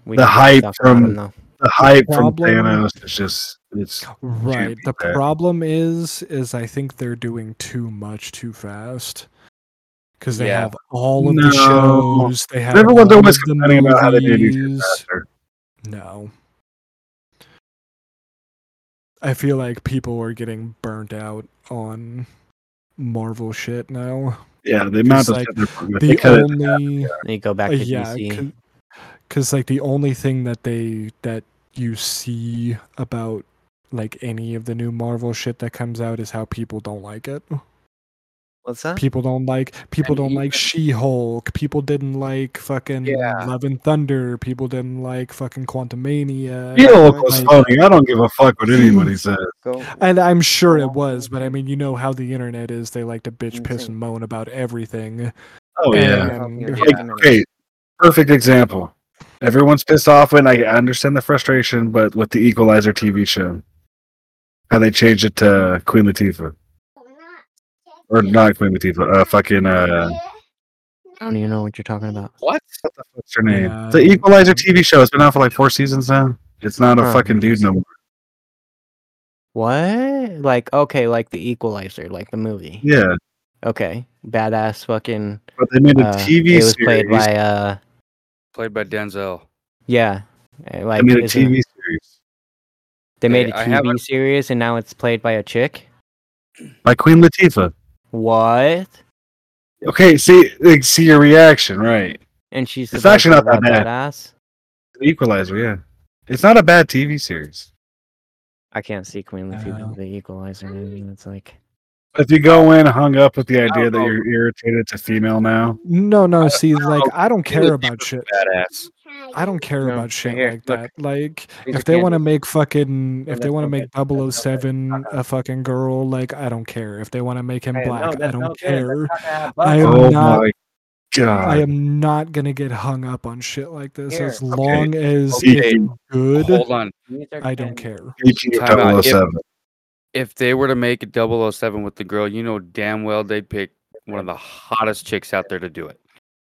Speaker 5: we
Speaker 4: The
Speaker 5: can get
Speaker 4: hype
Speaker 5: stuff out of
Speaker 4: from-
Speaker 5: them, though.
Speaker 4: The hype
Speaker 1: problem-
Speaker 4: from Thanos is just it's
Speaker 1: Right. The
Speaker 4: Yeah.
Speaker 1: problem is, is I think they're doing too much too fast because they
Speaker 3: Yeah.
Speaker 1: have all of
Speaker 4: No.
Speaker 1: the shows. They have
Speaker 4: everyone's
Speaker 1: all
Speaker 4: always
Speaker 1: of the
Speaker 4: complaining about how they do these shit
Speaker 1: movies.
Speaker 4: faster.
Speaker 1: No. I feel like people are getting burnt out on Marvel shit now.
Speaker 4: Yeah, the
Speaker 1: It's
Speaker 4: amount of
Speaker 1: like
Speaker 4: shit they're putting- they
Speaker 1: The
Speaker 4: cut it-
Speaker 1: only.
Speaker 5: Then you go back
Speaker 1: Uh,
Speaker 5: to
Speaker 1: yeah,
Speaker 5: DC.
Speaker 1: because like the only thing that they that you see about like any of the new Marvel shit that comes out is how people don't like it.
Speaker 5: What's that?
Speaker 1: People don't like people
Speaker 3: And
Speaker 1: don't
Speaker 3: even-
Speaker 1: like She-Hulk. People didn't like fucking
Speaker 3: Yeah.
Speaker 1: Love and Thunder. People didn't like fucking Quantumania.
Speaker 4: Yeah, look was
Speaker 1: Like-
Speaker 4: funny. I don't give a fuck what anybody says.
Speaker 5: Go.
Speaker 1: And I'm sure it was, but I mean, you know how the internet is. They like to bitch,
Speaker 5: Mm,
Speaker 1: piss,
Speaker 5: same.
Speaker 1: and moan about everything.
Speaker 4: Oh yeah.
Speaker 1: And-
Speaker 5: Yeah.
Speaker 4: Like, okay, perfect example. Everyone's pissed off when I I understand the frustration, but with the Equalizer TV show, how they changed it to Queen Latifah or not Queen Latifah, uh, fucking uh,
Speaker 5: I don't even know what you're talking about.
Speaker 3: What?
Speaker 4: what's her name?
Speaker 1: Yeah.
Speaker 4: The Equalizer TV show. It's been out for like four seasons now. It's not a
Speaker 5: Huh.
Speaker 4: fucking dude no more.
Speaker 5: What? Like okay, like the Equalizer, like the movie.
Speaker 4: Yeah,
Speaker 5: Okay, badass fucking.
Speaker 4: but they made a
Speaker 5: uh,
Speaker 4: TV
Speaker 5: it was
Speaker 4: series.
Speaker 5: played by uh
Speaker 3: Played by Denzel.
Speaker 5: yeah, uh,
Speaker 4: they
Speaker 5: like
Speaker 4: made a
Speaker 5: isn't it-
Speaker 4: TV series
Speaker 5: They made
Speaker 3: Hey,
Speaker 5: a
Speaker 3: I have
Speaker 5: TV series and now it's played by a chick.
Speaker 4: by Queen Latifah.
Speaker 5: What?
Speaker 4: Okay, see, like, see your reaction, right?
Speaker 5: And she's
Speaker 4: It's
Speaker 5: supposed
Speaker 4: actually
Speaker 5: to
Speaker 4: not that
Speaker 5: be
Speaker 4: bad.
Speaker 5: badass.
Speaker 4: The Equalizer, yeah. It's not a bad TV series.
Speaker 5: I can't see Queen Latifah
Speaker 1: Oh.
Speaker 5: in the Equalizer movie. It's like
Speaker 4: If you go in hung up with the idea that
Speaker 3: know.
Speaker 4: you're irritated it's a female now,
Speaker 1: No, no. See, like I don't
Speaker 3: Queen
Speaker 1: care
Speaker 3: Latifah's
Speaker 1: about shit.
Speaker 3: Badass.
Speaker 1: I don't care
Speaker 3: No,
Speaker 1: about shit
Speaker 3: here,
Speaker 1: like
Speaker 3: look.
Speaker 1: that. Like
Speaker 3: These
Speaker 1: if
Speaker 3: are
Speaker 1: they want to
Speaker 3: Kansas.
Speaker 1: make fucking if they
Speaker 7: that's
Speaker 1: want to
Speaker 7: okay.
Speaker 1: make 007 a fucking girl, like I don't care. If they want to make him black, I don't care. I am
Speaker 4: oh
Speaker 1: not
Speaker 4: my
Speaker 1: I
Speaker 4: god,
Speaker 1: am not going to get hung up on shit like this
Speaker 7: Here.
Speaker 1: as long as
Speaker 4: Okay.
Speaker 1: it's good.
Speaker 3: Hold on.
Speaker 1: I don't care.
Speaker 4: Peachy
Speaker 3: Time out. If-
Speaker 4: 007.
Speaker 3: If they were to make a 007 with the girl, you know damn well they'd pick one of the hottest chicks out there to do it.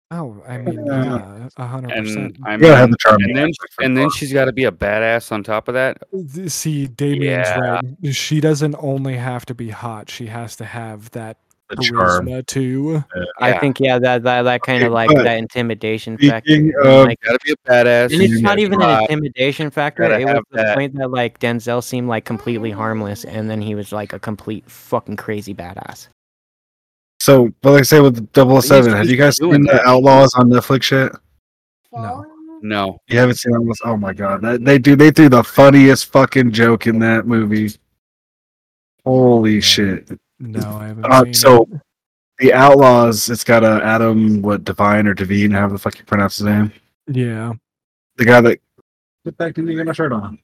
Speaker 1: Oh, I mean,
Speaker 4: Uh,
Speaker 1: yeah, a 100%.
Speaker 3: And I
Speaker 4: You gotta have
Speaker 3: mean,
Speaker 4: the charm.
Speaker 3: and then and then she's got to be a badass on top of that.
Speaker 1: Th- See, Damien's
Speaker 3: Yeah.
Speaker 1: right. She doesn't only have to be hot; she has to have that
Speaker 4: the charm.
Speaker 1: charisma too.
Speaker 5: I
Speaker 3: Yeah.
Speaker 5: think yeah, that that, that kind
Speaker 4: Okay,
Speaker 5: of like
Speaker 4: but
Speaker 5: that intimidation
Speaker 4: Speaking
Speaker 5: factor.
Speaker 4: of-
Speaker 5: like,
Speaker 3: Got to be a badass.
Speaker 5: and it's not
Speaker 4: you
Speaker 5: even an
Speaker 3: gotta-
Speaker 5: intimidation factor.
Speaker 3: gotta
Speaker 5: It was
Speaker 3: have
Speaker 5: the
Speaker 3: that-
Speaker 5: point that like Denzel seemed like completely harmless, and then he was like a complete fucking crazy badass.
Speaker 4: So, but like I say with the 007,
Speaker 3: At
Speaker 4: have
Speaker 3: least
Speaker 4: you guys
Speaker 3: he's doing
Speaker 4: seen the
Speaker 3: that.
Speaker 4: Outlaws on Netflix shit?
Speaker 1: No.
Speaker 3: No.
Speaker 4: You haven't seen Outlaws? Oh my god, that, they do. They threw the funniest fucking joke in that movie. Holy shit!
Speaker 1: No, I haven't.
Speaker 4: Uh,
Speaker 1: seen
Speaker 4: so
Speaker 1: it.
Speaker 4: the Outlaws, it's got a Adam what Divine or Devine, however the fuck you pronounce his name.
Speaker 1: yeah,
Speaker 4: The guy that put back didn't even get my shirt on.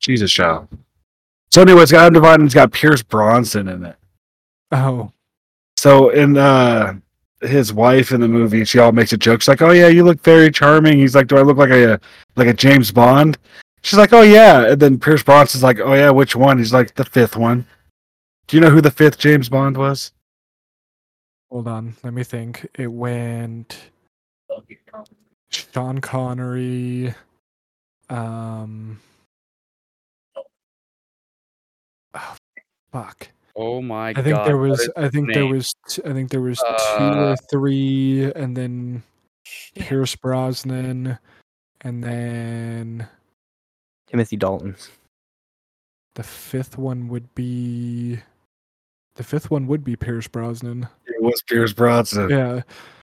Speaker 4: Jesus, child. So anyway, it's got Adam Devine and it's got Pierce Bronson in it.
Speaker 1: oh,
Speaker 4: So in uh his wife in the movie, she all makes a joke. She's like, "Oh yeah, you look very charming." He's like, "Do I look like a like a James Bond?" She's like, "Oh yeah." And then Pierce Bronson's like, "Oh yeah, which one?" He's like, "The fifth one." Do you know who the fifth James Bond was?
Speaker 1: Hold on, let me think. It went Sean Connery. Um. Oh, fuck.
Speaker 3: Oh my
Speaker 1: I think
Speaker 3: god.
Speaker 1: there
Speaker 3: what
Speaker 1: was.
Speaker 3: is-
Speaker 1: I think there
Speaker 3: name?
Speaker 1: was. T- I think there was two
Speaker 3: Uh,
Speaker 1: or three, and then Pierce Brosnan, and then
Speaker 5: Timothy Dalton.
Speaker 1: the fifth one would be. The fifth one would be Pierce Brosnan.
Speaker 4: It was Pierce Bronson.
Speaker 1: Yeah,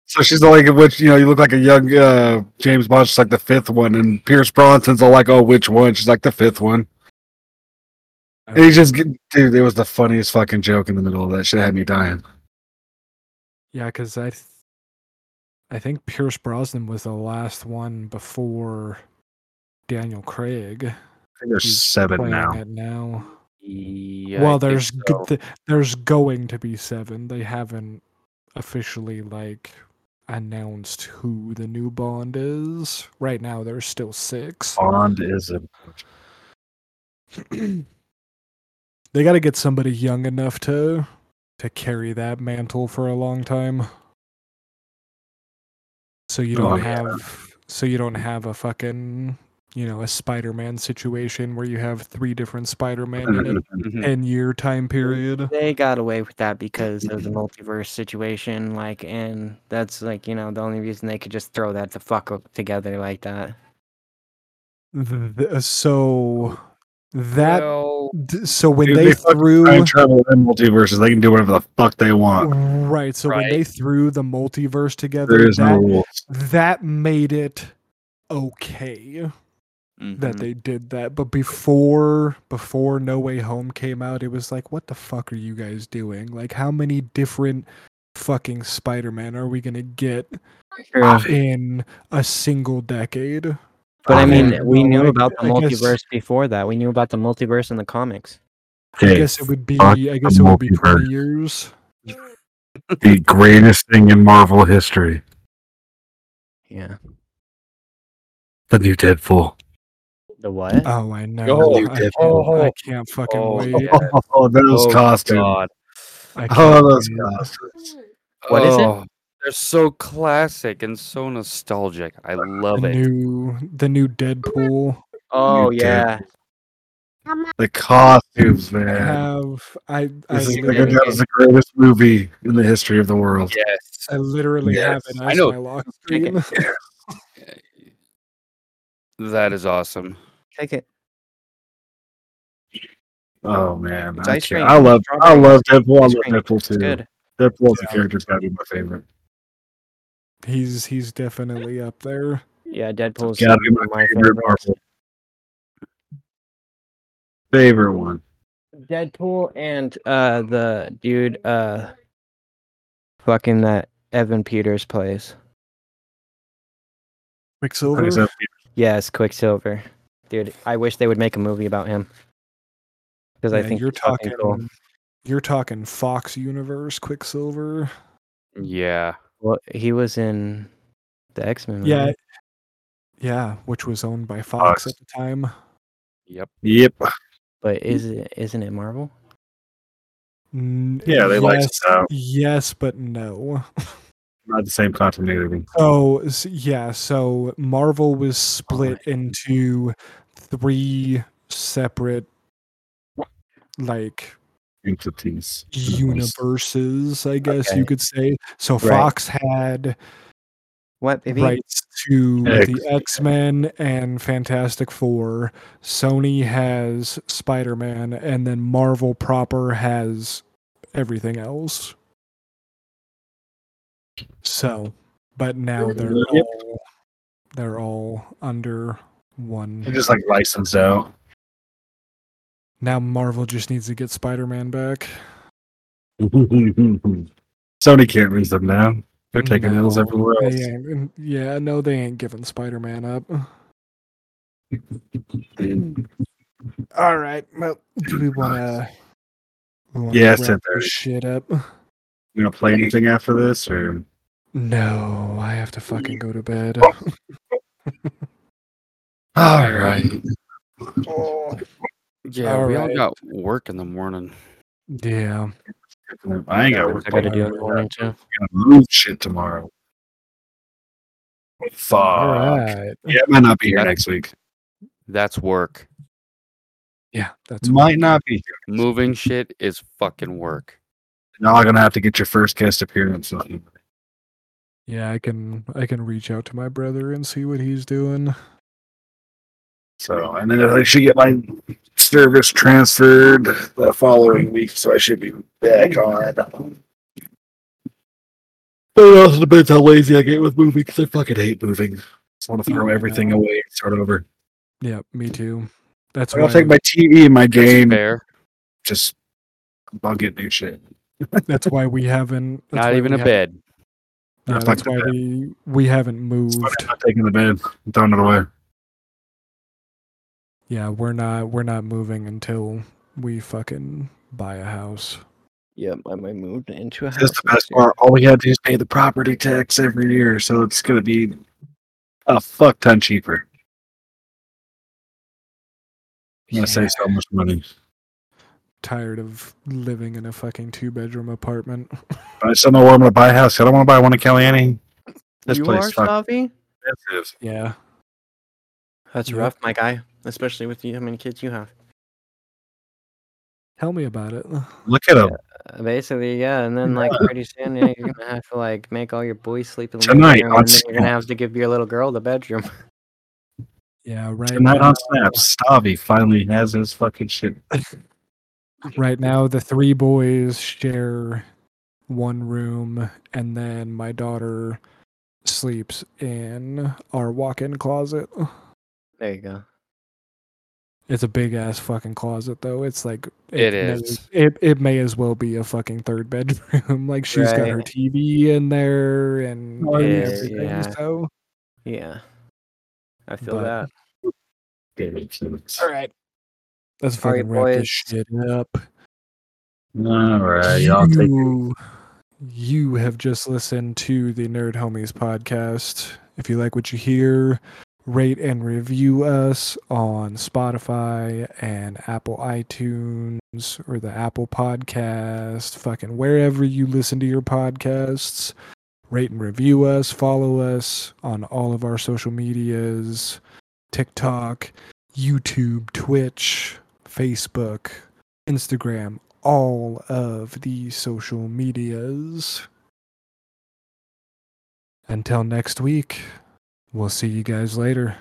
Speaker 4: So she's all like, "Which you know, you look like a young uh, James Bond." She's like the fifth one, and Pierce Bronson's all like, "Oh, which one?" She's like the fifth one. And he just, get- dude, it was the funniest fucking joke in the middle of that shit. Had me dying.
Speaker 1: yeah, because I. Th- I think Pierce Brosnan was the last one before Daniel Craig.
Speaker 4: I think There's
Speaker 1: He's
Speaker 4: seven
Speaker 1: playing
Speaker 4: now.
Speaker 1: it now.
Speaker 3: Yeah, I
Speaker 1: well,
Speaker 3: think
Speaker 1: there's g-
Speaker 3: so.
Speaker 1: th- there's going to be seven. They haven't officially like announced who the new Bond is. Right now, there's still six.
Speaker 4: Bond is a
Speaker 1: they got to get somebody young enough to to carry that mantle for a long time. So you
Speaker 4: Oh,
Speaker 1: don't
Speaker 4: yeah.
Speaker 1: have so you don't have a fucking you know a Spider-Man situation where you have three different Spider-Man in a
Speaker 3: Mhm.
Speaker 1: ten year time period.
Speaker 5: They got away with that because of the multiverse situation, like, and that's like you know the only reason they could just throw that the fuck up together like that.
Speaker 1: Th- th- so that
Speaker 3: Well,
Speaker 1: d- so when
Speaker 4: Dude,
Speaker 1: they,
Speaker 4: they fucking
Speaker 1: threw
Speaker 4: time travel and multiverses. They can do whatever the fuck they want.
Speaker 1: right, so when
Speaker 3: Right.
Speaker 1: they threw the multiverse together,
Speaker 4: There is no
Speaker 1: that
Speaker 4: rules.
Speaker 1: that made it okay that
Speaker 4: Mm-hmm.
Speaker 3: mhm.
Speaker 1: they did that. But before before No Way Home came out, it was like, what the fuck are you guys doing? Like, how many different fucking Spider-Man are we gonna get in a single decade?
Speaker 5: But I mean,
Speaker 1: Yeah.
Speaker 5: we
Speaker 1: No,
Speaker 5: knew
Speaker 1: I-
Speaker 5: about the
Speaker 1: I guess-
Speaker 5: multiverse before that. We knew about the multiverse in the comics.
Speaker 1: I
Speaker 4: Okay,
Speaker 1: guess it would be.
Speaker 4: fuck
Speaker 1: I
Speaker 4: the
Speaker 1: guess it would be twenty
Speaker 4: multiverse.
Speaker 1: years.
Speaker 4: the greatest thing in Marvel history,
Speaker 5: Yeah.
Speaker 4: the new Deadpool.
Speaker 5: The what?
Speaker 1: Oh, I know.
Speaker 3: Oh,
Speaker 1: I, can't,
Speaker 3: oh,
Speaker 1: I can't fucking
Speaker 3: oh,
Speaker 1: wait.
Speaker 3: yeah.
Speaker 4: Oh, those
Speaker 3: Oh,
Speaker 4: costumes!
Speaker 3: God.
Speaker 1: I
Speaker 4: Oh,
Speaker 1: can't
Speaker 4: those
Speaker 1: wait.
Speaker 4: costumes!
Speaker 5: What is it?
Speaker 3: Oh, They're so classic and so nostalgic. I love
Speaker 1: the
Speaker 3: it.
Speaker 1: new the new Deadpool.
Speaker 5: Oh
Speaker 4: did.
Speaker 5: yeah.
Speaker 4: The costumes, man.
Speaker 1: I have I I
Speaker 4: This is the,
Speaker 1: literally,
Speaker 4: that was the greatest movie in the history of the world.
Speaker 3: yes.
Speaker 1: I literally
Speaker 3: Yes.
Speaker 1: have it
Speaker 3: I
Speaker 1: as
Speaker 3: know.
Speaker 1: my lock
Speaker 5: Take it.
Speaker 1: screen.
Speaker 3: That is awesome.
Speaker 5: Take it.
Speaker 4: Oh man,
Speaker 5: It's
Speaker 4: I,
Speaker 5: ice
Speaker 4: can't-
Speaker 5: cream.
Speaker 4: I love, I
Speaker 5: Strawberry
Speaker 4: love Deadpool. I love
Speaker 5: ice cream.
Speaker 4: Deadpool too.
Speaker 5: It's good.
Speaker 4: Deadpool's the
Speaker 1: Yeah.
Speaker 4: character's gotta be my favorite.
Speaker 1: He's he's definitely up there.
Speaker 5: Yeah, Deadpool's
Speaker 4: Gotta be my, favorite Marvel. Favorite one.
Speaker 5: Deadpool and uh the dude uh fucking that Evan Peters plays.
Speaker 1: Quicksilver.
Speaker 4: Except
Speaker 5: Yes, Quicksilver. Dude, I wish they would make a movie about him. Because I
Speaker 1: Yeah,
Speaker 5: think
Speaker 1: you're
Speaker 5: he's fucking
Speaker 1: talking
Speaker 5: cool.
Speaker 1: you're talking Fox Universe Quicksilver.
Speaker 3: Yeah.
Speaker 5: Well, he was in the X Men.
Speaker 1: Yeah. Yeah, which was owned by Fox
Speaker 4: Fox.
Speaker 1: at the time.
Speaker 3: Yep.
Speaker 4: Yep.
Speaker 5: but is it isn't it Marvel?
Speaker 1: N-
Speaker 4: Yeah, they like
Speaker 1: yes,
Speaker 4: stuff.
Speaker 1: Yes, but no.
Speaker 4: Not the same continuity.
Speaker 1: Oh, s- yeah. So Marvel was split
Speaker 5: Oh
Speaker 1: into three separate, like,
Speaker 4: Entities.
Speaker 1: universes, I guess you
Speaker 5: Okay.
Speaker 1: could say. So
Speaker 5: Right.
Speaker 1: Fox had
Speaker 5: What baby?
Speaker 1: rights to
Speaker 4: X.
Speaker 1: the X Men and Fantastic Four, Sony has Spider Man, and then Marvel proper has everything else. So, but now they're
Speaker 4: Yep.
Speaker 1: all they're all under
Speaker 4: They're
Speaker 1: one.
Speaker 4: just like licensed out.
Speaker 1: Now Marvel just needs to get Spider Man back.
Speaker 4: Sony can't reach them now. They're taking
Speaker 1: No,
Speaker 4: L's everywhere
Speaker 1: they
Speaker 4: else.
Speaker 1: ain't- yeah, no, they ain't giving Spider Man up. All right. Well, do we want to?
Speaker 4: Yeah, it's 10:30.
Speaker 1: Shit up.
Speaker 4: You gonna play anything after this or
Speaker 1: No, I have to fucking go to bed.
Speaker 4: All right. Oh.
Speaker 3: Yeah,
Speaker 1: All
Speaker 3: we all
Speaker 1: right.
Speaker 3: got work in the morning.
Speaker 1: Yeah.
Speaker 4: I ain't got work.
Speaker 5: I gotta do it in the morning too.
Speaker 4: gotta move shit tomorrow. Fuck.
Speaker 1: All right.
Speaker 4: Yeah, it might not be here next week.
Speaker 3: That's work.
Speaker 1: Yeah, that's
Speaker 4: It might not be here.
Speaker 3: Moving shit is fucking work.
Speaker 4: Y'all are gonna have to get your first guest appearance. on.
Speaker 1: Yeah, I can I can reach out to my brother and see what he's doing.
Speaker 4: So, and then I should get my service transferred the following week, so I should be back on. But it also depends how lazy I get with moving because I fucking hate moving. Just want to throw everything away and start over.
Speaker 1: Yeah, me too. That's
Speaker 4: I'll
Speaker 1: why
Speaker 4: take my TV and my
Speaker 3: That's
Speaker 4: game.
Speaker 3: fair.
Speaker 4: Just I'll get new shit.
Speaker 1: that's why we haven't that's
Speaker 3: Not
Speaker 1: why
Speaker 3: even
Speaker 1: we
Speaker 3: a
Speaker 1: haven't-
Speaker 3: bed.
Speaker 1: Yeah,
Speaker 4: That's
Speaker 1: that's
Speaker 4: like
Speaker 1: why
Speaker 4: the
Speaker 1: we we haven't
Speaker 4: It's funny,
Speaker 1: moved.
Speaker 4: I'm not taking the bed, I'm throwing it away.
Speaker 1: Yeah, we're not we're not moving until we fucking buy a house.
Speaker 5: Yep, I might move into a house.
Speaker 4: That's the best
Speaker 5: next year.
Speaker 4: part. All we have to do is pay the property tax every year, so it's gonna be a fuck ton cheaper. I'm gonna save so much money.
Speaker 1: Tired of living in a fucking two bedroom apartment.
Speaker 4: But I still know where I'm gonna buy a house. I don't want to buy one in Kellyanne. This
Speaker 5: you
Speaker 4: place
Speaker 5: are
Speaker 4: fucking
Speaker 5: Savi?
Speaker 4: expensive.
Speaker 1: Yeah.
Speaker 5: That's
Speaker 1: Yep.
Speaker 5: rough, my guy. Especially with you, how many kids you have.
Speaker 1: Tell me about it.
Speaker 4: Look at him
Speaker 5: Uh, Basically, yeah, and then like pretty soon yeah, you're gonna have to like make all your boys sleep in the
Speaker 4: Tonight
Speaker 5: living room,
Speaker 4: on
Speaker 5: and then you're gonna
Speaker 4: Snap.
Speaker 5: have to give your little girl the bedroom.
Speaker 1: Yeah, right.
Speaker 4: tonight
Speaker 1: now-
Speaker 4: on Snap. Stavi finally has his fucking shit.
Speaker 1: right now the three boys share one room and then my daughter sleeps in our walk-in closet
Speaker 5: There you go.
Speaker 1: it's a big ass fucking closet though it's like
Speaker 3: It
Speaker 1: may-
Speaker 3: is.
Speaker 1: it, it may as well be a fucking third bedroom like she's got her
Speaker 5: Right.
Speaker 1: tv in there and
Speaker 4: Oh,
Speaker 1: and
Speaker 5: yeah,
Speaker 1: everything,
Speaker 5: yeah.
Speaker 1: so
Speaker 5: Yeah, I feel
Speaker 1: But-
Speaker 5: that.
Speaker 1: all right let's
Speaker 5: All right,
Speaker 1: fucking wrap
Speaker 5: boys.
Speaker 1: this shit up
Speaker 4: All right, uh, y'all take.
Speaker 1: you, you have just listened to the Nerd Homies podcast. If you like what you hear, rate and review us on Spotify and Apple iTunes or the Apple Podcast, fucking wherever you listen to your podcasts. Rate and review us, follow us on all of our social medias TikTok, YouTube, Twitch, Facebook, Instagram, all of the social medias. Until next week, we'll see you guys later.